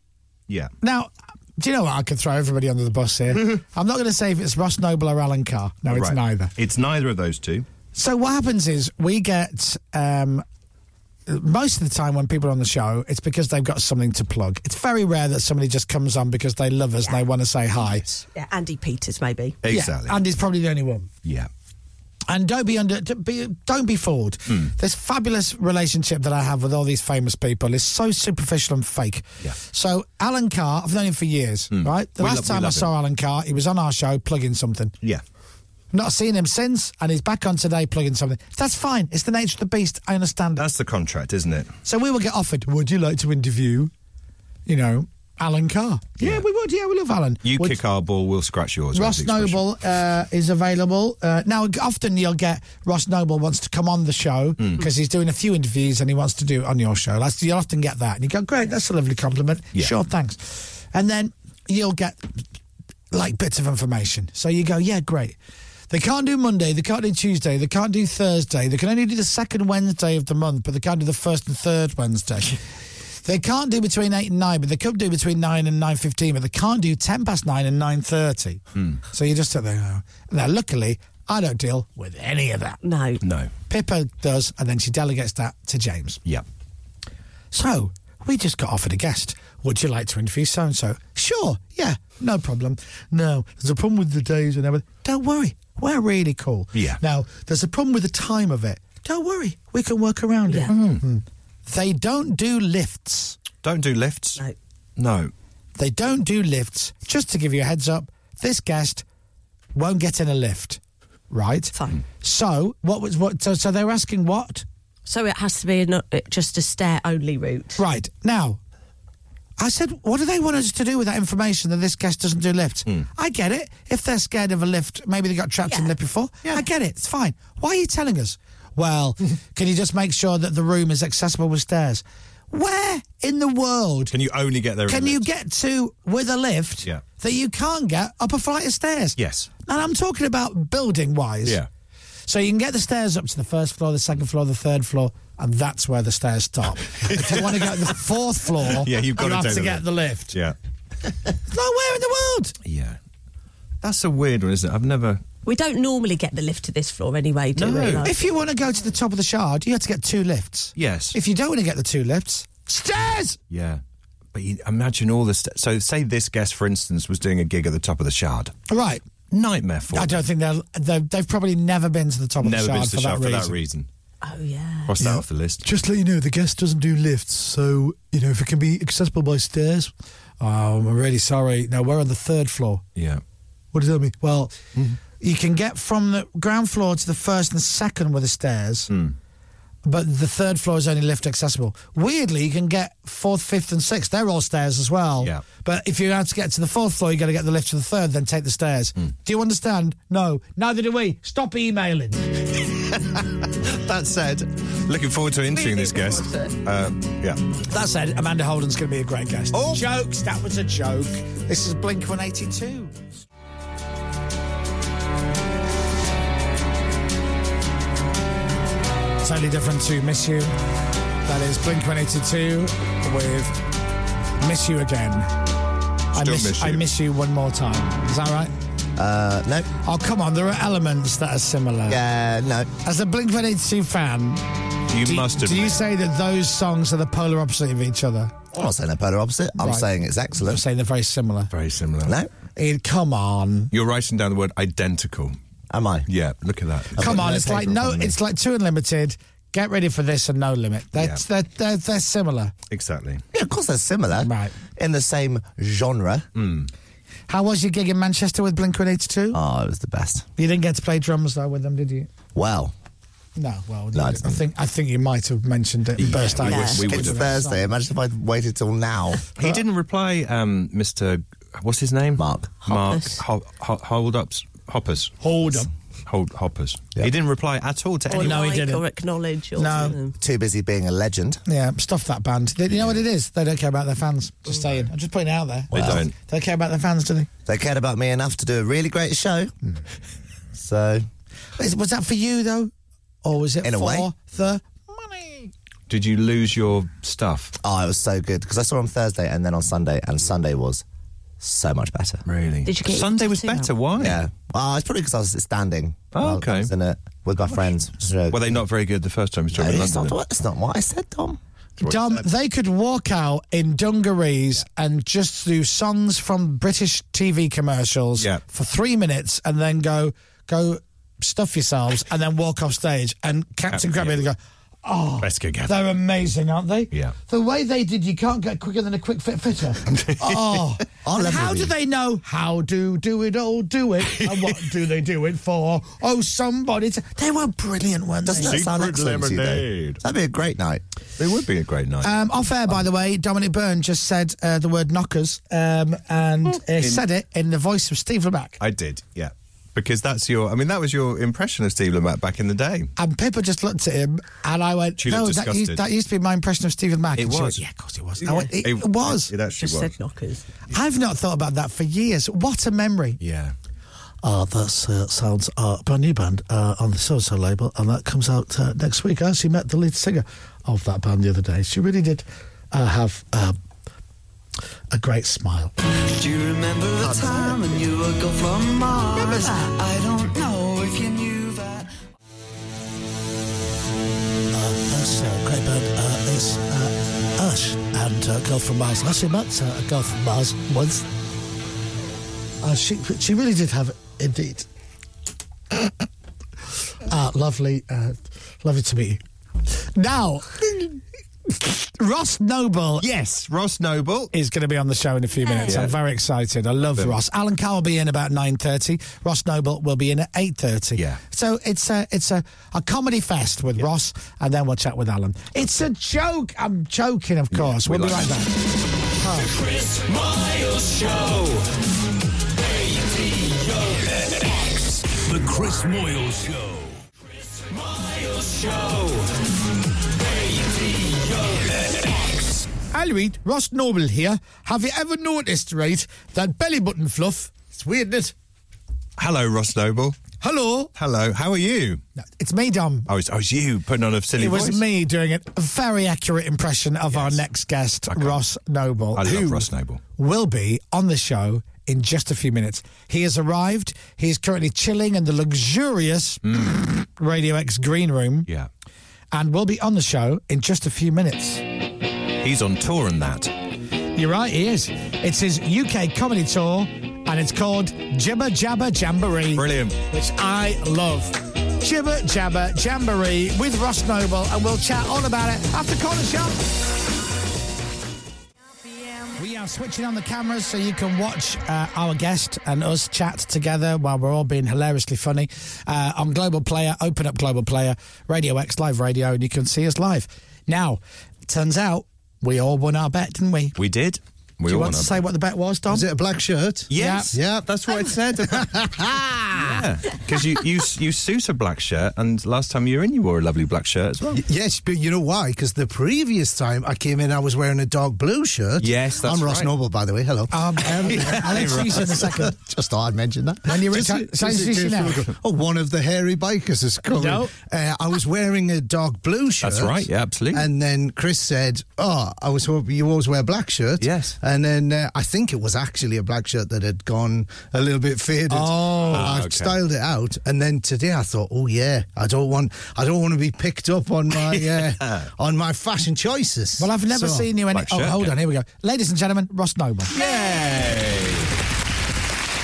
S7: Yeah.
S2: now. Do you know what? I could throw everybody
S8: Mm-hmm.
S2: under the bus here. I'm not going to say if it's Ross Noble or Alan Carr. No, it's
S7: Right.
S2: neither.
S7: It's neither of those two.
S2: So what happens is we get um, most of the time when people are on the show, it's because they've got something to plug. It's very rare that somebody just comes on because they love us and they want to say hi.
S8: Yeah, Andy Peters, maybe.
S2: Yeah, Andy's probably the only one.
S7: Yeah.
S2: And don't be under, don't be, don't be fooled.
S8: Hmm.
S2: This fabulous relationship that I have with all these famous people is so superficial and fake.
S7: Yeah.
S2: So Alan Carr, I've known him for years, right?
S7: Hmm.
S2: The
S7: We love-
S2: last
S7: we
S2: time I
S7: love
S2: saw
S7: him.
S2: Alan Carr, he was on our show plugging something.
S7: Yeah.
S2: Not seen him since, and he's back on today plugging something. That's fine. It's the nature of the beast. I understand.
S7: That's the contract, isn't it?
S2: So we will get offered, would you like to interview, you know, Alan Carr? Yeah, we would. Yeah, we love Alan.
S7: You kick our ball, we'll scratch yours.
S2: Ross
S7: was the expression.
S2: Noble uh, is available. Uh, now, often you'll get Ross Noble wants to come on the show
S7: Mm.
S2: because he's doing a few interviews and he wants to do it on your show. That's, you'll often get that. And you go, great, that's a lovely compliment.
S7: Yeah.
S2: Sure, thanks. And then you'll get like bits of information. So you go, yeah, great. They can't do Monday, they can't do Tuesday, they can't do Thursday, they can only do the second Wednesday of the month, but they can't do the first and
S7: [laughs]
S2: third Wednesday. They can't do between eight and nine, but they could do between nine and nine fifteen, but they can't do ten past nine and nine thirty. So you just sit there. and go, Now, luckily, I don't deal with any of that.
S8: No,
S7: no.
S2: Pippa does, and then she delegates that to James.
S7: Yeah.
S2: So we just got offered a guest. Would you like to interview so and so? Sure. Yeah. No problem. No, there's a problem with the days and everything. Don't worry. We're really cool.
S7: Yeah.
S2: Now, there's a problem with the time of it. Don't worry. We can work around it. Mhm. They don't do lifts.
S7: Don't do lifts. No. No.
S2: They don't do lifts. Just to give you a heads up, this guest won't get in a lift, right? Fine. So what was what? So, so they were asking what?
S8: So it has to be not just a stair only route,
S2: right? Now, I said, what do they want us to do with that information that this guest doesn't do lifts? I get it. If they're scared of a lift, maybe they got trapped in a lift before. I get it. It's fine. Why are you telling us?
S8: [laughs]
S2: Well, can you just make sure that the room is accessible with stairs? Where in the world
S7: Can you only get there? in
S2: can
S7: a
S2: you
S7: lift?
S2: get to with a lift
S7: Yeah.
S2: that you can't get up a flight of stairs?
S7: Yes.
S2: And I'm talking about building wise.
S7: Yeah.
S2: So you can get the stairs up to the first floor, the second floor, the third floor, and that's where the stairs
S7: [laughs]
S2: stop. if you want to go to the fourth [laughs] floor,
S7: Yeah, you've got
S2: you
S7: to,
S2: have
S7: take
S2: to get the lift.
S7: Yeah.
S2: Nowhere in the world.
S7: Yeah. That's a weird one, isn't it? I've never.
S8: We don't normally get the lift to this floor anyway, do we? Like-
S2: If you want to go to the top of the shard, Oh, you have to get two lifts.
S7: Yes.
S2: If you don't want to get the two lifts, stairs.
S7: Yeah. But you imagine all this. St- so, say this guest, for instance, was doing a gig at the top of the Shard.
S2: Right.
S7: Nightmare for
S2: I don't think they'll, they've, they've probably never been to the top of
S7: Never
S2: the
S7: been
S2: shard,
S7: to the
S2: for,
S7: Shard
S2: that
S7: for that reason.
S8: Oh, yeah.
S7: Cross that off the
S2: [laughs]
S7: list.
S14: Just let you know, the guest doesn't do lifts, so you know if it can be accessible by stairs.
S2: Oh, I'm really sorry. Now we're on the third floor.
S7: Yeah. Mm-hmm.
S2: What does that mean? Well, you can get from the ground floor to the first and second with the stairs,
S7: Hmm.
S2: but the third floor is only lift accessible. Weirdly, you can get fourth, fifth, and sixth. They're all stairs as well. Yeah. But if you have to get to the fourth floor, you got to get the lift to the third, then take the stairs.
S7: Hmm.
S2: Do you understand? No. Neither do we. Stop emailing.
S7: that said, looking forward to interviewing this guest. Uh, yeah.
S2: That said, Amanda Holden's going to be a great guest. Oh, jokes! That was a joke. This is Blink One Eighty Two. Totally different to Miss You. That is Blink One Eighty Two with Miss You Again. I
S15: Still
S2: miss,
S15: miss
S2: I
S15: you.
S2: miss you one more time. Is that right?
S15: Uh, no.
S2: Oh come on, there are elements that are similar.
S15: Yeah, no.
S2: As a Blink One Eighty Two fan,
S7: You must have.
S2: do you say that those songs are the polar opposite of each other?
S15: I'm not saying they're polar opposite. I'm
S2: Right.
S15: saying it's excellent.
S2: I'm saying they're very similar.
S7: Very similar.
S15: No.
S2: It, come on.
S7: You're writing down the word identical.
S15: Am I?
S7: Yeah, look at that.
S2: Come on, it's like no, it's like two unlimited. Get ready for this and no limit. They're,
S15: Yeah.
S2: they're, they're, they're similar.
S7: Exactly.
S15: Yeah, of course they're similar. Right. In the same genre.
S7: Hmm.
S2: How was your gig in Manchester with Blink 182?
S15: Oh, it was the best.
S2: You didn't get to play drums though with them, did you?
S15: Well,
S2: No, well,
S15: No, I
S2: I,
S15: didn't.
S2: think I think you might have mentioned it. and burst out.
S15: it's Thursday. Imagine if I'd waited till now.
S7: He didn't reply, um, Mr. What's his name?
S15: Mark.
S7: Mark.
S15: Hoppus.
S7: Ho- ho- hold ups. Hoppers.
S2: Hold up.
S7: Hold hoppers. He didn't reply at all to
S8: or
S7: anyone.
S8: like Or acknowledge. Or something.
S15: Too busy being a legend.
S2: Yeah, stuff that band. They- you know what it is? They don't care about their fans. Just saying. I'm just putting it out there.
S15: They don't.
S2: They don't care about their fans, do they?
S15: They cared about me enough to do a really great show.
S7: Hmm.
S15: So,
S2: Is- Was that for you though, or was it
S15: In a
S2: for
S15: way.
S2: the?
S7: Did you lose your stuff?
S15: Oh, it was so good because I saw him Thursday and then on Sunday, and Sunday was so much better.
S7: Really?
S15: Did
S7: you get your Sunday was tattoo better, out? why?
S15: Yeah. Well, it's probably because I was standing.
S7: Oh,
S15: while I
S7: okay.
S15: was in it, with my friends. Just, uh,
S7: Were they not very good the first time you
S15: No,
S7: started in
S15: that's
S7: London?
S15: not what- that's not what I said, Tom.
S2: Dom, they could walk out in dungarees and just do songs from British TV commercials
S7: Yeah.
S2: for three minutes and then go, go stuff yourselves and then walk off stage. And Captain Crabbe would go, oh,
S7: Best gig ever.
S2: they're amazing, aren't they?
S7: Yeah.
S2: The way they did, you can't get quicker than a quick
S7: [laughs]
S2: fit fitter. oh,
S14: I
S2: And
S14: love
S2: how
S14: it.
S2: do they know how do do it all do
S7: [laughs]
S2: it and what do they do it for? Oh, somebody! t- they were brilliant, weren't
S15: Doesn't
S2: they?
S15: that sound excellent to you, though? That'd be a great night.
S7: It would be a great night.
S2: Um, off air, by the way, Dominic Byrne just said uh, the word knockers, um, and he
S7: In-
S2: said it in the voice of Steve Lamack.
S7: I did, yeah. Because that's your, I mean, that was your impression of Steve Lamatt back in the day.
S2: And Pippa just looked at him, and I went,
S7: She
S2: "No,
S7: looked
S2: that used,
S7: disgusted.
S2: that used to be my impression of Steve Lamack."
S7: It
S2: And she
S7: was.
S2: "Yeah, of course it was." I
S7: Yeah.
S2: went, it,
S7: It-
S2: it was.
S7: it actually Just was. said
S2: knockers. I've not thought about that for years. What a memory! Ah,
S7: Yeah.
S14: Uh, that uh, sounds uh, brand new band uh, on the so-so label, and that comes out uh, next week. I actually met the lead singer of that band the other day. She really did uh, have uh,
S2: um,
S14: a great smile.
S1: Do you remember the time when you were gone from Mars? I don't know if you knew that.
S14: Uh, that's uh, great band. Uh, it's uh, Ash and uh, Girl from Mars. I actually met uh, a girl from Mars once. Uh, she, she really did have,
S2: [coughs]
S14: indeed.
S2: Ah,
S14: uh, lovely, uh, lovely to meet you.
S2: Now, [laughs] Ross Noble.
S7: Yes, Ross Noble
S2: is going to be on the show in a few minutes.
S7: Yeah.
S2: I'm very excited. I love
S7: him.
S2: Ross. Alan Carr will be in about nine thirty. Ross Noble will be in at eight thirty. Yeah. So it's a it's a, a comedy fest with Ross, and then we'll chat with Alan. It's a joke. I'm joking, of course.
S3: we
S2: we'll be
S3: like
S2: right
S3: that.
S2: back.
S3: The Chris Miles Show. A-D-O-X. The Chris Moyle Show. Chris Miles Show. A-D-O-X.
S2: Hello, Reed. Ross Noble here. Have you ever noticed, right, that belly button fluff? It's weird, isn't it?
S7: Hello, Ross Noble.
S2: Hello.
S7: Hello, how are you?
S2: It's me, Dom.
S7: Oh, it's, oh, it's you putting on a silly
S2: It was
S7: voice.
S2: me doing a very accurate impression of our next guest, Ross Noble.
S7: I love
S2: who
S7: Ross Noble.
S2: Will be on the show in just a few minutes. He has arrived. He is currently chilling in the luxurious Radio X green room.
S7: Mm. Yeah.
S2: And will be on the show in just a few minutes.
S7: He's on tour and that.
S2: You're right, he is. It's his UK comedy tour, and it's called Jibber Jabber Jamboree.
S7: Brilliant.
S2: Which I love. Jibber Jabber Jamboree with Ross Noble, and we'll chat all about it after Corner Shop. We are switching on the cameras so you can watch uh, our guest and us chat together while we're all being hilariously funny uh, on Global Player. Open up Global Player, Radio X Live Radio, and you can see us live. Now, turns out we all won our bet, didn't we?
S7: We did. We
S2: Do you
S7: all
S2: want to
S7: know.
S2: say what the bet was, Dom? Was it a black shirt?
S7: Yes. Yeah, that's what I said.
S2: [laughs]
S16: uh,
S2: Ah,
S7: Because you, you you suit a black shirt, and last time you were in, you wore a lovely black shirt as well.
S16: [laughs] Yes, but you know why? Because the previous time I came in, I was wearing a dark blue shirt.
S7: Yes, that's
S16: I'm Ross
S7: right.
S16: Noble, by the way. Hello.
S2: Um,
S16: [laughs]
S2: I'll introduce you in a second.
S16: Just thought I'd mention that.
S2: When you're in-
S16: Just in-
S2: can I
S16: just in
S2: introduce
S16: case
S2: you now?
S16: people go, Oh, one of the hairy bikers has come. in."
S2: No.
S16: Uh, I was wearing a dark blue shirt.
S7: That's right, yeah, absolutely.
S16: And then Chris said, "Oh, I was hoping you always wear black shirts." Yes. And then uh, I think it was actually a black shirt that had gone a little bit faded.
S2: Oh.
S16: And I
S2: Ah, okay.
S16: styled it out, and then today I thought, "Oh yeah, I don't want, I don't want to be picked up on my uh, on my fashion choices."
S2: Well, I've never
S16: So-
S2: seen you any. Oh, hold on, here we go. Ladies and gentlemen, Ross Noble.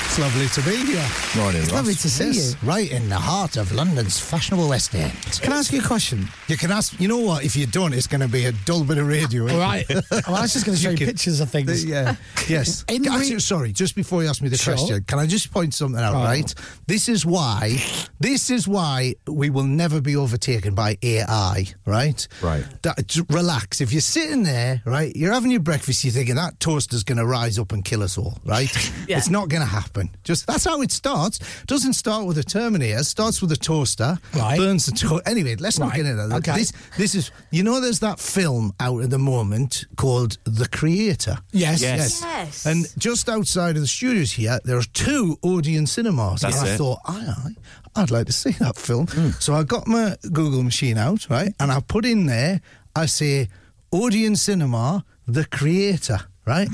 S16: It's lovely to be here.
S7: Morning,
S16: It's
S7: Ross.
S16: lovely to see
S2: Yes.
S16: you. Right in the heart of London's fashionable West End.
S2: Can I ask you a question?
S16: You can ask. You know what? If you don't, it's going to be a dull bit of radio.
S2: All
S16: [laughs]
S2: right. Well, I was just going to show you
S16: can-
S2: pictures of things.
S16: The- yeah. yes.
S2: [laughs] In
S16: Actually,
S2: re-
S16: sorry, just before you ask me the
S2: Sure.
S16: question, can I just point something out?
S2: Oh.
S16: Right. This is why. This is why we will never be overtaken by AI. Right.
S7: Right.
S16: That, j- relax. If you're sitting there, right, you're having your breakfast, you're thinking that toaster's going to rise up and kill us all. Right.
S2: [laughs]
S17: Yeah.
S16: It's not going to happen. Just that's how it starts. Doesn't start with a Terminator. Starts with a toaster. Right. Burns the toaster. Anyway, let's not
S2: Right.
S16: get into that.
S2: Okay.
S16: This, this is you know there's that film out at the moment called The Creator.
S2: Yes. Yes. Yes.
S16: And just outside of the studios here, there are two Odeon cinemas.
S2: That's
S16: and I
S2: it.
S16: thought, aye, aye, I'd like to see that film.
S7: Hmm.
S16: So I got my Google machine out, right, and I put in there, I say Odeon Cinema, The Creator, right.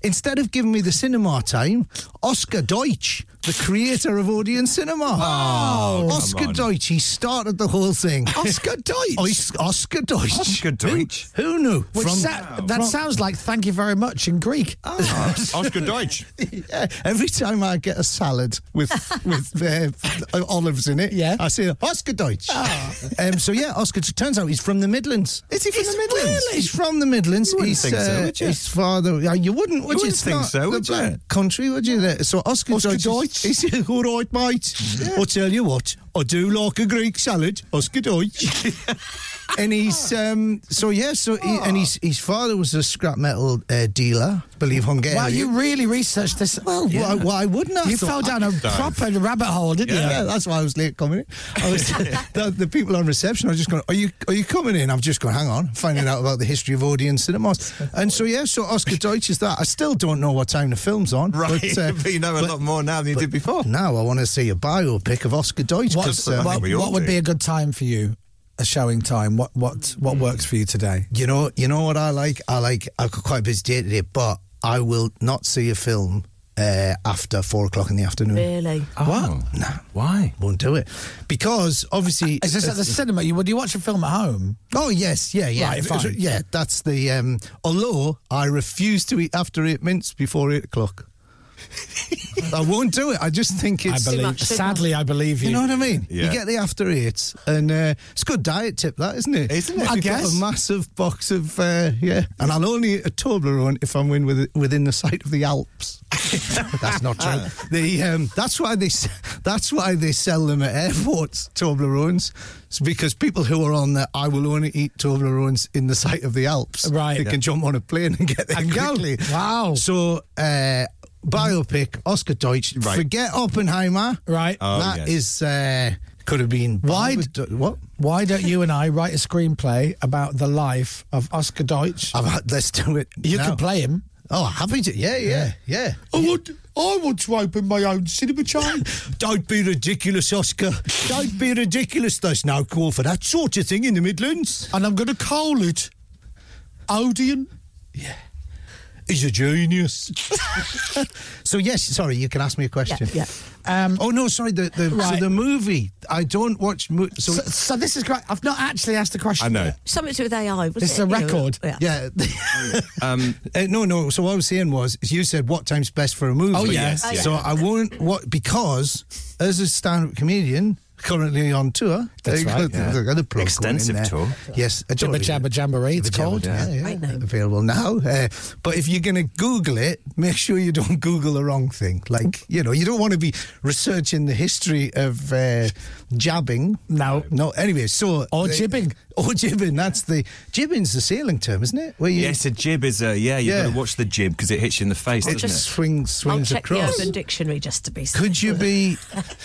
S16: Instead of giving me the cinema time, Oscar Deutsch the creator of Odeon Cinema.
S7: Oh,
S16: Oscar
S7: come on.
S16: Deutsch. He started the whole thing. [laughs]
S2: Oscar Deutsch?
S16: Ois- Oscar Deutsch.
S7: Oscar Deutsch.
S16: Who, who knew?
S2: Which sa- that sounds like thank you very much in Greek.
S7: Ah. Oscar Deutsch.
S16: [laughs] Yeah, every time I get a salad with with
S7: [laughs]
S16: uh, olives in it, yeah. I say Oscar Deutsch.
S7: Ah.
S16: Um, so yeah, Oscar. It turns out he's from the Midlands. Is he from the Midlands? He's from the Midlands.
S7: wouldn't
S16: he's, uh,
S7: think so, would you?
S16: His father. yeah, you wouldn't. Would
S7: You
S16: you,
S7: wouldn't
S16: It's
S7: think
S16: not
S7: so,
S16: the
S7: would you?
S16: black Country, would you? There? So Oscar,
S7: Oscar
S16: Deutsch. Deutsch. Is, is all right, mate. I tell you what, I do like a Greek salad, Oscar Deutsch. [laughs] and he's um, so yeah. So he, and his his father was a scrap metal uh, dealer. I believe Hungarian.
S2: Wow, you really researched this. Well,
S16: Why, why wouldn't I?
S2: You fell down a proper rabbit hole, didn't
S16: yeah.
S2: you?
S16: Yeah, that's why I was late coming in. I
S2: [laughs]
S16: was, the, the people on reception are just going, "Are you are you coming in?" I've just gone, "Hang on, finding out about the history of Odeon cinemas." And so yeah, so Oscar Deutsch is that. I still don't know what time the film's
S2: [laughs]
S16: on, uh,
S7: Right, but you know a lot more now than you did before.
S16: Now I want to see a biopic of Oscar Deutsch.
S2: What,
S16: 'cause,
S2: what-
S16: um,
S2: what would be a good time for you? A showing time. What what what works for you today?
S16: Hmm. You know, you know what I like. I like. I've got quite a busy day today, but I will not see a film uh, after four o'clock in the afternoon.
S8: Really?
S2: Oh.
S16: What? No.
S7: Why?
S16: Won't do it because obviously.
S2: Uh, Is this at
S7: [laughs]
S2: the cinema? You would you watch a film at home?
S16: Oh yes, yeah, [laughs] yeah,
S2: Right, fine.
S16: yeah. That's the. Um, although I refuse to eat after eight minutes before eight
S2: [laughs]
S16: o'clock. I won't do it. I just think
S2: I
S16: it's
S2: believe. Sadly, I believe you.
S16: You know what I mean?
S2: Yeah.
S16: You get the after eights, and uh, it's a good diet tip, that isn't it?
S2: Isn't it?
S16: I
S2: I
S16: guess
S2: guess.
S16: a massive box of uh, yeah, and I'll only eat a Toblerone if I'm in with, within the sight of the
S2: [laughs]
S16: Alps. that's not true. the um, that's why they s- that's why they sell them at airports Toblerones, it's because people who are on the I will only eat Toblerones in the sight of the Alps.
S2: Right.
S16: they can jump on a plane and get there
S2: And go.
S16: quickly.
S2: Wow.
S16: So. Uh, Biopic, Oscar Deutsch.
S2: Right.
S16: Forget Oppenheimer.
S2: Right. Oh,
S16: that
S2: yes.
S16: is uh, could have been
S2: Why?
S16: would- what?
S2: Why don't you and I write a screenplay about the life of Oscar Deutsch?
S16: let's do it.
S2: You
S16: now.
S2: can play him.
S16: Oh, happy to. Yeah, yeah, yeah.
S2: I want, I want to open my own cinema chain.
S16: [laughs] Don't be ridiculous, Oscar. Don't be ridiculous. There's no call for that sort of thing in the Midlands.
S2: and I'm going to call it Odeon.
S16: He's a
S2: [laughs]
S16: genius. so yes, sorry, you can ask me a question.
S2: yeah. Um,
S16: oh no, sorry. The the,
S2: Right.
S16: so the movie. I don't watch. Mo- so,
S2: So, so this is great. I've not actually asked the question.
S7: I know.
S8: Something to do with AI. Was
S2: This is
S8: it?
S2: a
S8: You know,
S2: record.
S8: yeah. [laughs]
S16: yeah.
S2: [laughs]
S7: Um,
S16: Uh, no, no. So what I was saying was, is you said what time's best for a movie.
S2: Oh, yeah. Yes,
S8: Oh, yeah.
S16: So I won't what because as a stand-up comedian currently on tour.
S2: That's
S16: they got-
S2: right,
S16: they
S2: yeah.
S16: got the plug going in
S7: Extensive
S16: there.
S7: tour.
S16: Yes, a
S2: Jibber Jabber Jamboree, it's called.
S16: Yeah, yeah,
S8: Great name.
S16: available now. Uh, but if you're going to Google it, make sure you don't [laughs] Google the wrong thing. Like you know, you don't want to be researching the history of uh, jabbing.
S2: No.
S16: no. Anyway, so
S2: Or jibbing.
S16: [laughs] or jibbing. That's the jibbing's the sailing term, isn't it? Where you
S7: Yes, a jib is a yeah. You've
S16: Yeah.
S7: got to watch the jib because it hits you in the face,
S16: it
S7: doesn't
S16: just
S7: it?
S16: swings
S8: I'll
S16: swings
S8: check
S16: across.
S8: the Urban Dictionary just to be safe.
S16: Could you be?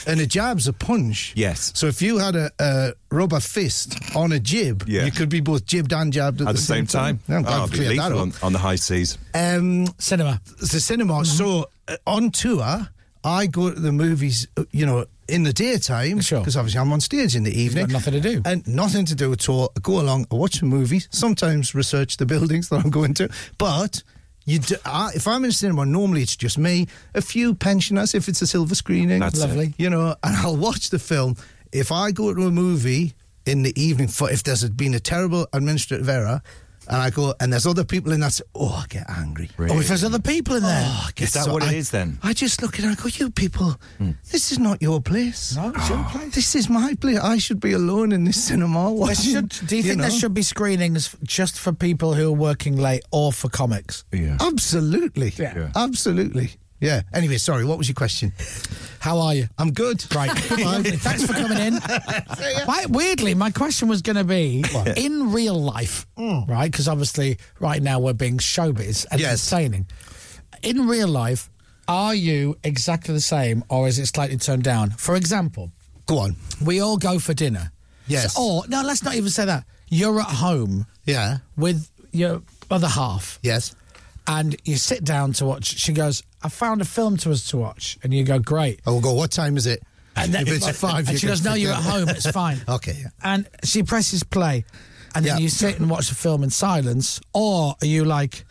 S16: And a jab's a punch.
S7: Yes.
S16: So if you had a, a rubber fist on a jib,
S7: Yeah.
S16: you could be both jibbed and jabbed at,
S7: At the same time,
S16: Yeah, I'm glad
S7: oh,
S16: we
S7: it'd be
S16: cleared that
S7: lethal
S16: up.
S7: on, on the high seas.
S16: Um,
S2: Cinema. Mm-hmm.
S16: the cinema. So uh, on tour, I go to the movies. uh, You know, in the daytime,
S2: Sure.
S16: because obviously I'm on stage in the evening.
S2: got nothing to do.
S16: and nothing to do at all. I go along, I watch a movie, sometimes research the buildings [laughs] that I'm going to, but. You do, I, if I'm in a cinema, normally it's just me, a few pensioners if it's a silver screening.
S7: That's it.
S2: Lovely.
S16: You know, and I'll watch the film. If I go to a movie in the evening, for if there's been a terrible administrative error, and I go, and there's other people in that, oh, I get angry.
S2: Oh, if there's other people in there.
S16: Oh, I guess
S7: Is that
S16: so.
S7: what it
S16: I-
S7: is then? Hmm.
S16: I just look at her and go, You people, this is not your place. Ah.
S2: No, it's your place.
S16: This is my place. I should be alone in this cinema.
S2: There
S16: watching,
S2: should, do you, think there
S16: know?
S2: should be screenings just for people who are working late or for comics?
S7: Yeah.
S16: Absolutely.
S2: Yeah. Yeah.
S16: Absolutely. Yeah. Anyway, sorry, what was your question?
S2: How are you?
S16: I'm good. [laughs]
S2: Right. Lovely. Thanks for coming in. Quite weirdly, my question was going to be in real life, right? Because obviously, right now we're being showbiz and
S16: Yes.
S2: entertaining. In real life, are you exactly the same or is it slightly toned down? For example,
S16: Go on.
S2: we all go for dinner.
S16: Yes.
S2: So- or, no, let's not even say that. You're at home
S16: Yeah.
S2: with your other half
S16: Yes.
S2: and you sit down to watch. She goes, I found a film to us to watch. And you go, great.
S16: I will Oh, go, What time is it?
S2: And then
S16: [laughs] if
S2: [laughs]
S16: it's five,
S2: and
S16: you
S2: she
S16: can
S2: goes, "No, you're at
S16: forget
S2: home.
S16: it."
S2: It's
S16: [laughs]
S2: fine."
S16: okay. yeah.
S2: And she presses play, and then
S16: Yeah.
S2: you sit and watch the film in silence, or are you like,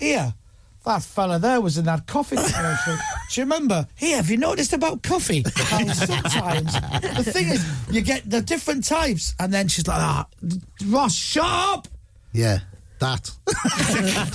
S2: "Yeah, That fella there was in that coffee commercial. Do you remember? Here, have you noticed about coffee? How sometimes the thing is, you get the different types, and then she's like, ah, Ross, shut up!
S16: Yeah, [laughs] that.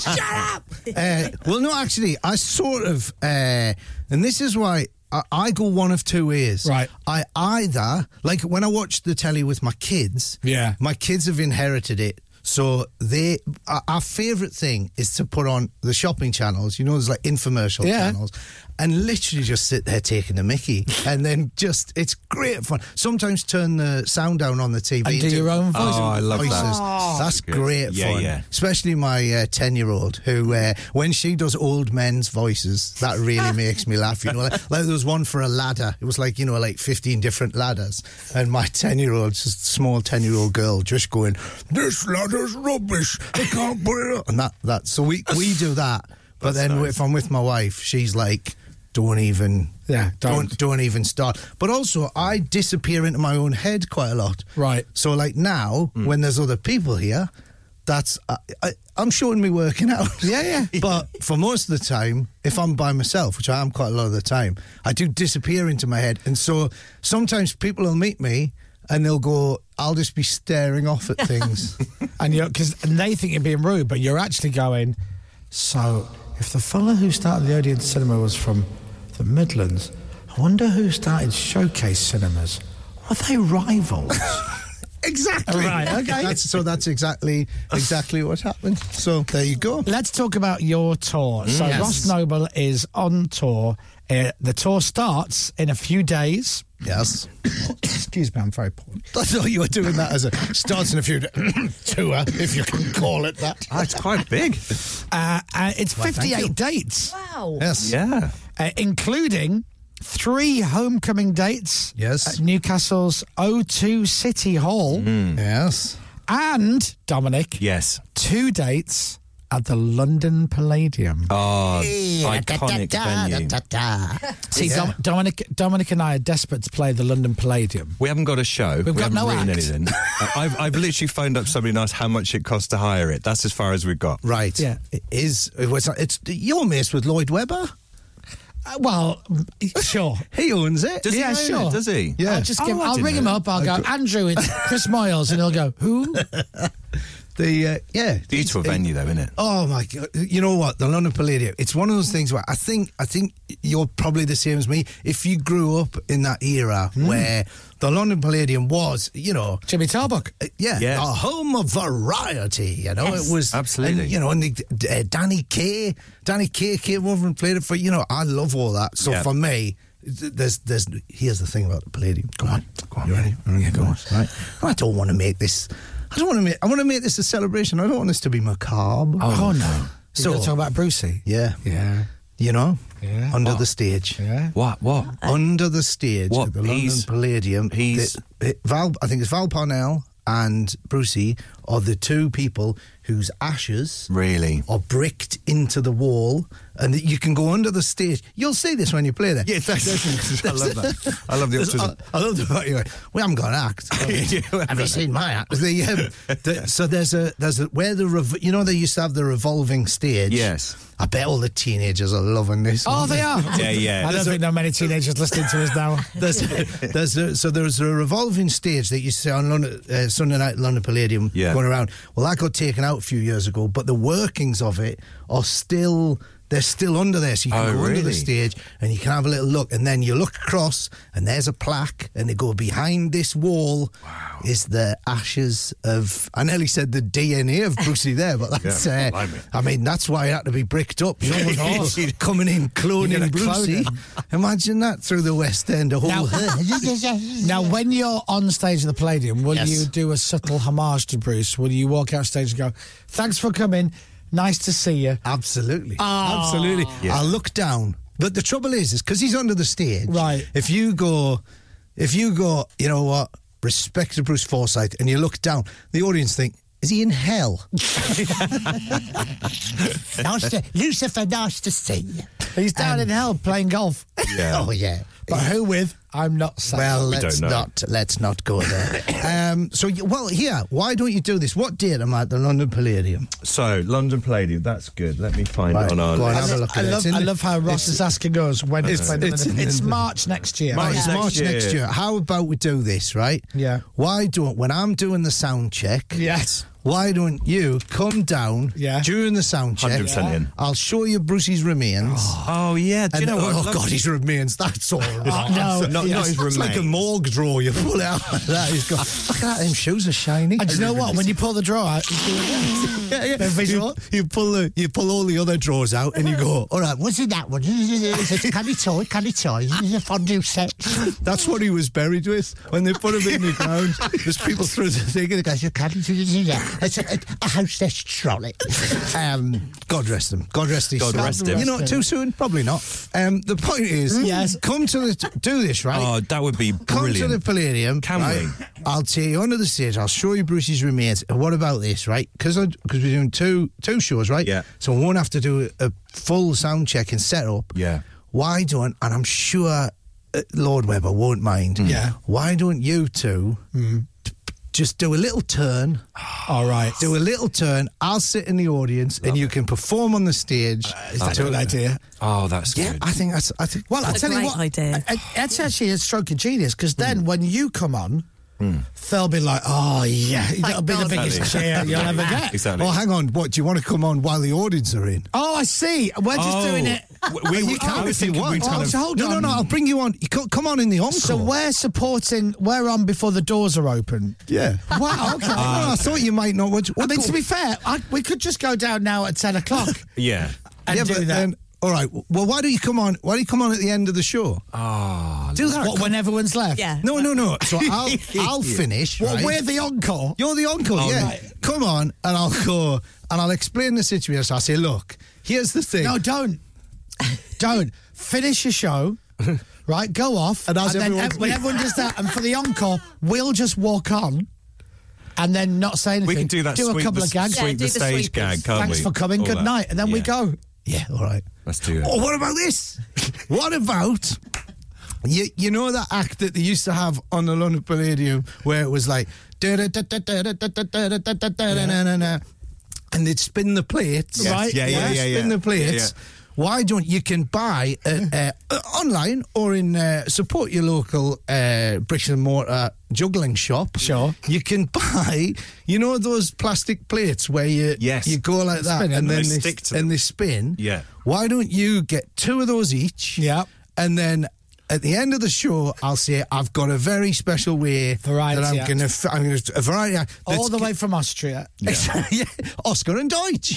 S2: Shut up!
S16: uh, well, no, actually, I sort of, uh, and this is why I, I go one of two ways. Right. I either like when I watch the telly with my kids. Yeah. My kids have inherited it. So they, our, our favourite thing is to put on the shopping channels. You know, there's like infomercial
S14: Yeah.
S16: channels, and literally just sit there taking the Mickey, and then just it's great fun. Sometimes turn the sound down on the TV
S14: And do your own voice. Oh, I love that. Oh.
S16: That's
S14: Good.
S16: great
S14: Yeah,
S16: fun
S14: yeah.
S16: especially my uh, ten-year-old, who uh, when she does old men's voices, that really makes me laugh. You know, like, like there was one for a ladder. It was like you know, like fifteen different ladders, and my ten-year-old, just small ten-year-old girl, just going, "This ladder's rubbish. I can't put it." Up. And that that. So we we do that, but then if I'm with my wife, she's like. Don't even, yeah, don't. don't even start. But also, I disappear into my own head quite a lot. Right. Hmm. So, like now, when there's other people here, that's I, I, I'm showing me working
S2: [laughs]
S16: out. Yeah, yeah. but for most of the time, if I'm by myself, which I am quite a lot of the time, I do disappear into my head, and so sometimes people will meet me and they'll go, "I'll just be staring off at things."
S2: [laughs] and you because and they think you're being rude, but you're actually going. So, if the fella who started the Odeon Cinema was from the Midlands, I wonder who started Showcase Cinemas. Were they rivals?
S16: exactly.
S2: Right,
S16: [laughs]
S2: okay.
S16: That's, so that's exactly exactly what happened. So there you go.
S2: Let's talk about your tour. So
S16: Mm, Yes.
S2: Ross Noble is on tour. Uh, the tour starts in a few days.
S16: Yes.
S2: [coughs] Excuse me, I'm very poor.
S16: [laughs] I thought you were doing that as a starting a few [coughs] tour, if you can call it that.
S7: That's Ah, quite big.
S2: Uh, uh, it's
S16: Why, thank
S2: 58
S16: you.
S2: dates.
S8: Wow.
S16: Yes.
S7: Yeah.
S2: Uh, including three homecoming dates. Yes. At Newcastle's O2 City Hall.
S16: Yes.
S2: And, Dominic,
S7: Yes.
S2: two dates at the London Palladium.
S7: Oh,
S2: Yeah, da, da,
S7: iconic
S2: da,
S7: venue.
S2: da, See,
S7: Yeah.
S2: Dom- Dominic, Dominic and I are desperate to play the London Palladium.
S7: We haven't got a show. We've we
S2: got
S7: haven't
S2: no
S7: written
S2: act.
S7: anything. Uh, I've, I've literally phoned up somebody and asked how much it costs to hire it. That's as far as we've got.
S16: Right. Yeah. It is. It was, it's your mess with Lloyd Webber.
S2: Uh, well, sure.
S16: [laughs] he owns it. Oh,
S2: yeah, sure.
S16: Yeah.
S2: I'll, just give, I'll ring him up. I'll go, "Ah." Andrew, it's Chris Moyles. And he'll go, who?
S16: The uh, yeah.
S7: Beautiful venue, though, isn't it?
S16: Oh my god! You know what? The London Palladium. It's one of those things where I think I think you're probably the same as me. If you grew up in that era where the London Palladium was, you know,
S2: Hmm.
S16: uh,
S2: Jimmy Tarbuck.
S16: Yeah,
S14: Yes.
S16: a home of variety. You know,
S14: Yes.
S16: it was
S14: Absolutely.
S16: and, you know, and the, uh, Danny Kaye, Danny Kaye came over and played it for you know. I love all that. So
S14: Yeah.
S16: for me. th- There's, there's. Here's the thing about the Palladium. Come on, go on. You ready? Yeah, go on. Right. I don't want to make this. I don't want to make. I want to make this a celebration. I don't want this to be macabre.
S2: Oh, no.
S16: So-
S2: So, talking about Brucey.
S16: Yeah. Yeah. You know?
S2: Yeah.
S16: Under
S2: What?
S16: the stage.
S2: Yeah.
S7: What? What?
S16: Uh, Under the stage
S7: What?
S16: at the London
S7: He's-
S16: Palladium.
S7: he's-
S16: the- Val, I think it's Val Parnell and Brucey are the two people whose ashes
S7: really
S16: are bricked into the wall and that you can go under the stage. You'll see this when you play there. Yeah,
S7: thanks.
S16: [laughs]
S7: I love that. I love the optimism.
S16: I, I love the fact you're like, we haven't got
S7: [laughs]
S16: an act. I mean, have you seen my act? The, [laughs] um, the- so there's a there's a where the rev- you know they used to have the revolving stage. Yes. I bet all the teenagers are loving this.
S2: Oh,
S16: aren't
S2: they are. I don't
S16: There's a-
S2: think there are many teenagers listening to us now.
S16: [laughs] there's, there's a, so there's a revolving stage that you see on London, uh, Sunday night at London Palladium
S7: Yeah.
S16: going around. Well, that got taken out a few years ago, but the workings of it are still they're still under there. So you can
S7: Oh,
S16: go under the
S7: really?
S16: stage and you can have a little look, and then you look across and there's a plaque, and they go behind this wall is the ashes of. I nearly said the DNA of Bruce Lee there, but that's
S14: Yeah,
S16: uh,
S14: blimey. Oh,
S16: I mean that's why it had to be bricked
S14: [laughs]
S16: up. You know, coming in
S14: You're
S16: cloning
S14: gonna clone
S16: Brucey.
S14: him.
S16: Imagine that through the West End, a whole [laughs]
S2: Now, now, when you're on stage at the Palladium, will
S16: Yes.
S2: you do a subtle homage to Bruce? Will you walk out stage and go, "Thanks for coming, nice to see you"?
S16: Absolutely,
S2: Ah.
S16: absolutely.
S2: Yeah.
S16: I'll look down, but the trouble is, is because he's under the stage.
S2: Right.
S16: If you go, if you go, you know what? Respect to Bruce Forsyth, and you look down, the audience think. Is he in hell? [laughs]
S2: Nice to- Lucifer, nice to see you. He's down in hell playing golf.
S7: Yeah.
S16: oh [laughs] yeah.
S2: But who with? I'm not saying.
S16: Well, let's not let's not go there. um, so, you- well, here, why don't you do this? What date am I at the London Palladium?
S7: So, London Palladium, that's good. Let me find
S16: Right,
S7: it on our
S16: go on,
S7: list.
S16: have a look
S2: I
S16: at it.
S2: love,
S16: It's in
S2: I
S16: the-
S2: love how
S16: it's-
S2: Ross is asking us when it's,
S16: It's-
S2: when
S16: it's-
S2: it's
S16: it's-
S2: March next year.
S16: March,
S2: Yeah.
S16: March next year. How about we do this, right?
S2: Yeah.
S16: Why don't when I'm doing the sound check? Yes. Why don't you come down yeah. during the sound check?
S7: 100% in.
S16: I'll show you Bruce's remains.
S7: Oh yeah, do you
S16: And-
S7: know what?
S16: Oh God, his remains. That's all. [laughs] right.
S7: no,
S16: That's-
S7: not- not his
S16: It's like a
S7: remains.
S16: morgue drawer. You pull out that. He's got. Look at that. Him shoes are shiny.
S2: And do you know what? When you pull the drawer out, you do it.
S16: [laughs] Yeah, yeah.
S2: They're visual.
S16: You, you pull the, you pull all the other drawers out and you go, all right, what's in that one? [laughs] It's a candy toy, candy toy. It's a fondue set. [laughs] That's what he was buried with. When they put him in the ground, there's people through the thing and they go, it's a candy toy. It's a, a house that's trolley. Um, God rest them. God rest these
S7: God
S16: souls.
S7: rest him.
S16: You know, too soon? Probably not. Um, the point is, yes. come to the, do this, [laughs] right?
S7: Oh, that would be
S16: Come
S7: brilliant.
S16: to the Palladium.
S7: Can
S16: right? I'll take you under the stage. I'll show you Bruce's remains. And what about this, right? Because because we're doing two two shows, right? Yeah. So I won't have to do a full sound check and setup.
S7: Yeah.
S16: Why don't? And I'm sure uh, Lord Webber won't mind.
S2: Yeah.
S16: Why don't you two t- just do a little turn? All right. Do a little turn. I'll sit in the audience, and you can perform on the stage.
S7: is that
S16: to-
S7: a good idea? Oh, that's
S16: Yeah,
S7: good.
S16: I think that's. I think.
S2: Well, I
S16: that's
S2: tell
S16: a
S2: you
S16: great
S2: what, I- I- that's actually a stroke of genius because then
S16: Hmm.
S2: when you come on, they'll be like, "Oh yeah, that'll be the biggest cheer you'll ever get."
S16: Oh, hang on. What do you want to come on while the audience are in?
S2: Oh, I see. We're just
S16: Oh.
S2: doing it.
S16: W- we-
S2: you
S16: I
S2: can
S16: was
S2: if you
S16: thinking
S2: want.
S16: we'd kind
S2: Oh,
S16: of-
S2: so hold
S16: No, no,
S2: on.
S16: no, I'll bring you on. You co- come on in the encore.
S2: So we're supporting. We're on before the doors are open.
S16: Yeah.
S2: Wow.
S16: [laughs]
S2: Okay.
S16: No, no, Ah. I thought you might not. What,
S2: I mean, to be fair, I, we could just go down now at ten o'clock.
S7: Yeah.
S2: and do that.
S16: all right. Well, why do you come on? Why do you come on at the end of the show?
S7: Oh,
S16: do that
S2: What, when everyone's left? Yeah.
S16: No, no, no.
S2: [laughs]
S16: So I'll, I'll
S2: Yeah.
S16: finish.
S2: Well,
S16: right?
S2: we're the encore.
S16: You're the encore.
S2: Oh,
S16: yeah.
S2: right.
S16: Come on, and I'll go and I'll explain the situation. I'll say, look, here's the thing.
S2: No, don't. don't. Finish
S7: [laughs]
S2: your show. Right, go off. And,
S16: as
S2: then
S16: everyone's
S2: ev- when
S16: leaving-
S2: everyone does that, and for the encore, we'll just walk on and then not say anything.
S7: We can do that
S2: Do a
S7: sweep
S2: couple
S7: the-
S2: of gags.
S7: sweep Yeah, the do the stage sweepers. gag, can't
S2: Thanks
S7: we?
S2: for coming.
S7: All
S2: Good
S7: that.
S2: night. And then we go.
S16: Yeah, all right.
S7: Let's do it.
S16: Oh, what about
S7: [laughs]
S16: this? what about you? You know that act that they used to have on the London Palladium where it was like and they'd spin the plates,
S7: Yes,
S16: right?
S7: yeah, yeah, yeah, yeah.
S16: Spin the plates.
S7: Yeah, yeah.
S16: Why don't you can buy uh, uh, uh, online or in uh, support your local uh, bricks and mortar juggling shop? Sure, you can buy. You know those plastic plates where you
S7: Yes.
S16: you go like that
S7: Spin
S16: and,
S7: it.
S16: then
S7: They
S16: they
S7: stick to
S16: and they spin.
S7: Yeah.
S16: Why don't you get two of those each? Yeah. And then at the end of the show, I'll say I've got a very special way
S2: Variety
S16: that I'm
S2: act.
S16: going to. I'm going to a variety act that's
S2: All the
S16: g-
S2: way from Austria.
S16: [laughs] Yeah. Oscar and Deutsch.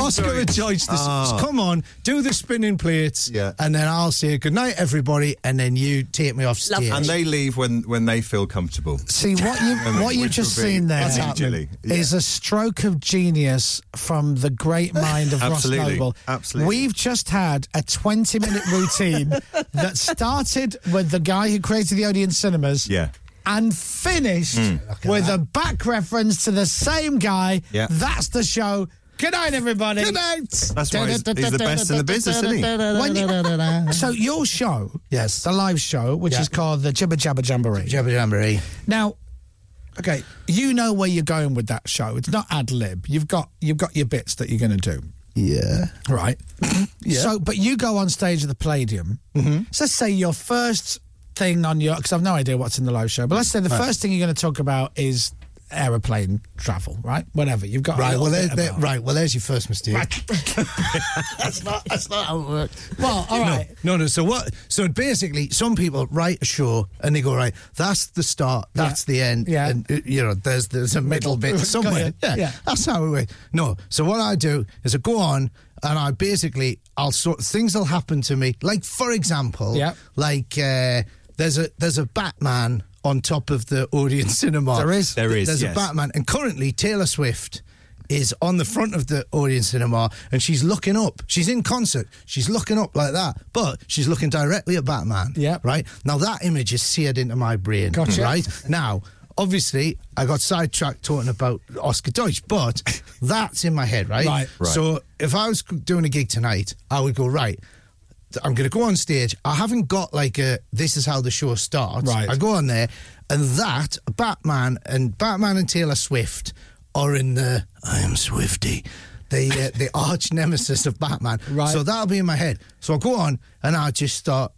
S16: Oscar and Deutsch. This,
S2: Ah.
S16: Come on, do the spinning plates, yeah. and then I'll say good night, everybody, and then you take me off stage.
S7: And they leave when, when they feel comfortable.
S2: See what
S7: [laughs]
S2: you what you've just seen there
S7: That's
S2: is
S7: happening.
S2: a stroke of genius from the
S7: [laughs]
S2: great mind of Ross
S7: Absolutely.
S2: Noble.
S7: Absolutely.
S2: We've just had a 20 minute
S7: [laughs]
S2: routine that started with the guy who created the Odeon Cinemas.
S7: Yeah.
S2: And finished
S7: Mm.
S2: with a back reference to the same guy.
S7: Yeah.
S2: That's the show. Good night, everybody.
S7: Good
S2: night.
S7: That's why he's- he's the best in the business, isn't he?
S2: so your show, yes, the live show, which
S16: Yeah.
S2: is called the Jibber Jabber Jamboree.
S16: Jabba jamboree.
S2: Now, okay, you know where you're going with that show. It's not ad lib. You've got you've got your bits that you're going to do,
S16: Yeah.
S2: right? So, but you go on stage at the Palladium. So, let's say your first thing on your because I've no idea what's in the live show, but let's say the
S16: Right.
S2: first thing you're going to talk about is aeroplane travel, right? Whatever you've got. a
S16: Right.
S2: little
S16: Well, there,
S2: bit
S16: there,
S2: about.
S16: right. Well, there's your first mistake.
S2: that's not that's not how it works. Well, all
S16: No,
S2: right.
S16: No, no, So what? So basically, some people write a show and they go right. That's the start. That's the end.
S2: Yeah.
S16: And uh, you know, there's there's a middle bit
S2: [laughs] Got
S16: somewhere.
S2: it. Yeah.
S16: That's how it works. No. So what I do is I go on and I basically I'll sort things will happen to me. Like for example,
S2: Yeah.
S16: Like uh, there's a there's a Batman on top of the Odeon [laughs] Cinema.
S2: There is.
S7: There is,
S16: There's
S7: yes.
S16: a Batman, and currently Taylor Swift is on the front of the Odeon Cinema, and she's looking up. She's in concert. She's looking up like that, but she's looking directly at Batman.
S2: Yeah.
S16: Right now, that image is seared into my brain.
S2: Gotcha.
S16: Right now. Obviously, I got sidetracked talking about Oscar Deutsch, but [laughs] that's in my head, right?
S2: Right. Right.
S16: So if I was doing a gig tonight, I would go right. I'm going to go on stage. I haven't got like a this is how the show starts. Right. I go on there, and that Batman and Batman and Taylor Swift are in the I am Swifty. The, [laughs] uh, the arch nemesis of Batman. Right. So that'll be in my head. So I go on and I just start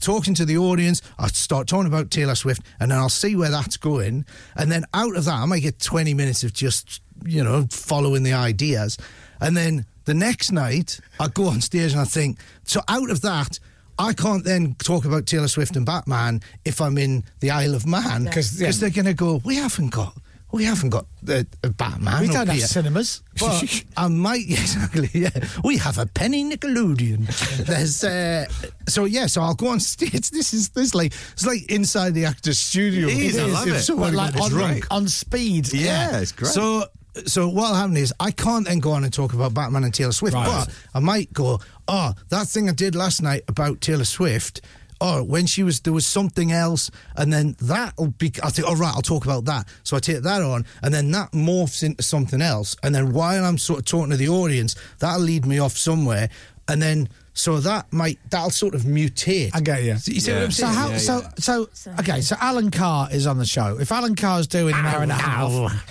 S16: talking to the audience. I start talking about Taylor Swift, and then I'll see where that's going. And then out of that, I might get 20 minutes of just, you know, following the ideas. And then the next night, I go on stage and I think, so out of that, I can't then talk about Taylor Swift and Batman if I'm in the Isle of Man
S2: No.
S16: because
S2: 'Cause, yeah.
S16: they're going to go, we haven't got. We haven't got uh, a Batman.
S2: We
S16: up
S2: don't have
S16: here."
S2: cinemas.
S16: But I might [laughs] exactly. Yeah, we have a penny
S2: [laughs]
S16: Nickelodeon. There's uh, so yeah. So I'll go on stage. [laughs] This is this like it's like inside the actor's studio.
S2: It is, I love
S16: If
S2: it.
S16: someone
S2: But, like,
S16: got
S2: on-
S16: drunk.
S2: on speed. Yeah, it's great.
S16: So so what'll happen is I can't then go on and talk about Batman and Taylor Swift, but I might go, oh, that thing I did last night about Taylor Swift. Oh, when she was there was something else, and then that'll be. I think, all right, I'll talk about that. So I take that on, and then that morphs into something else. And then while I'm sort of talking to the audience, that'll lead me off somewhere, and then so that might that'll sort of mutate. I
S2: get you.
S16: You see what I'm
S2: So
S16: saying?
S2: how, so so okay. So Alan Carr is on the show. If Alan Carr's doing an hour and a half, [laughs]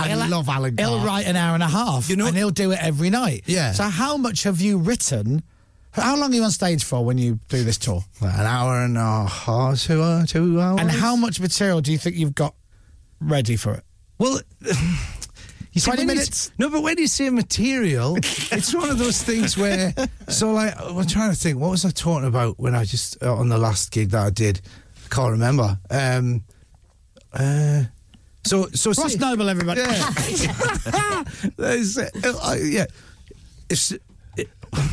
S2: I love Alan. He'll write an hour and a half, you know, and he'll do it every night.
S16: Yeah.
S2: So how much have you written? How long are you on stage for when you do this tour?
S16: An hour and a half, two, hour, two hours.
S2: And how much material do you think you've got ready for it? [sighs]
S16: Well, You see,
S2: 20
S16: when you-
S2: minutes?
S16: no, but when you say material, it's one of those things
S2: [laughs]
S16: where. So, like, I'm trying to think, what was I talking about when I just, uh, on the last gig that I did? I can't remember. Um, uh, so, so.
S2: Ross Noble, everybody.
S16: [laughs]
S2: [laughs]
S16: Yeah. There's, uh, uh, yeah. It's. It, [sighs]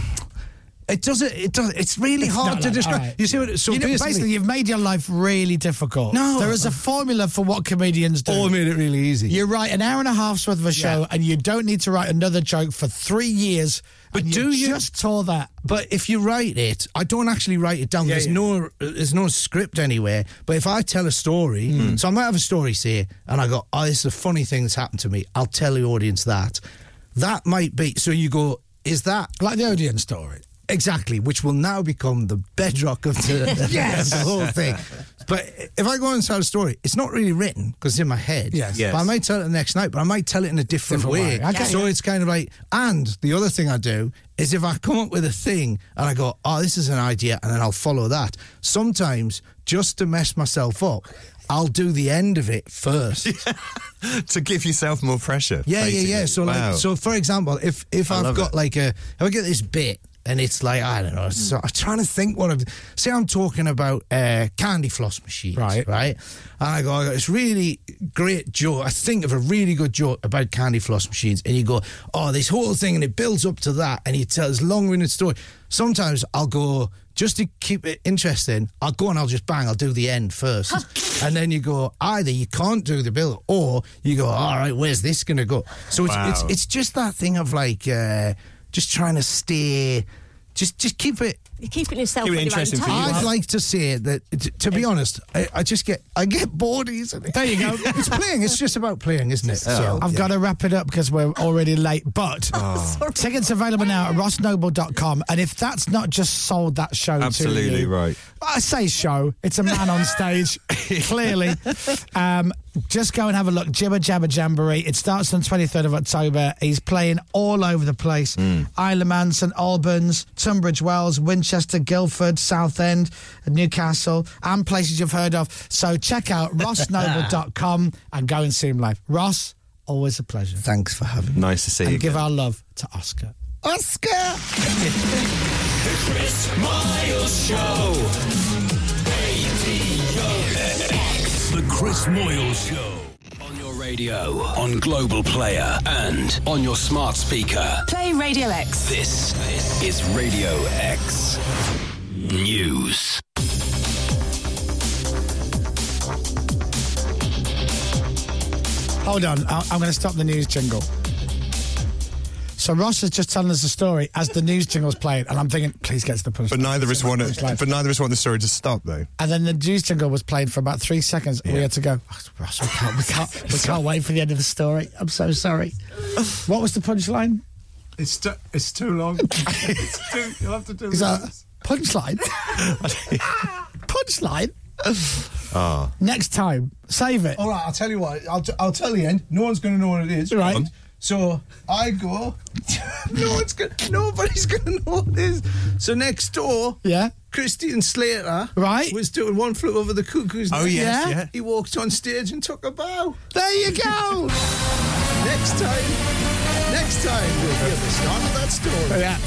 S16: it doesn't. It does. It's really
S2: It's
S16: hard
S2: not
S16: to
S2: like-
S16: describe.
S2: all right.
S16: You see what? So
S2: You know,
S16: basically,
S2: basically, you've made your life really difficult.
S16: No.
S2: there is a formula for what comedians do.
S16: Oh, I made it really easy.
S2: You write an hour and a half's worth of a show, and you don't need to write another joke for three years. But do you just tore that?
S16: But if you write it, I don't actually write it down. there's no there's no script anywhere. But if I tell a story,
S2: Hmm.
S16: so I might have a story say, and I go, "Oh, this is a funny thing that's happened to me." I'll tell the audience that. That might be. So you go, "Is that
S2: like the Odeon story?"
S16: Exactly, which will now become the bedrock of
S2: [laughs]
S16: the,
S2: Yes.
S16: the whole thing. But if I go and tell a story, it's not really written because it's in my head.
S2: Yes. Yes.
S16: But I might tell it the next night, but I might tell it in a different,
S2: Different
S16: way.
S2: way. I get
S16: So
S2: you.
S16: it's kind of like, and the other thing I do is if I come up with a thing and I go, oh, this is an idea, and then I'll follow that. Sometimes, just to mess myself up, I'll do the end of it first.
S7: [laughs] to give yourself more pressure.
S16: Yeah,
S7: basically.
S16: yeah, yeah. So
S7: Wow.
S16: like, so for example, if if
S7: I
S16: I've
S7: love
S16: got
S7: it.
S16: like a, if I get this bit and it's like I don't know, so I'm trying to think what I'm. Say I'm talking about uh, candy floss machines, right? Right, and I go, I got this really great joke. I think of a really good joke about candy floss machines, and you go, oh, this whole thing, and it builds up to that, and you tell this long-winded story. Sometimes I'll go. Just to keep it interesting, I'll go and I'll just bang, I'll do the end first. and then you go, either you can't do the bill or you go, all right, where's this going to go? So it's, it's,
S7: Wow.
S16: it's just that thing of like uh, just trying to stay, just just keep it.
S8: You're keeping yourself on your own toes.
S16: I'd like to say that, t- to be honest, I, I just get I get bored easily. There
S2: you go. uh,
S16: it's [laughs] playing. It's just
S2: [laughs]
S16: about playing, isn't it? So
S2: I've
S16: yeah. Oh.
S2: got to wrap it up because we're already late.
S16: [laughs]
S2: But tickets available now at rossnoble.com. And if that's not just sold that show to
S7: Absolutely
S2: you,
S7: right.
S2: I say show. It's a man on stage, clearly. Um, just go and have a look. Jibber Jabber Jamboree. It starts on 23rd of October. He's playing all over the place. Isle of Man, St Albans, Tunbridge Wells, Winchester, Guildford, Southend, Newcastle, and places you've heard of. So check out rossnoble.com and go and see him live. Ross, always a pleasure.
S16: Thanks for having me.
S7: Nice to see
S2: and
S7: you.
S2: give our love to Oscar.
S16: Oscar!
S18: The Chris Miles Show. The Chris Moyles Show. On your radio, on Global Player, and on your smart speaker.
S4: Play Radio X.
S18: This is Radio X News.
S2: Hold on, I- I'm going to stop the news jingle. So Ross is just telling us a story as the news jingle's playing, and I'm thinking, please get to the punchline.
S7: But neither of us want
S2: Punchline.
S7: it. But neither of us want the story to stop, though.
S2: And then the news jingle was playing for about three seconds, and we had to go. "Oh, Ross, we can't, we can't, we can't wait for the end of the story. I'm so sorry. What was the punchline?
S10: It's, t- it's too long. it's too, [laughs] you'll have to do
S2: [laughs] Is that- Punchline. Punchline.
S7: Ah.
S2: Next time, save it.
S16: All right, I'll tell you what. I'll, t- I'll tell the end. No one's going to know what it is. Right. So I go. [laughs] no one's going. Nobody's going to know what it is. So next door.
S2: Yeah.
S16: Christian Slater.
S2: Right.
S16: Was doing one flew over the cuckoo's
S2: Oh,
S16: Nest.
S2: yes, Yeah. yeah.
S16: He walked on stage and took a bow.
S2: There you go.
S16: [laughs] next time. Next time we'll hear the start of that story.
S2: Yeah.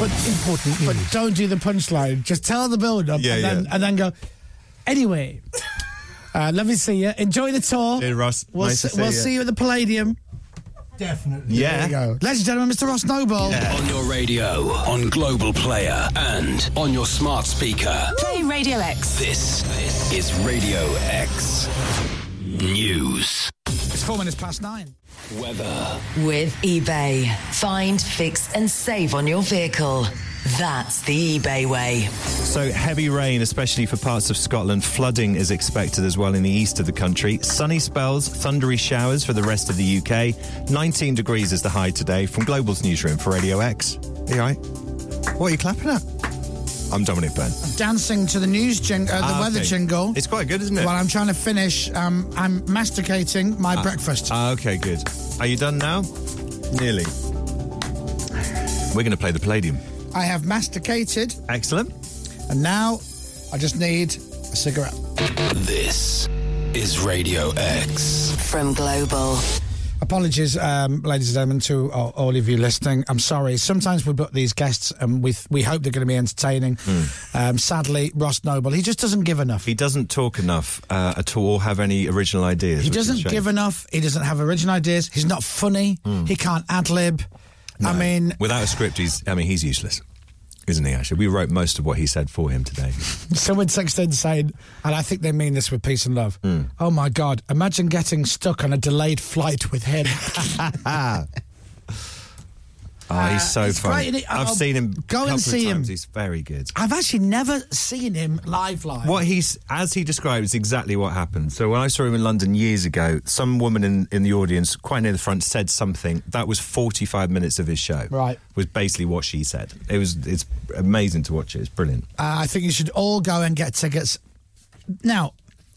S2: But important. But don't do the punchline. Just tell the build up
S7: Yeah,
S2: and, Then,
S7: yeah.
S2: and then go,
S7: [laughs]
S2: anyway, uh, love to see you. Enjoy the tour.
S7: Hey, Ross,
S2: We'll,
S7: nice to see
S2: we'll
S7: you.
S2: see you at the Palladium.
S16: Definitely.
S7: Yeah.
S2: There you go. Ladies and gentlemen, Mr. Ross Noble.
S18: On your radio, on Global Player, and on your smart speaker.
S4: Play Radio X.
S18: This is Radio X News.
S2: It's four minutes past nine.
S18: Weather.
S4: With eBay. Find, fix, and save on your vehicle. That's the eBay way.
S7: So, heavy rain, especially for parts of Scotland. Flooding is expected as well in the east of the country. Sunny spells, thundery showers for the rest of the UK. 19 degrees is the high today from Global's newsroom for Radio X. Are you all right? What are you clapping at? I'm Dominic Byrne.
S2: Dancing to the news jing- uh, the
S7: Ah,
S2: weather
S7: okay.
S2: jingle.
S7: It's quite good, isn't it?
S2: While I'm trying to finish, um, I'm masticating my
S7: Ah.
S2: breakfast.
S7: Ah, okay, good. Are you done now? Nearly. We're going to play the Palladium.
S2: I have masticated,
S7: Excellent.
S2: and now I just need a cigarette.
S18: This is Radio X.
S4: From Global.
S2: Apologies, um, ladies and gentlemen, to all, all of you listening. I'm sorry. Sometimes we book these guests and we we hope they're going to be entertaining.
S7: Hmm.
S2: Um, sadly, Ross Noble, he just doesn't give enough.
S7: He doesn't talk enough uh, at all or have any original ideas.
S2: He
S7: which is a
S2: doesn't
S7: shame.
S2: give enough. He doesn't have original ideas. He's not funny.
S7: Mm.
S2: He can't ad lib. [laughs] I mean,
S7: Without a script, he's, I mean, he's useless, isn't he, actually? We wrote most of what he said for him today.
S2: someone texted saying, and I think they mean this with peace and love.
S7: Hmm.
S2: Oh my God! Imagine getting stuck on a delayed flight
S7: [laughs]
S2: with him.
S7: Oh, he's so
S2: he's Uh, great,
S7: funny.
S2: isn't he?
S7: I've
S2: I'll
S7: seen him.
S2: go and
S7: couple of
S2: see him.
S7: times. He's very good.
S2: I've actually never seen him live. Live.
S7: What he's as he describes exactly what happened. So when I saw him in London years ago, some woman in, in the audience, quite near the front, said something that was forty five minutes of his show.
S2: Right.
S7: was basically what she said. It was it's amazing to watch it. It's brilliant.
S2: Uh, I think you should all go and get tickets. Now,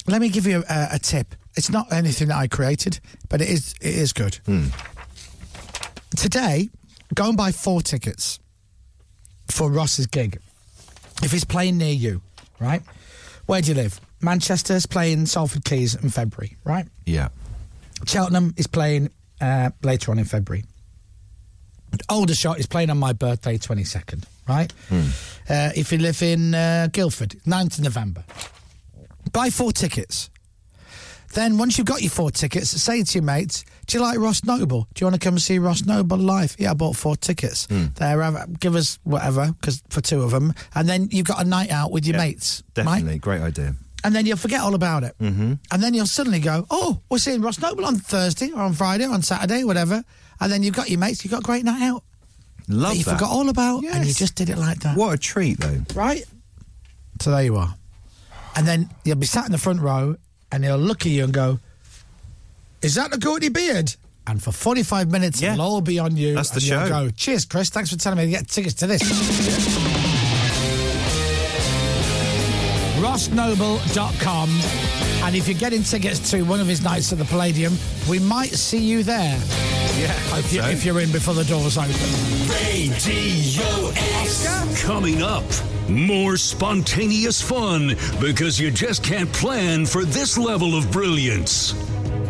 S2: let me give you a, a tip. It's not anything that I created, but it is it is good. Today, go and buy four tickets for Ross's gig. If he's playing near you, right? Where do you live? Manchester's playing Salford Keys in February, right?
S7: Yeah.
S2: Cheltenham is playing uh, later on in February. Aldershot is playing on my birthday, 22nd, right? Uh, if you live in uh, Guildford, 9th of November. Buy four tickets. Then, once you've got your four tickets, say to your mates, Do you like Ross Noble? Do you want to come see Ross Noble live? Yeah, I bought four tickets. There, have, give us whatever, because for two of them. And then you've got a night out with your mates, right?
S7: Definitely, great idea.
S2: And then you'll forget all about it.
S7: Mm-hmm.
S2: And then you'll suddenly go, oh, we're seeing Ross Noble on Thursday or on Friday or on Saturday, whatever. And then you've got your mates, you've got a great night out.
S7: Love
S2: that you
S7: that.
S2: forgot all about and you just did it like that.
S7: What a treat, though.
S2: Right? So there you are. And then you'll be sat in the front row and he'll look at you and go, is that the Gordy Beard? And for 45 minutes, it'll all be on you.
S7: That's the
S2: and you'll
S7: show.
S2: go, Cheers, Chris. Thanks for telling me to get tickets to this. RossNoble.com. And if you're getting tickets to one of his nights at the Palladium, we might see you there. Yeah. If, you, if you're in before the doors open.
S3: Radio X.
S13: Coming up, more spontaneous fun because you just can't plan for this level of brilliance.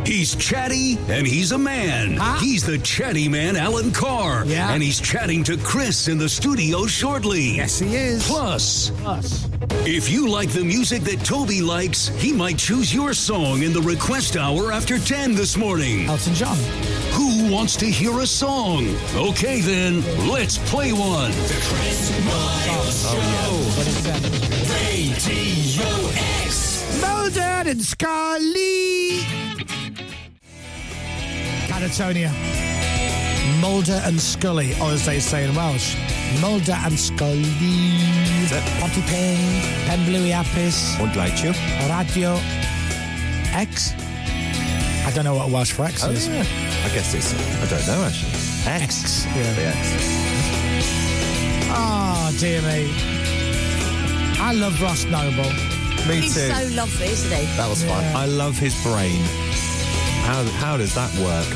S13: He's chatty and he's a man. He's the chatty man, Alan Carr.
S3: Yeah.
S13: And he's chatting to Chris in the studio shortly. Yes,
S2: he is.
S13: Plus,
S2: Plus.
S13: if you like the music that Toby likes, he might choose your song in the request hour after 10 this morning.
S2: Elton John.
S13: Who wants to hear a song? Okay, then, let's play one.
S3: Radio X.
S2: Mulder and Scully. Catatonia. Mulder and Scully, or as they say in Welsh, Mulder and Scully. Potty Payne, Pen Bluey Apis.
S7: Would like you.
S2: Radio X. I don't know what Welsh for X
S7: Oh,
S2: is.
S7: yeah. I guess it's. I don't know actually. X.
S2: Yeah.
S7: The X.
S2: Oh, dear me. I love Ross Noble.
S7: Me
S5: He's
S7: too.
S5: so lovely, isn't he?
S7: That was fun. I love his brain. How, how does that work?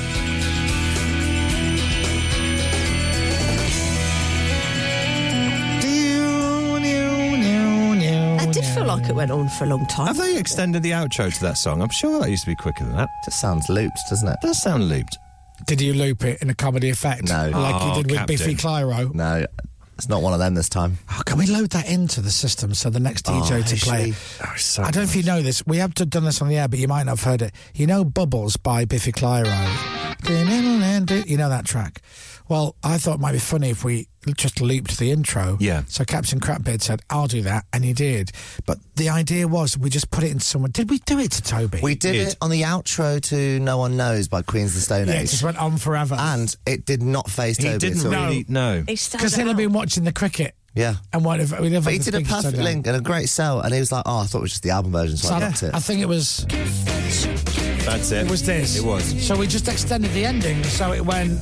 S8: That did feel like it went on for a long time.
S7: Have they extended the outro to that song? I'm sure that used to be quicker than that. Just sounds looped, doesn't it? Does sound looped.
S2: Did you loop it in a comedy effect?
S15: No.
S2: Like you
S15: Oh,
S2: did with Biffy Clyro.
S15: No, it's not one of them this time.
S2: Oh, can we load that into the system so the next DJ
S15: Oh,
S2: to play? it? I don't know if you know this. We have to done this on the air, but you might not have heard it. You know "Bubbles" by Biffy Clyro. You know that track. Well, I thought it might be funny if we just looped the intro. Yeah. So Captain Crapbeard said, "I'll do that," and he did. But the idea was we just put it in someone. Did we do it to Toby?
S15: We did it on the outro to No One Knows by Queens of the Stone
S2: Yeah,
S15: Age.
S2: it just went on forever.
S15: And it did not face
S2: He
S15: Toby.
S2: didn't
S15: at all.
S2: really-
S7: no.
S8: He stood
S2: Because he'll have been watching the cricket.
S15: Yeah.
S2: And what if we never?
S15: But he did a perfect link and a great sell, and he was like, "Oh, I thought it was just the album version, so,
S2: So
S15: I got it."
S2: I think it was.
S7: That's it.
S2: It was this.
S7: It was.
S2: So we just extended the ending, so it went.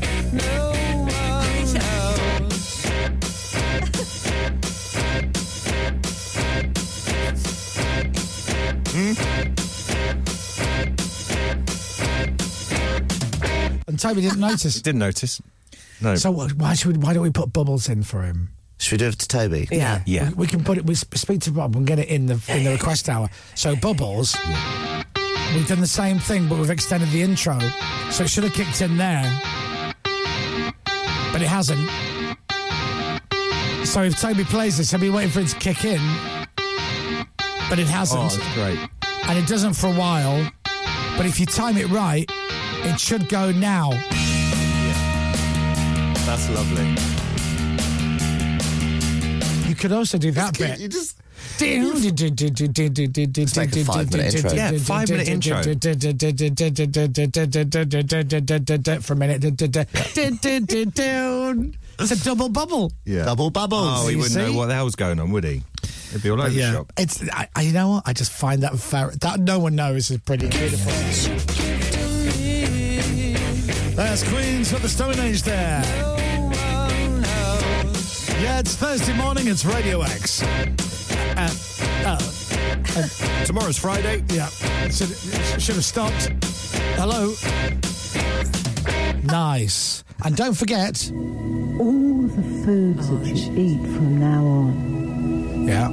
S2: And
S7: [laughs]
S2: Toby didn't notice.
S7: Didn't notice. No.
S2: So what- why should we, why don't we put bubbles in for him?
S15: Should we do it to Toby?
S2: Yeah,
S7: Yeah.
S2: We, we can put it. We sp- speak to Bob and get it in the in the request hour. So bubbles. We've done the same thing, but we've extended the intro, so it should have kicked in there, but it hasn't. So if Toby plays this, I'll be waiting for it to kick in, but it hasn't.
S7: Oh, it's great.
S2: and it doesn't for a while. But if you time it right, it should go now.
S7: That's lovely.
S2: You could also do that bit.
S15: You just
S2: make
S15: a five-minute intro.
S7: Yeah, five-minute intro.
S2: For a minute. It's a double bubble.
S7: Yeah.
S15: Double bubbles.
S7: Oh, he
S2: You
S7: wouldn't know
S2: see?
S7: what the hell's going on, would he? It'd be all over the shop.
S2: It's I, I you know what? I just find that fair, that no one knows is pretty beautiful.
S14: That's Queens of the Stone Age there. Yeah, it's Thursday morning, it's Radio X.
S2: Uh, oh, uh,
S7: Tomorrow's Friday.
S2: Yeah. Should, should have stopped. Hello. Nice. And don't forget.
S9: All the foods
S8: Oh,
S9: that you eat from now on
S2: Yeah.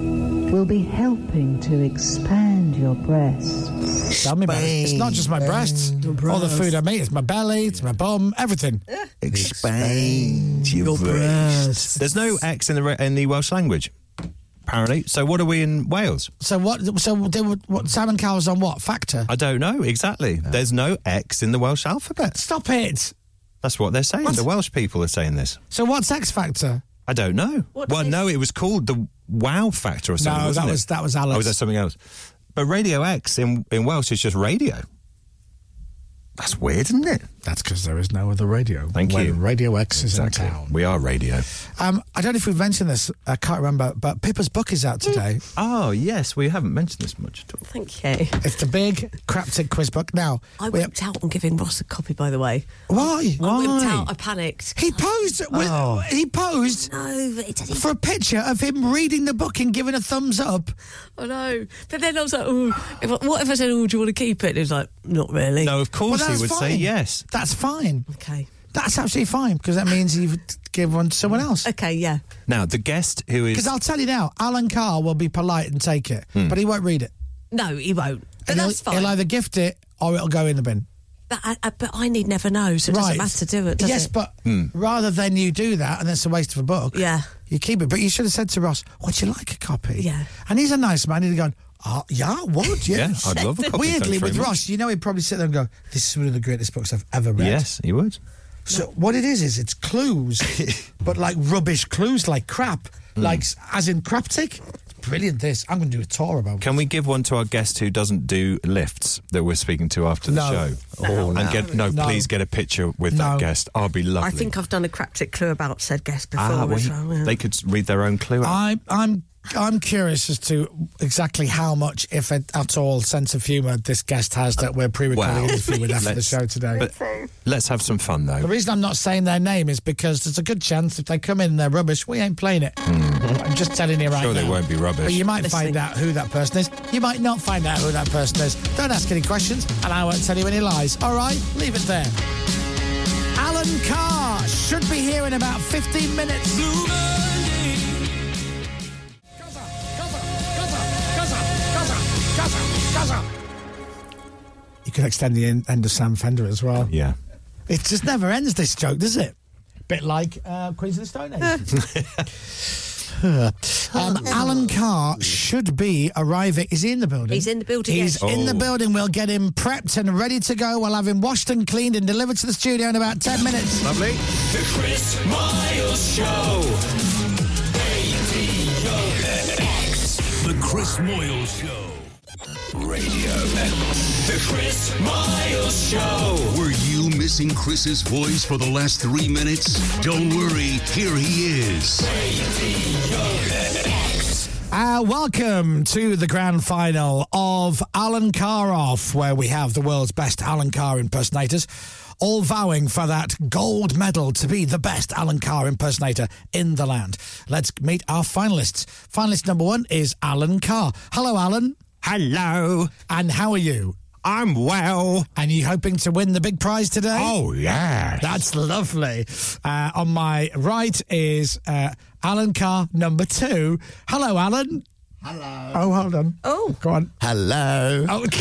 S9: will be helping to expand your breasts.
S2: Tell me about it. It's not just my breasts. All the food I eat. It's my belly. It's my bum. Everything.
S7: Expand your, breasts. There's no X in the re- in the Welsh language, apparently. So what are we in Wales?
S2: So what? So they were, what? Simon Cowell's on what factor?
S7: I don't know exactly. There's no X in the Welsh alphabet.
S2: Stop it.
S7: That's what they're saying. The Welsh people are saying this.
S2: So what's X factor?
S7: I don't know. well, no, it was called the Wow Factor or something.
S2: No,
S7: wasn't
S2: that
S7: it?
S2: was- that was Alice.
S7: Oh, was that something else? But Radio X in in Welsh is just radio. That's weird, isn't it?
S2: That's because there is no other radio.
S7: Thank
S2: When
S7: you.
S2: Radio X is in
S7: exactly.
S2: town.
S7: We are radio.
S2: Um, I don't know if we've mentioned this. uh, I can't remember. But Pippa's book is out today.
S7: Oh yes, we haven't mentioned this much at all.
S8: Thank you.
S2: It's the big craptic quiz book. Now
S8: I wimped out on giving Ross a copy, by the way.
S2: Why?
S8: I wimped out. I panicked.
S2: He posed. With,
S8: Oh.
S2: He posed
S8: No, but it didn't.
S2: for a picture of him reading the book and giving a thumbs up.
S8: I know. But then I was like, oh, if I, what if I said, oh, do you want to keep it? And he was like, not really.
S7: No, of course
S2: Well,
S7: he
S2: that's
S7: would say
S2: fine.
S7: yes.
S2: That's fine.
S8: Okay.
S2: That's absolutely fine because that means you've given one to someone else.
S8: Okay, yeah.
S7: Now the guest who is
S2: Because I'll tell you now, Alan Carr will be polite and take it,
S7: Hmm.
S2: but he won't read it.
S8: No, he won't. But
S2: And he'll-
S8: that's fine.
S2: He'll either gift it or it'll go in the bin.
S8: But I, I, but I need never know, so it
S2: Right.
S8: doesn't matter, do it? Does
S2: yes,
S8: it? Hmm.
S2: but rather than you do that and it's a waste of a book, yeah, you keep it. But you should have said to Ross, "Would you like a copy?" Yeah, and he's a nice man. He'd go, "Oh, [laughs] yeah, I would
S7: Yeah,
S2: yes.
S7: I'd love a copy,
S2: Weirdly,
S7: thanks
S2: with
S7: very much.
S2: Ross, you know, he'd probably sit there and go, "This is one of the greatest books I've ever read."
S7: yes, he would.
S2: So what it is is it's [laughs] clues, but like rubbish clues, like crap, like s- as in craptic. Brilliant! This I'm going to do a tour about.
S7: Can we give one to our guest who doesn't do lifts that we're speaking to after the
S2: No.
S7: show?
S2: No.
S7: and get no,
S2: No.
S7: please get a picture with that guest. I'll be lovely.
S8: I think I've done a craptic clue about said guest before.
S7: ah, well,
S8: as
S7: he-
S8: well, yeah.
S2: Ah,
S7: they could read their own clue. out.
S2: I, I'm I'm curious as to exactly how much, if at at all, sense of humour this guest has that we're pre-recording
S7: Wow.
S2: an interview with after the
S7: Let's-
S2: show today.
S7: But let's have some fun,
S2: the
S7: though.
S2: reason I'm not saying their name is because there's a good chance if they come in and they're rubbish, we ain't playing it. I'm just telling you right
S7: Hmm. Sure,
S2: now.
S7: they won't be rubbish.
S2: But you might find out who that person is. You might not find out who that person is. Don't ask any questions, and I won't tell you any lies. All right? Leave it there. Alan Carr should be here in about 15 minutes. You could extend the en- end of Sam Fender as well.
S7: Yeah.
S2: It just never ends, this joke, does it? Bit like uh, Queens of the
S8: [laughs]
S2: Stone Age. [laughs] um, Alan Carr should be arriving. Is he in the building?
S8: He's in the building,
S2: He's
S8: yes.
S2: in the
S8: Oh.
S2: building. We'll get him prepped and ready to go. We'll have him washed and cleaned and delivered to the studio in about 10 minutes.
S7: Lovely.
S3: The Chris Miles Show. Radio X. The Chris Miles Show. Radio X. The Chris Miles Show.
S13: Were you missing Chris's voice for the last three minutes? Don't worry, here he is.
S2: Uh, welcome to the grand final of Alan Carr Off, where we have the world's best Alan Carr impersonators, all vowing for that gold medal to be the best Alan Carr impersonator in the land. Let's meet our finalists. Finalist number one is Alan Carr. Hello, Alan. Hello. And how are you? I'm well. And you hoping to win the big prize today? Oh, yeah. That's lovely. Uh, on my right is uh, Alan Carr, number two. Hello, Alan. Hello. Oh, hold on. Oh. Go on.
S15: Hello.
S2: [laughs]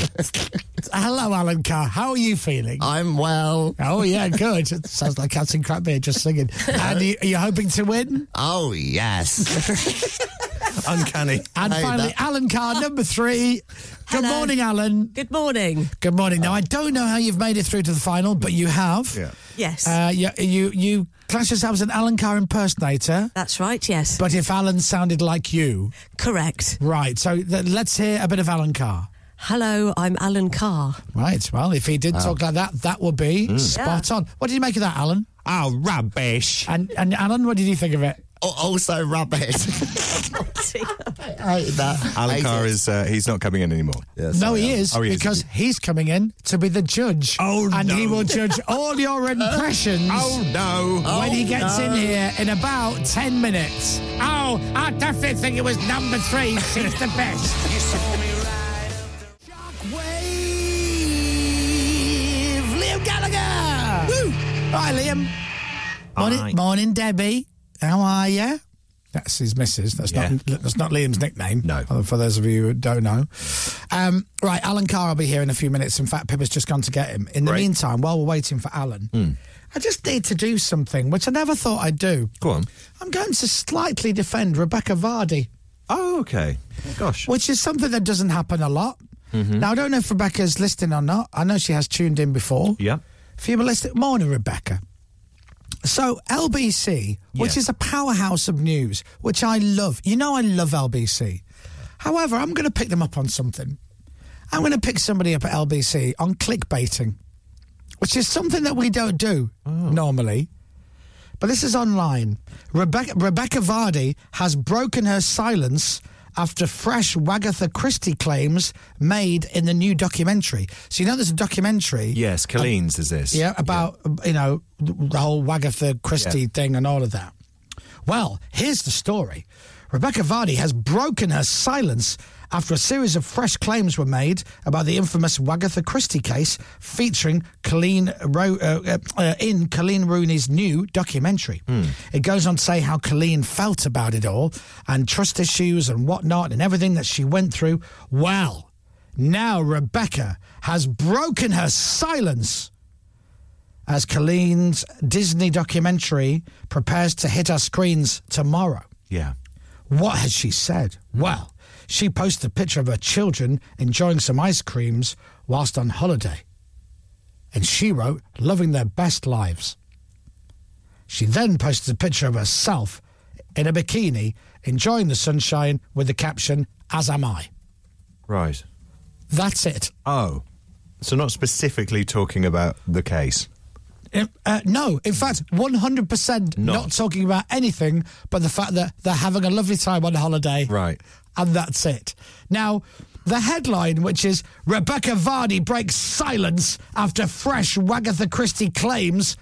S2: Oh, hello, Alan Carr. How are you feeling?
S15: I'm well.
S2: Oh, yeah, good. It sounds like Captain Crapbeard just
S15: [laughs]
S2: singing. And you, are you hoping to win?
S15: Oh, yes.
S7: Uncanny.
S2: [laughs] And
S15: Hey,
S2: finally,
S15: that-
S2: Alan Carr, number
S15: [laughs]
S2: three. Good morning, Alan. Good morning. Good morning. Now, I don't know how you've made it through to the final, but you have. Yeah.
S8: Yes.
S2: Uh, you, you, you class yourselves an Alan Carr impersonator. That's right, yes. But if Alan sounded like you. Correct. Right. So th- let's hear a bit of Alan Carr.
S8: Hello, I'm Alan Carr.
S2: Right. Well, if he did
S15: Ah.
S8: Oh.
S2: talk like that, that would be
S15: Hmm.
S8: Mm.
S2: spot on. What did you make of that, Alan? Oh, rubbish. And, and Alan, what did you think of it?
S15: Oh, also
S2: [laughs]
S15: rubbish. [laughs] I hate that.
S7: Alan
S15: Hate
S7: Carr
S15: it.
S7: is, uh, he's not coming in anymore.
S2: no, he is,
S7: Oh, he is.
S2: because he's coming in to be the judge. Oh, And he
S7: [laughs]
S2: will judge all your impressions.
S7: Oh, no.
S2: When he
S7: Oh,
S2: gets
S7: no.
S2: in here in about 10 minutes. Oh, I definitely think it was number three. She's the best. Wave, Liam Gallagher. Woo. [laughs] Hi, Liam. Morning,
S14: Hi.
S2: morning, Debbie. How are you? That's his missus. That's not that's not Liam's nickname. No. For those of you who don't know, um, right? Alan Carr will be here in a few minutes. In fact, Pippa's just gone to get him. In the meantime, while we're waiting for Alan,
S7: Hmm.
S2: I just need to do something which I never thought I'd do.
S7: Go on.
S2: I'm going to slightly defend Rebecca Vardy.
S7: Oh, okay. Gosh.
S2: Which is something that doesn't happen a lot.
S7: Mhm.
S2: Now, I don't know if Rebecca's listening or not. I know she has tuned in before.
S7: Yeah.
S2: If you were listening, morning, Rebecca. So, LBC, which
S7: Yeah.
S2: is a powerhouse of news, which I love. You know, I love LBC. However, I'm going to pick them up on something. I'm going to pick somebody up at LBC on clickbaiting, which is something that we don't do normally. But this is online. Rebecca, Rebecca Vardy has broken her silence after fresh Wagatha Christie claims made in the new documentary. So you know there's a documentary.
S7: Yes, Colleen's is this.
S2: Yeah, about you know the whole Wagatha Christie
S7: Yeah.
S2: thing and all of that. Well, here's the story: Rebecca Vardy has broken her silence after a series of fresh claims were made about the infamous Wagatha Christie case featuring Colleen Ro- uh, uh, in Colleen Rooney's new documentary.
S7: Hmm.
S2: It goes on to say how Colleen felt about it all and trust issues and whatnot and everything that she went through. Well, now Rebecca has broken her silence as Colleen's Disney documentary prepares to hit our screens tomorrow.
S7: Yeah.
S2: What has she said? Well, she posted a picture of her children enjoying some ice creams whilst on holiday. And she wrote, loving their best lives. She then posted a picture of herself in a bikini enjoying the sunshine with the caption, As am I.
S7: Right.
S2: That's it.
S7: Oh. So, not specifically talking about the case.
S2: Uh, uh, no, in fact, 100% not. talking about anything but the fact that they're having a lovely time on holiday. Right. And that's it. Now, the headline, which is Rebecca Vardy breaks silence after fresh Wagatha Christie claims,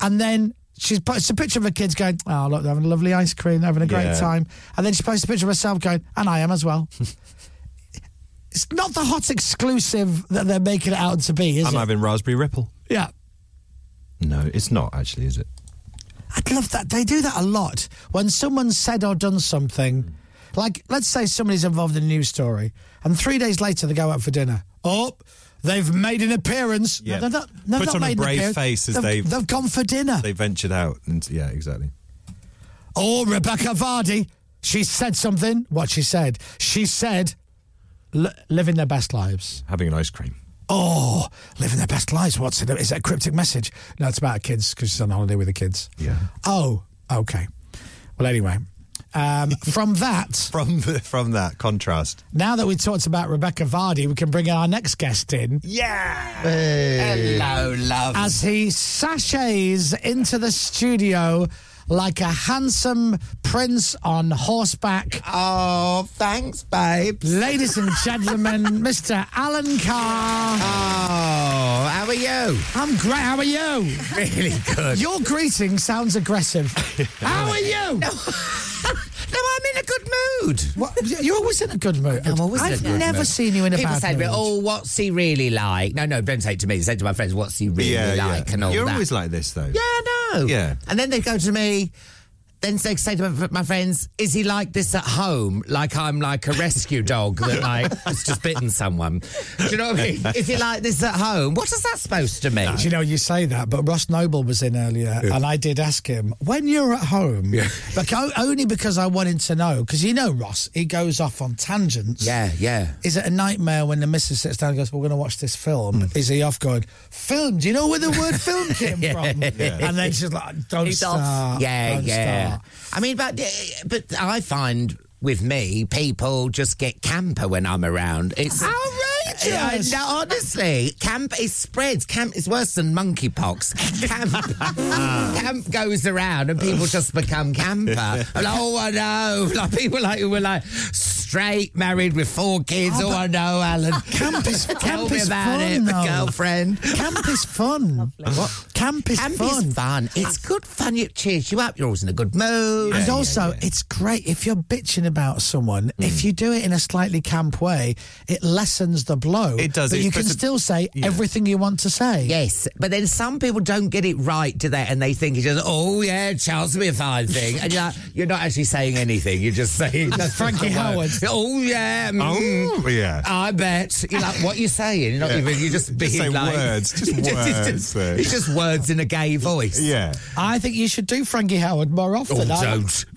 S2: and then she's posts a picture of her kids going, Oh, look, they're having a lovely ice cream, they're having a great
S14: Yeah.
S2: time. And then she posts a picture of herself going, And I am as well. it's not the hot exclusive that they're making it out to be, is
S7: I'm
S2: it?
S7: having raspberry ripple.
S2: yeah.
S7: No, it's not actually, is it?
S2: I'd love that. They do that a lot. When someone's said or done something,
S7: Hmm.
S2: like let's say somebody's involved in a news story, and three days later they go out for dinner. Oh, they've made an appearance. No,
S7: Yeah.
S2: they've not, they've
S7: Put
S2: not
S7: on a
S2: made an
S7: brave
S2: appearance.
S7: face as
S2: they've,
S7: they've-
S2: they've gone for dinner.
S7: [laughs] They ventured out, and yeah, exactly.
S2: Oh, Rebecca Vardy, she said something. What she said? She said, "Li- living their best lives.
S7: Having an ice cream. [laughs]
S2: Oh, living their best lives. What's it? Is that a cryptic message? No, it's about kids because she's on holiday with the kids.
S7: Yeah.
S2: Oh, okay. Well, anyway, um, from that,
S7: [laughs] From the, from that contrast.
S2: now that we talked about Rebecca Vardy, we can bring our next guest in.
S7: Yeah.
S3: Hello, love.
S2: As he sachets into the studio like a handsome prince on horseback.
S19: Oh, thanks, babe.
S2: Ladies and gentlemen,
S19: [laughs]
S2: Mr. Alan Carr.
S19: Oh, how are you?
S2: I'm great. How are you?
S19: Really good.
S2: Your greeting sounds
S19: [laughs]
S2: aggressive. How are you?
S19: No. [laughs] No, I'm in a good mood.
S2: What? You're always in a good mood.
S19: I'm always in a
S2: I've
S19: good
S2: never
S19: mood.
S2: seen you in a
S19: People
S2: bad
S19: say to me,
S2: mood.
S19: oh, what's he really like? No, no, don't say it to me. Say it to my friends, what's he really
S7: Yeah, yeah.
S19: like and all
S7: You're
S19: that.
S7: always like this, though.
S19: Yeah, I know.
S7: Yeah.
S19: And then they go to me. Then they say to my- my friends, "Is he like this at home? Like I'm like a rescue dog that like has just bitten someone? Do you know what I mean? Is he like this at home? What is that supposed to mean?
S2: Do you know, you say that, but Ross Noble was in earlier, and I did ask him, when you're at home, but o- only because I wanted to know, because you know Ross, he goes off on tangents.
S19: Yeah, yeah.
S2: Is it a nightmare when the missus sits down and goes, we're going to watch this film? Is he off going, film? Do you know where the word
S19: [laughs]
S2: film came from?
S19: Yeah.
S2: And then she's like, don't
S19: He's off.
S2: start.
S19: Yeah,
S2: don't
S19: yeah.
S2: start."
S19: I mean, but but I find with me, people just get camper when I'm around. It's outrageous. no, honestly, camp is spreads. Camp is worse than monkeypox.
S2: [laughs]
S19: Camp, camp goes around and people just become camper. And, oh, I know. Like people like who were like straight, married with four kids. Oh, I know, Alan.
S2: Camp is,
S19: [laughs] Tell
S2: camp
S19: me
S2: is
S19: about
S2: fun,
S19: it,
S2: though.
S19: girlfriend.
S2: Camp is fun. What? Camp is
S19: Camp
S2: Hmm. fun.
S19: is fun. It's good fun. It cheers you up. You're always in a good mood.
S2: and also, it's great if you're bitching about someone.
S7: Hmm.
S2: If you do it in a slightly camp way, it lessens the blow.
S19: It does.
S2: But
S19: It's
S2: you can
S19: better-
S2: still say everything you want to say.
S19: Yes, but then some people don't get it right, do they? And they think it's just, oh yeah, Charles will be a fine thing. And you're, like, you're not actually saying anything. You're just saying
S2: Just Frankie
S19: the
S2: Howard.
S19: word. Oh yeah, mm,
S7: Oh, yeah.
S19: I bet. You're like, what are you saying? You're not
S7: Yeah.
S19: even. You're just
S7: Just
S19: being
S7: say
S19: like
S7: words, just
S19: It's
S7: words,
S19: It's [laughs] just,
S7: though.
S19: it's just words in a gay voice.
S7: Yeah.
S2: I think you should do Frankie Howard more
S19: Oh,
S2: often. I-
S19: don't. [laughs]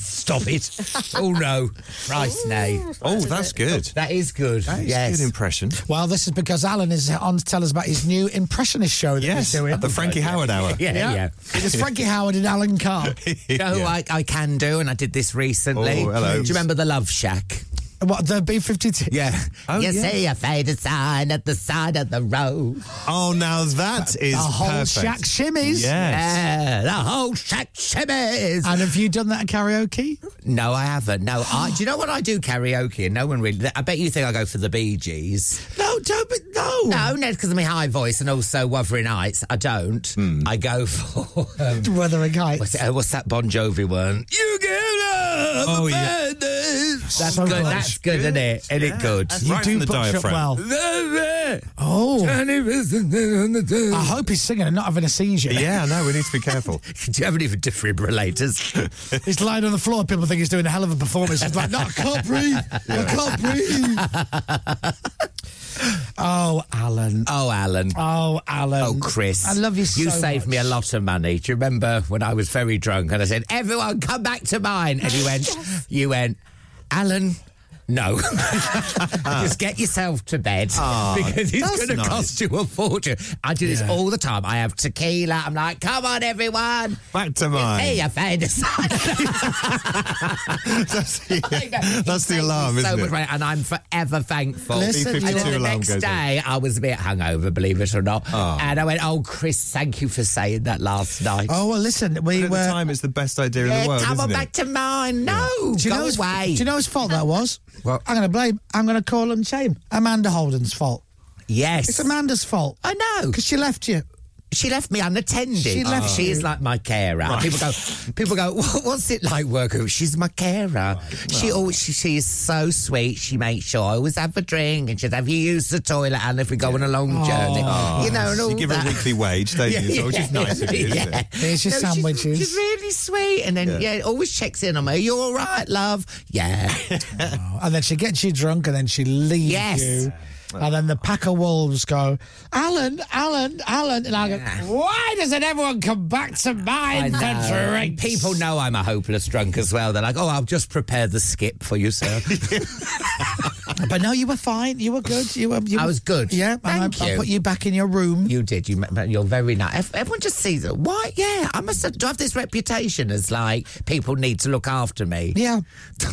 S19: Stop it. Oh no, Christ, nay.
S7: Oh, that's good.
S19: That is good.
S7: That is
S19: yes.
S7: good impression.
S2: Well, this is because Alan is on to tell us about his new impressionist show that
S7: Yes,
S2: he's doing.
S7: the Frankie Howard Hour.
S19: Yeah, yeah.
S2: It's Frankie Howard and
S7: [laughs]
S2: Alan Carr.
S19: [laughs] You know who I, I can do, and I did this recently.
S7: Oh, hello.
S19: Do you remember the Love Shack?
S2: What, the B-52?
S19: Yeah.
S7: Oh,
S19: you
S7: yeah.
S19: see a faded sign at the side of the road.
S7: Oh, now that is
S2: the whole
S7: perfect.
S2: shack shimmies.
S7: Yes.
S19: Yeah, the whole shack shimmies.
S2: And have you done that at karaoke?
S19: No, I haven't. No, I, do you know what I do karaoke? And no one really. I bet you think I go for the Bee Gees.
S2: No, don't. But no.
S19: No, no, because of my high voice and also Wuthering Heights. I don't. I go [laughs] for. Um,
S2: Wuthering Heights.
S19: What's, uh, what's that Bon Jovi one? You give love. Oh, yeah. That's
S2: So
S19: good.
S2: good.
S19: That's good, isn't it? Isn't it good?
S2: You do butch up well. Oh. I hope he's singing and not having a seizure.
S7: Yeah, no, we need to be careful.
S19: Do [laughs] you have any
S2: [laughs]
S19: defibrillators?
S2: He's lying on the floor. People think he's doing a hell of a performance. He's like, no, I
S19: [laughs]
S2: can't breathe. I can't breathe. oh, Alan.
S19: Oh, Alan.
S2: Oh, Alan.
S19: Oh, Chris.
S2: I love you so
S19: You saved me a lot of money. Do you remember when I was very drunk and I said, Everyone come back to mine? And you went, You went, Alan, No. [laughs] Just get yourself to bed
S6: Oh,
S19: [laughs] because it's
S6: that's
S19: going to
S6: nice.
S19: cost you a fortune. I do this
S6: Yeah.
S19: all the time. I have tequila. I'm like, come on, everyone.
S7: Back to
S6: mine.
S19: Hey, you [laughs] fade aside. that's the,
S7: that's the alarm,
S19: so
S7: isn't
S19: much
S7: it?
S19: money, and I'm forever thankful.
S7: Listen,
S19: and
S7: B52
S19: then the
S7: alarm
S19: next
S7: goes off.
S19: day, I was a bit hungover, believe it or not.
S2: Ah.
S7: Oh.
S19: And I went, oh, Chris, thank you for saying that last night.
S2: Oh well, listen, we
S7: At
S2: were.
S7: the time, it's the best idea in
S19: Yeah,
S7: the world,
S19: come
S7: isn't
S19: on
S7: it?
S19: back to mine. No,
S2: do you
S19: go
S2: know his-
S19: away.
S2: Do you know whose fault that was? I'm going to blame. I'm going to call and shame Amanda Holden's fault.
S19: Yes,
S2: it's Amanda's fault.
S19: I know
S2: because she left you.
S19: She left me unattended.
S2: She left.
S19: She
S2: you.
S19: is like my carer.
S2: Right.
S19: People go, people go. "What- What's it like working? with-" She's my carer. She always, she, she is so sweet. She makes sure I always have a drink, and she's have you used the toilet, and if we go on a long journey,
S7: Oh,
S19: you know, and all
S7: you give
S19: that.
S7: her a weekly wage,
S2: [laughs]
S7: don't
S19: [laughs] Yeah,
S7: you? So, Which is
S19: yeah,
S7: nice of you, isn't
S19: yeah.
S7: it?
S2: There's your
S19: No, she's-
S2: sandwiches.
S19: She's really sweet, and then yeah.
S2: Yeah.
S19: always checks in on me. You all right, love? Yeah.
S2: and then she gets you drunk, and then she leaves
S19: Yes.
S2: you. And then the pack of wolves go, Alan, Alan, Alan, and I go, why doesn't everyone come back to mine
S19: I know.
S2: for
S19: And
S2: drinks?
S19: People know I'm a hopeless drunk as well. They're like, oh, I'll just prepare the skip for you, [laughs] sir.
S2: But no, you were fine. You were good. You were. You
S19: I
S2: were-
S19: was good.
S2: Yeah,
S19: Thank
S2: and I,
S19: you.
S2: I put you back in your room.
S19: You did. You, ma- you're very nice. Ev- Everyone just sees it. Why? Yeah, I must have, do I have this reputation as like people need to look after me.
S2: Yeah.
S19: [laughs]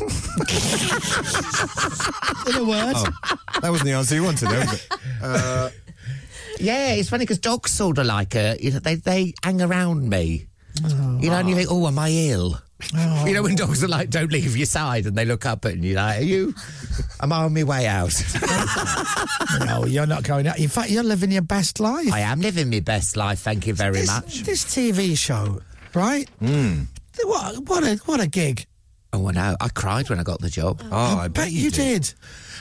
S19: In a word.
S7: Oh, that wasn't the answer you wanted, though, was it? Uh,
S19: Yeah, it's funny because dogs sort of like it. You know, they they hang around me. You know, and you think, oh, am I ill?
S2: Oh.
S19: You know, when dogs are like, don't leave your side, and they look up at you, and you're like, are you? Am I on my way out?
S2: [laughs] no, you're not going out. In fact, you're living your best life.
S19: I am living my best life. Thank you very
S2: this, Hmm.
S19: much.
S2: This TV show, right?
S19: Mm.
S2: What what a what a gig.
S19: Oh, I know. I cried when I got the job. Oh, I, bet,
S2: you did.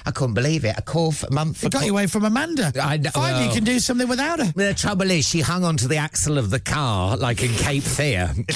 S19: I couldn't believe it. A call for a month.
S2: It got you away from Amanda.
S19: I know.
S2: Finally, you
S19: well-
S2: can do something without her.
S19: The trouble is, she hung onto the axle of the car like in Cape Fear. [laughs]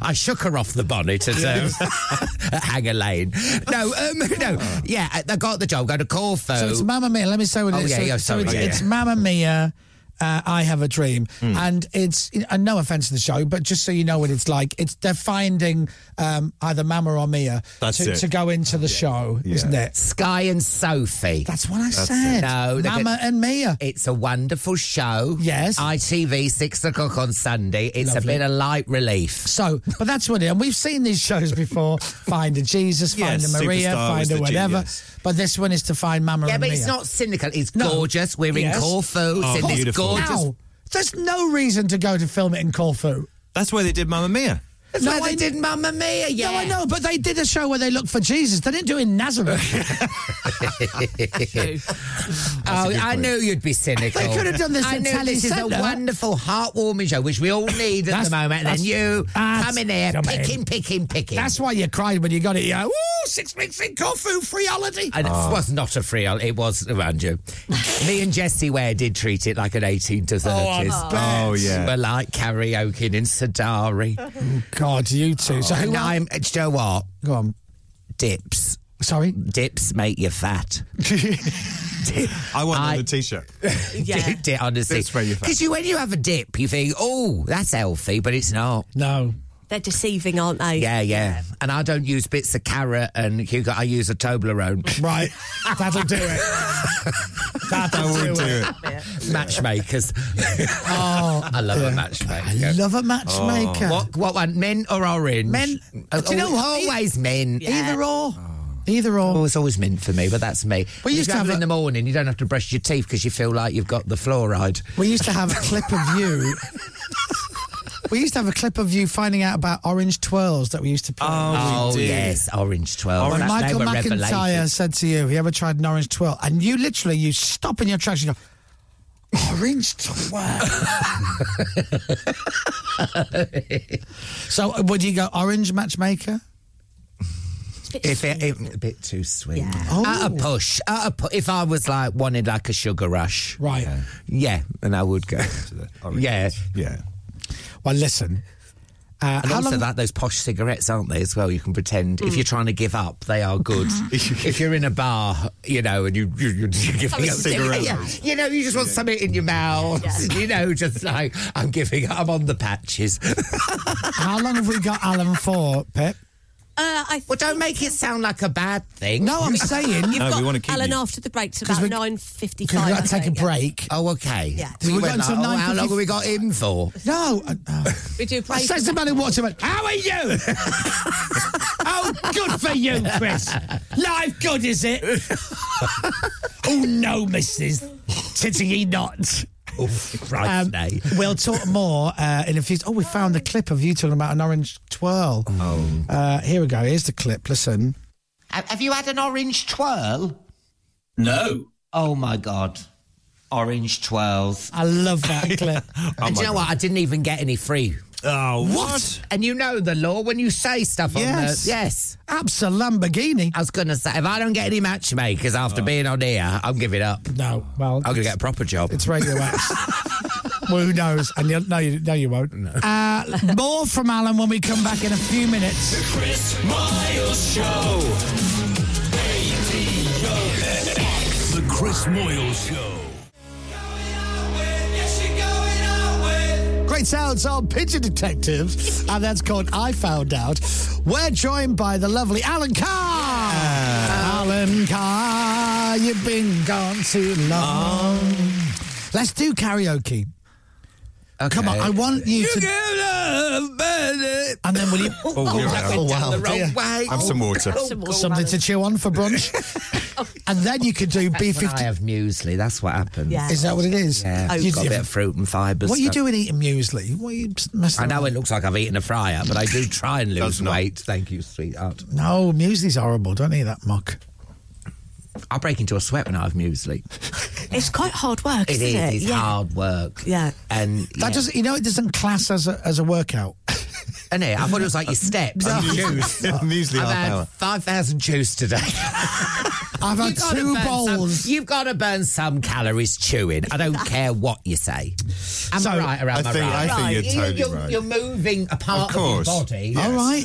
S19: I shook her off the bonnet at, um, [laughs] at Hanger Lane. No, um, [laughs] no, yeah, I got the job. Go to Corfu.
S2: So it's Mamma Mia. Let me say what it
S19: Oh,
S2: is.
S19: yeah,
S2: so,
S19: yeah,
S2: so
S19: sorry,
S2: it's,
S19: yeah. Hmm.
S2: it's Mamma Mia. Uh, I have a dream, and it's and no offense to the show, but just so you know what it's like, it's they're finding um, either Mama or Mia
S19: That's
S2: to,
S19: it.
S2: to go into the show, isn't it?
S19: Sky and Sophie.
S2: That's what I said.
S19: No, they're
S2: Mama
S19: gonna-
S2: and Mia.
S19: It's a wonderful show. Yes. ITV, 6 o'clock on Sunday. It's
S2: Lovely.
S19: a bit of light relief.
S2: So, but that's what it. And we've seen these shows
S19: [laughs]
S2: before: Find a Jesus, Find
S19: Yes,
S2: a Maria,
S19: Superstar was
S2: Find a
S19: the
S2: whatever.
S19: genius.
S2: But this one is to find Mama
S19: Yeah,
S2: and
S19: but
S2: Mia.
S19: it's not cynical. It's gorgeous. We're
S2: Yes. Oh,
S19: in Corfu. it's in this gorgeous. [laughs]
S2: Ow. There's no reason to go to film it in Corfu.
S7: That's where they did Mamma Mia.
S19: That's why they did Mamma Mia, yeah.
S2: No, I know, but they did a show where they looked for Jesus. They didn't do it in
S19: [laughs]
S2: Nazareth.
S19: oh, I knew you'd be cynical.
S2: They could have done this
S19: I
S2: at
S19: knew
S2: Telly
S19: this is a
S2: Centre.
S19: wonderful, heartwarming show, which we all need at
S2: That's-
S19: the moment. And
S2: that's-
S19: then you
S2: that's-
S19: come in here,
S2: come
S19: picking,
S2: in.
S19: picking, picking.
S2: That's why you cried when you got it. You go, ooh, six weeks in Corfu, free holiday. Oh.
S19: and it was not a free. It was around you. Me and Jesse Ware did treat it like an 18 to 30s.
S2: I bet. Oh, yeah.
S19: But like karaoke in Sadari. Oh,
S2: God, you two. so who
S19: and
S2: are-
S19: I'm, do you know what?
S2: Go on.
S19: Dips.
S2: Sorry?
S19: Dips make you fat.
S7: I want another
S2: [laughs]
S7: t-shirt.
S19: yeah. dip, honestly.
S7: Dips make you fat.
S19: Because you, when you have a dip, you think, oh, that's healthy, but it's not.
S2: No.
S20: They're deceiving, aren't they?
S19: Yeah, yeah. And I don't use bits of carrot and Hugo. I use a Toblerone.
S2: Right. That'll do
S19: [laughs]
S2: it.
S19: I
S2: will do
S19: Matchmakers.
S2: Oh,
S19: [laughs] I love a matchmaker. Oh.
S2: I love a matchmaker.
S19: What, what one? Men or orange?
S2: Men-
S19: Oh,
S2: Do you know what?
S19: always men.
S2: Either or. Either or.
S19: Oh, it's always mint for me, but that's me.
S2: We
S19: you
S2: used to
S19: go
S2: have
S19: in
S2: a-
S19: the morning. You don't have to brush your teeth because you feel like you've got the fluoride.
S2: We used to have a clip of you. We used to have a clip of you finding out about orange twirls that we used to play.
S19: [laughs] oh yes, orange twelve.
S2: When
S19: That- they
S2: Michael
S19: were
S2: McIntyre
S19: revelation.
S2: said to you, "Have you ever tried an orange twirl?" and you literally you stop in your tracks and go, "Orange
S19: [laughs]
S2: twirl."
S19: uh,
S2: so would you go orange matchmaker?
S19: If it, it- a bit too sweet.
S2: Oh.
S19: At a push. At a pu- if I was like wanted like a sugar rush.
S2: Right.
S19: Yeah, and I would go. yeah.
S7: Yeah.
S2: Well, listen. Uh,
S19: and
S2: how
S19: also
S2: long-
S19: that those posh cigarettes, aren't they, as well? You can pretend if
S2: Mm.
S19: you're trying to give up, they are good. if you're in a bar, you know, and you you you you're
S6: Have
S19: giving
S6: a
S19: up
S6: cigarette.
S19: Yeah, you know, you just want something in your mouth. You know, just like I'm giving up. I'm on the patches.
S2: how long have we got Alan for, Pip?
S8: Uh,
S19: [laughs]
S8: I well,
S19: don't make it sound like a bad Oh, thing.
S2: No, I'm saying-
S19: [laughs]
S8: You've
S19: No,
S8: got
S19: we wanna keep
S8: Alan
S19: you.
S8: after the break's
S19: 'Cause
S8: about
S19: we-
S8: nine
S19: Because
S8: fifty-five.
S19: we've got to take a
S2: break.
S19: Oh, okay.
S8: Yeah.
S19: We
S8: We're
S19: went
S8: going
S19: like,
S8: till
S19: oh, how
S8: 9:50.
S19: long have we got in for?
S2: No.
S19: uh,
S8: We do play.
S2: I said to Manny Waterman,
S21: How are
S19: [laughs]
S21: you? oh, good for you, Chris. Life good, is it?
S19: [laughs]
S21: oh, no, missus. Titty not.
S19: Oh, Christ,
S2: Um,
S19: mate.
S2: [laughs] we'll talk more uh, in a few. Oh, we found the clip of you talking about an orange twirl. Oh. Uh, here we go. Here's the clip. Listen.
S19: Have have you had an orange twirl?
S22: No.
S19: Oh my god. Orange twirls.
S2: I love
S19: [laughs]
S2: that clip.
S19: and do you know what? I didn't even get any free.
S6: Oh
S19: And you know the law when you say stuff on
S2: Yes.
S19: the yes.
S2: Absolute Lamborghini.
S19: I was gonna say if I don't get any matchmakers after being on here, I'm giving up.
S2: No, well,
S19: I'm gonna get a proper job.
S2: It's Radio
S19: [laughs]
S2: X. well, who knows? And you'll, no, you, no, you won't. Uh, more from Alan when we
S19: [laughs]
S2: come back in a few minutes.
S23: Chris Miles Show.
S3: The Chris Moyle Show.
S2: Great sounds on Pigeon Detective, and that's called I Found Out. We're joined by the lovely Alan Carr. Alan Carr, you've been gone too long. Let's do karaoke. Come on, I want you, to. And then will you?
S6: Oh, you're right.
S2: Oh, wow, dear.
S6: Have some water.
S2: Something to chew [laughs] on for
S19: [laughs]
S2: brunch, and then you could do B
S19: When I
S2: fifty.
S19: have muesli, that's what happens.
S2: Yeah. Is that what it is?
S19: Yeah.
S2: Oh,
S19: it's
S2: you
S19: got
S2: do-
S19: a bit of fruit and fibres.
S2: What are you doing eating muesli? What are you messing
S19: I know it looks like I've eaten a fry up, but I do try and lose weight. Thank you, sweetheart.
S2: No, muesli's horrible. Don't eat that muck.
S19: I break into a sweat when I have muesli.
S8: It's quite hard work,
S19: It
S8: isn't
S19: is.
S8: it?
S19: It's hard work.
S8: Yeah.
S19: And
S2: That doesn't, you know, it doesn't class as a as a workout. [laughs]
S19: And I thought it was like your steps.
S2: No.
S19: Juice.
S2: No. Muesli
S19: I've
S2: half
S19: had
S2: hour.
S19: five thousand juice today.
S2: [laughs] I've had
S19: You've gotta
S2: two
S19: burn some-
S2: bowls.
S19: you've got to burn some calories chewing. I don't care what you say. Am I right or am
S6: I
S19: I
S6: think-
S19: right?
S6: I think you're
S19: You-
S6: totally right.
S19: You're moving a part
S6: Of
S19: of, your
S6: course.
S19: body.
S6: All
S2: right.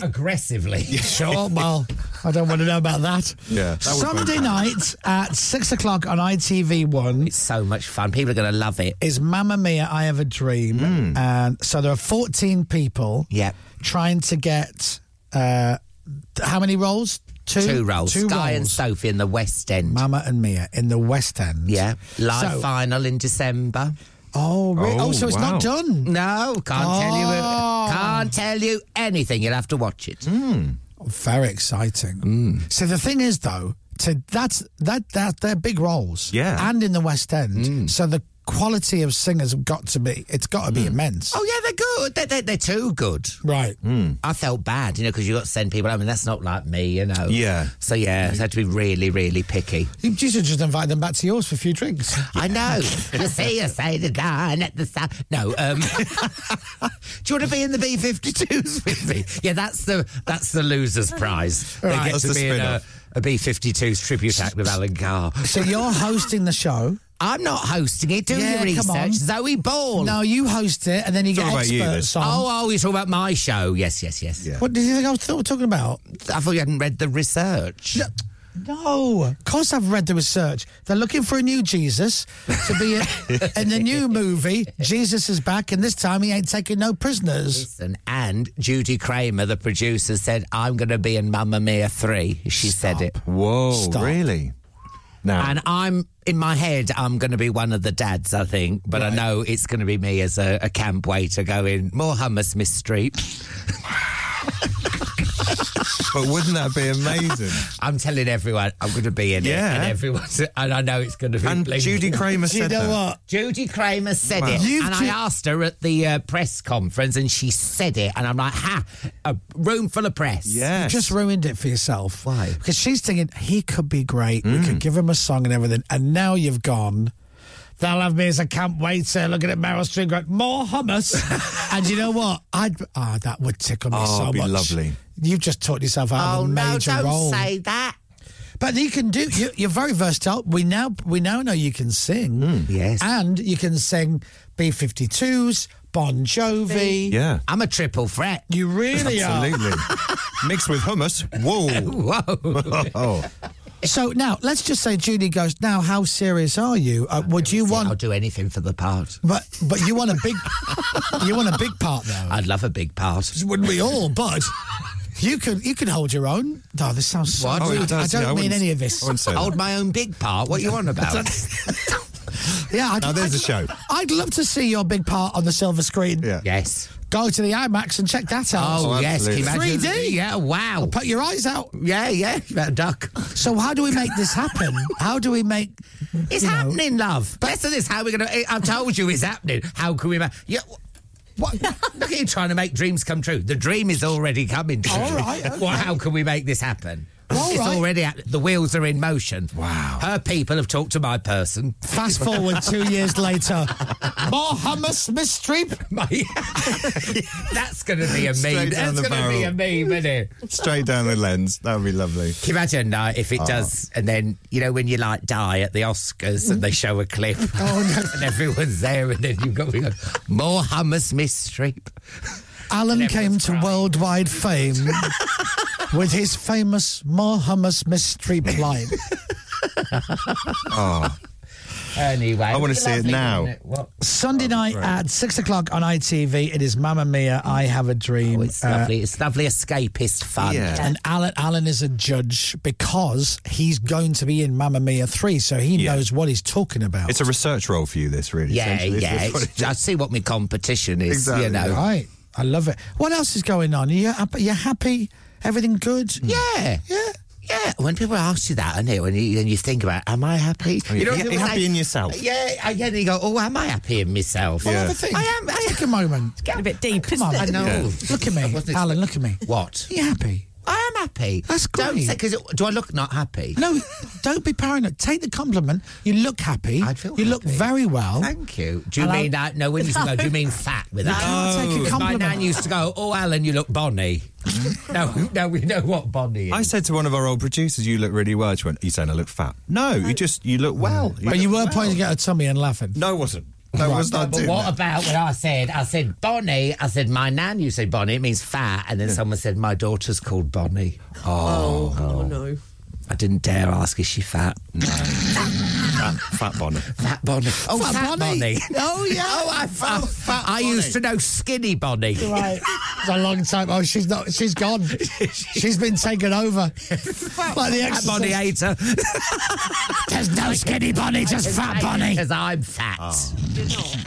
S2: [laughs]
S19: Aggressively.
S2: Sure, well, I don't want to know about that.
S6: Yeah, that was
S2: Sunday
S6: fun.
S2: night at six o'clock on ITV1. It's
S19: so much fun. People are going to love it.
S2: Is Mamma Mia, I Have a Dream.
S6: Hmm.
S2: And so there are 14 people
S19: Yep.
S2: trying to get uh, how many rolls? Two,
S19: Two roles.
S2: Two
S19: Sky and
S2: roles.
S19: Sophie in the West End.
S2: Mamma and Mia in the West End.
S19: Yeah. Live
S2: So-
S19: final in December.
S2: Oh, re- oh, so it's not done?
S19: No, can't tell you.
S2: Oh.
S19: Can't tell you anything. You'll have to watch it.
S2: Hmm. Very exciting.
S19: Hmm.
S2: So the thing is, though, to that's that that they're big roles,
S6: Yeah.
S2: and in the West End.
S19: Hmm.
S2: So the quality of singers have got to be it's got to be immense. Hmm.
S19: Oh yeah, they're good. They're, they're, they're too good. Hmm.
S2: Right.
S19: I felt bad, you know, because you got to send people. I mean, that's not like me, you know.
S6: Yeah.
S19: So yeah, I had to be really, really picky.
S2: You should just invite them back to yours for a few drinks.
S19: [laughs] I know. you see, you say the gun at the sun. No. Um, [laughs] do you want to be in the B-52s with me? Yeah, that's the that's the losers' prize.
S2: [laughs]
S19: They
S2: Right.
S19: get
S2: That's
S19: to
S2: the
S19: be in a,
S2: spin-off.
S19: a B-52s tribute act with Alan Carr.
S2: So you're hosting the show.
S19: I'm not hosting it. Do
S2: Yeah,
S19: your research.
S2: come on.
S19: Zoe Ball.
S2: No, you host it, and then you
S19: It's
S2: get
S19: all about
S2: experts
S19: you,
S2: on.
S19: Oh, oh, you're talking about my show. Yes, yes, yes.
S2: What did you think I was th- talking about?
S19: I thought you hadn't read the research.
S2: No, of course I've read the research. They're looking for a new Jesus to be in, in the new movie. Jesus is back, and this time he ain't taking no prisoners.
S19: Listen, and Judy Kramer, the producer, said, I'm going to be in Mamma Mia 3. She said it.
S6: Whoa,
S19: Stop.
S6: really? Now,
S19: And I'm, in my head, I'm going to be one of the dads, I think. But I know it's going to be me as a, a camp waiter going, more hummus, Miss Street.
S6: [laughs] but wouldn't that be amazing?
S19: I'm telling everyone I'm going to be in
S6: Yeah.
S19: it. And everyone's, [laughs] and I know it's going to be.
S6: And
S19: blingy.
S6: Judy Kramer said that.
S19: Judy Kramer said
S6: Wow.
S19: it.
S6: You've
S19: and I
S6: ju-
S19: asked her at the uh, press conference and she said it. And I'm like, ha, a room full of press.
S2: You just ruined it for yourself. Why? Because she's thinking he could be great. We
S19: Mm.
S2: could give him a song and everything. And now you've gone. They'll have me as a camp waiter looking at Meryl Streep going, more hummus.
S19: [laughs]
S2: and you know what? I'd ah, that would tickle me
S6: Oh,
S2: so
S6: it'd be
S2: much.
S6: lovely.
S2: You've just talked yourself out
S19: Oh,
S2: of a
S19: no,
S2: major
S19: don't
S2: role.
S19: say that.
S2: But you can do. You, you're very versatile. We now we now know you can sing.
S19: yes,
S2: and you can sing B52s, Bon Jovi.
S6: Yeah.
S19: I'm a triple threat.
S2: You really are. [laughs]
S6: Absolutely. Mixed with hummus. Whoa.
S19: [laughs] Whoa.
S6: [laughs] oh.
S2: So now let's just say Judy goes. Now, how serious are you? Uh, would you
S19: I'll
S2: want?
S19: do anything for the part.
S2: But but you [laughs] want a big, you want a big part though.
S19: I'd love a big part.
S2: Wouldn't we all? But You could you could hold your own. No, this sounds so
S6: Oh,
S19: What?
S2: rude. I don't mean any of this.
S19: Hold my own big part. What you on
S6: [laughs]
S19: about?
S2: yeah, I'd,
S19: Now there's
S2: I'd-
S19: a show.
S2: I'd love to see your big part on the silver screen. Yeah.
S19: Yes.
S2: Go to the IMAX and check that out.
S19: Oh, Oh, yes. Can you absolutely. imagine?
S2: 3D.
S19: Yeah, wow.
S2: put your eyes out.
S19: Yeah, yeah. About duck.
S2: So how do we make this happen? how do we make?
S19: It's happening, love. Best of this, how are we going to? I've told you it's happening. How can we make? Yeah. What?
S2: [laughs]
S19: Look at you trying to make dreams come true. The dream is already coming true.
S2: All
S19: [laughs]
S2: right, okay.
S19: Well, how can we make this happen?
S2: All
S19: it's
S2: right.
S19: already hap- the wheels are in motion. Wow. Her people have talked to my person.
S2: Fast forward two years later, more hummus mystery.
S19: [laughs] That's going to be a meme.
S7: Straight down
S19: That's
S7: the
S19: going to be a meme, isn't it?
S7: Straight down the lens. That would be lovely.
S19: Can you imagine uh, if it
S7: Oh.
S19: does, and then you know when you like die at the Oscars and they show
S7: [laughs]
S19: a clip,
S7: Oh,
S19: [laughs] and everyone's there, and then you've got we go, more hummus mystery.
S2: Alan came to worldwide fame with his famous more hummus mystery line.
S19: [laughs]
S7: Oh.
S19: Anyway,
S7: I want to see it now.
S2: Sunday night at six o'clock on ITV. It is Mamma Mia. I have a dream.
S19: Oh,
S2: Uh,
S19: It's lovely. It's lovely escapist fun.
S2: And Alan, Alan is a judge because he's going to be in Mamma Mia 3, so he knows what he's talking about.
S7: It's a research role for you, this really.
S19: yeah,
S7: essentially.
S19: yeah.
S7: It's what
S19: it's- I see what my competition is. You know,
S2: Right. I love it. What else is going on? Are you, are you happy? Everything good?
S19: Yeah.
S2: Yeah.
S19: Yeah, when people ask you that, and it when you, and you think about, am I happy?
S7: Oh, yeah. You're
S19: people
S7: happy
S19: say,
S7: in yourself.
S19: Yeah, I get it. You go, oh, am I happy in myself?
S2: Well, have a think.
S19: I am. I
S2: Take a moment. It's
S8: getting a bit deep,
S2: Come on.
S19: I know.
S2: Look at
S19: I
S2: me.
S19: wasn't
S2: Alan, look at me.
S19: What?
S2: Are you happy?
S19: I am happy. That's great. Don't say, because do I look not happy?
S2: No, don't be paranoid. Take the compliment. You look happy. I feel You look very well.
S19: Thank you. Do you
S2: And I-
S19: mean that? No, when you go, do you mean fat with
S2: You
S19: that?
S2: can't take a compliment. Mm-hmm.
S19: My nan used to go, oh, Alan, you look bonny. no, no, we know what bonny is.
S7: I said to one of our old producers, "You look really well." She went, "Are you saying I look fat?" No, you just you look well.
S2: But
S7: look
S2: you were
S7: well.
S2: pointing at her tummy and laughing.
S7: No, I wasn't. No, I was
S19: No,
S7: not
S19: but
S7: doing
S19: what
S7: that.
S19: about when I said, I said Bonnie, I said my nan, you say Bonnie, it means fat, and then someone said my daughter's called Bonnie. Oh,
S8: no.
S19: I didn't dare ask, is she [laughs] fat? No. fat,
S7: fat Bonnie.
S19: Fat Bonnie. Oh, fat, Bonnie.
S2: Oh, yeah.
S19: [laughs] oh, I, fat, fat I used to know skinny Bonnie. [laughs]
S2: Right. It's a long time. Oh, she's not. She's gone.
S7: [laughs]
S2: she's been taken over. like the
S19: Fat Bonnie
S2: exorcist.
S19: hater.
S2: There's no skinny Bonnie, just fat Bonnie.
S19: Because I'm fat.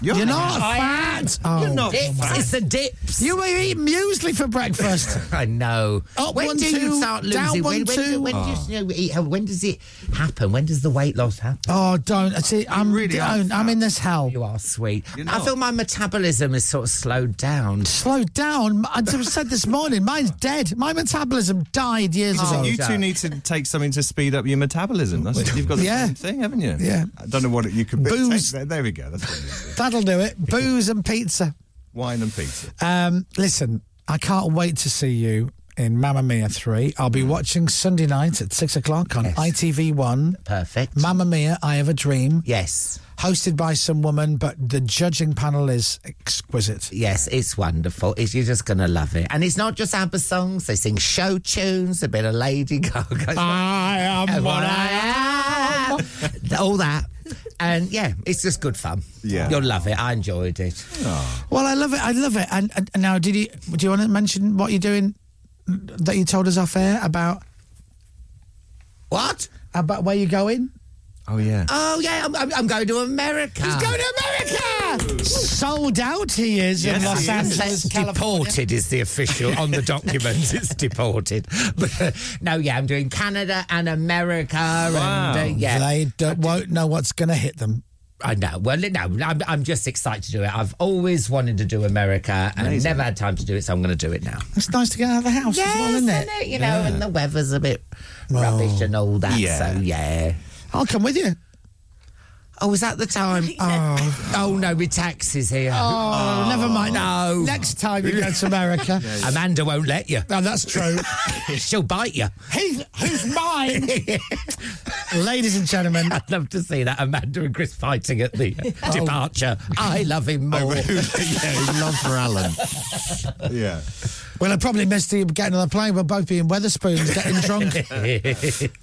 S2: You're, not,
S19: I am.
S2: fat. Oh,
S19: You're not
S2: come
S19: fat.
S2: on.
S19: It's the dips.
S2: You were eating muesli for breakfast.
S19: [laughs] I know.
S2: Up
S19: when
S2: one,
S19: do
S2: two,
S19: you start losing?
S2: down
S19: when,
S2: one,
S19: when,
S2: two.
S19: When, do you, you know, when does it happen? When does the weight loss happen?
S2: Oh, don't. See, I'm really don't. I'm in this hell.
S19: You are sweet. I feel my metabolism is sort of slowed down.
S2: Slowed down. I just said this morning, mine's dead. My metabolism died years ago.
S7: you two need to take something to speed up your metabolism. That's it. You've got the
S2: Yeah.
S7: same thing, haven't you?
S2: Yeah.
S7: I don't know what it, you could
S2: Booze.
S7: take [laughs] There, there we go. That's what it is.
S2: That'll do it. Booze and pizza.
S7: Wine and pizza.
S2: Um, listen, I can't wait to see you in Mamma Mia 3. I'll be watching Sunday night at 6 o'clock on ITV1.
S19: Perfect.
S2: Mamma Mia, I Have a Dream.
S19: Yes.
S2: Hosted by some woman, but the judging panel is exquisite.
S19: Yes, it's wonderful. It's, you're just going to love it. And it's not just ABBA songs. They sing show tunes, a bit of Lady Gaga.
S2: I am
S19: what I am. All that. And yeah, it's just good fun.
S2: Yeah.
S19: You'll love it. I enjoyed it.
S2: Well, I love it. I love it. And, and and now, did you do you want to mention what you're doing that you told us off air about?
S19: What?
S2: About where you're going?
S7: Oh yeah.
S19: Oh, yeah, I'm, I'm, I'm going to America.
S2: He's going to America. Sold out. He is in Los Angeles, California.
S19: Deported is the official on the documents. it's deported. [laughs] But uh, no, yeah, I'm doing Canada and America. And, uh, yeah.
S2: They don't, won't know what's going to hit them.
S19: I know. Well, no, I'm, I'm just excited to do it. I've always wanted to do America and
S2: Amazing.
S19: never had time to do it, so I'm going to do it now.
S2: It's nice to get out of the house as well, isn't it?
S19: You know, and the weather's a bit rubbish and all that.
S2: Yeah.
S19: So yeah.
S2: I'll come with you.
S19: Oh, is that the time?
S2: [laughs]
S19: oh. oh no, my taxi's here.
S2: Oh, never mind.
S19: No.
S2: Next time you go to
S19: [laughs]
S2: America.
S19: Amanda won't let you.
S2: No, that's true.
S19: [laughs] She'll bite you.
S2: He's, who's
S19: [laughs]
S2: mine? Ladies and gentlemen. Oh.
S19: I'd love to see that Amanda and Chris fighting
S2: [laughs]
S19: at the departure. I love him more. [laughs]
S7: yeah, love for Alan. yeah.
S2: Well, I probably missed you getting on the plane. We'll both be in Weatherspoons
S19: [laughs]
S2: getting drunk.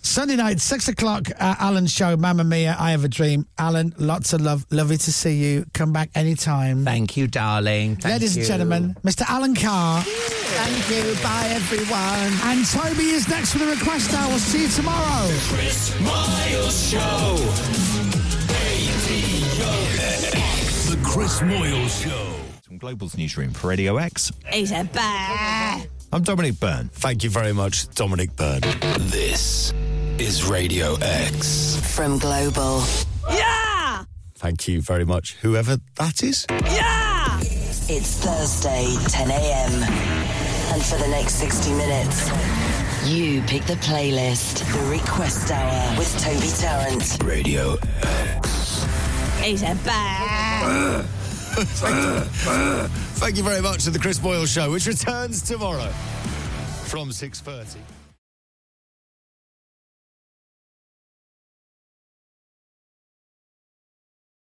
S2: Sunday night, six o'clock, uh, Alan's show, Mamma Mia, I Have a Dream. Alan, lots of love. Lovely to see you. Come back anytime.
S19: Thank you, darling. Thank
S2: Ladies
S19: you.
S2: and gentlemen, Mr. Alan Carr.
S24: Thank you. Bye, everyone.
S2: And Toby is next with a request hour. We'll see you tomorrow.
S25: Chris Miles Show.
S3: The Chris Moyle Show.
S7: From Global's newsroom for Radio X.
S8: He's a bear.
S7: I'm Dominic Byrne.
S6: Thank you very much, Dominic Byrne.
S26: [laughs] This is Radio X.
S4: From Global.
S8: Yeah!
S6: Thank you very much,
S26: [laughs]
S6: whoever that is.
S4: Yeah! It's Thursday, 10 a.m. And for the next 60 minutes, you pick the playlist. The Request Hour with Toby Tarrant.
S26: Radio
S8: He's a bear.
S6: Thank you very much to the Chris Boyle Show, which returns tomorrow from 6.30.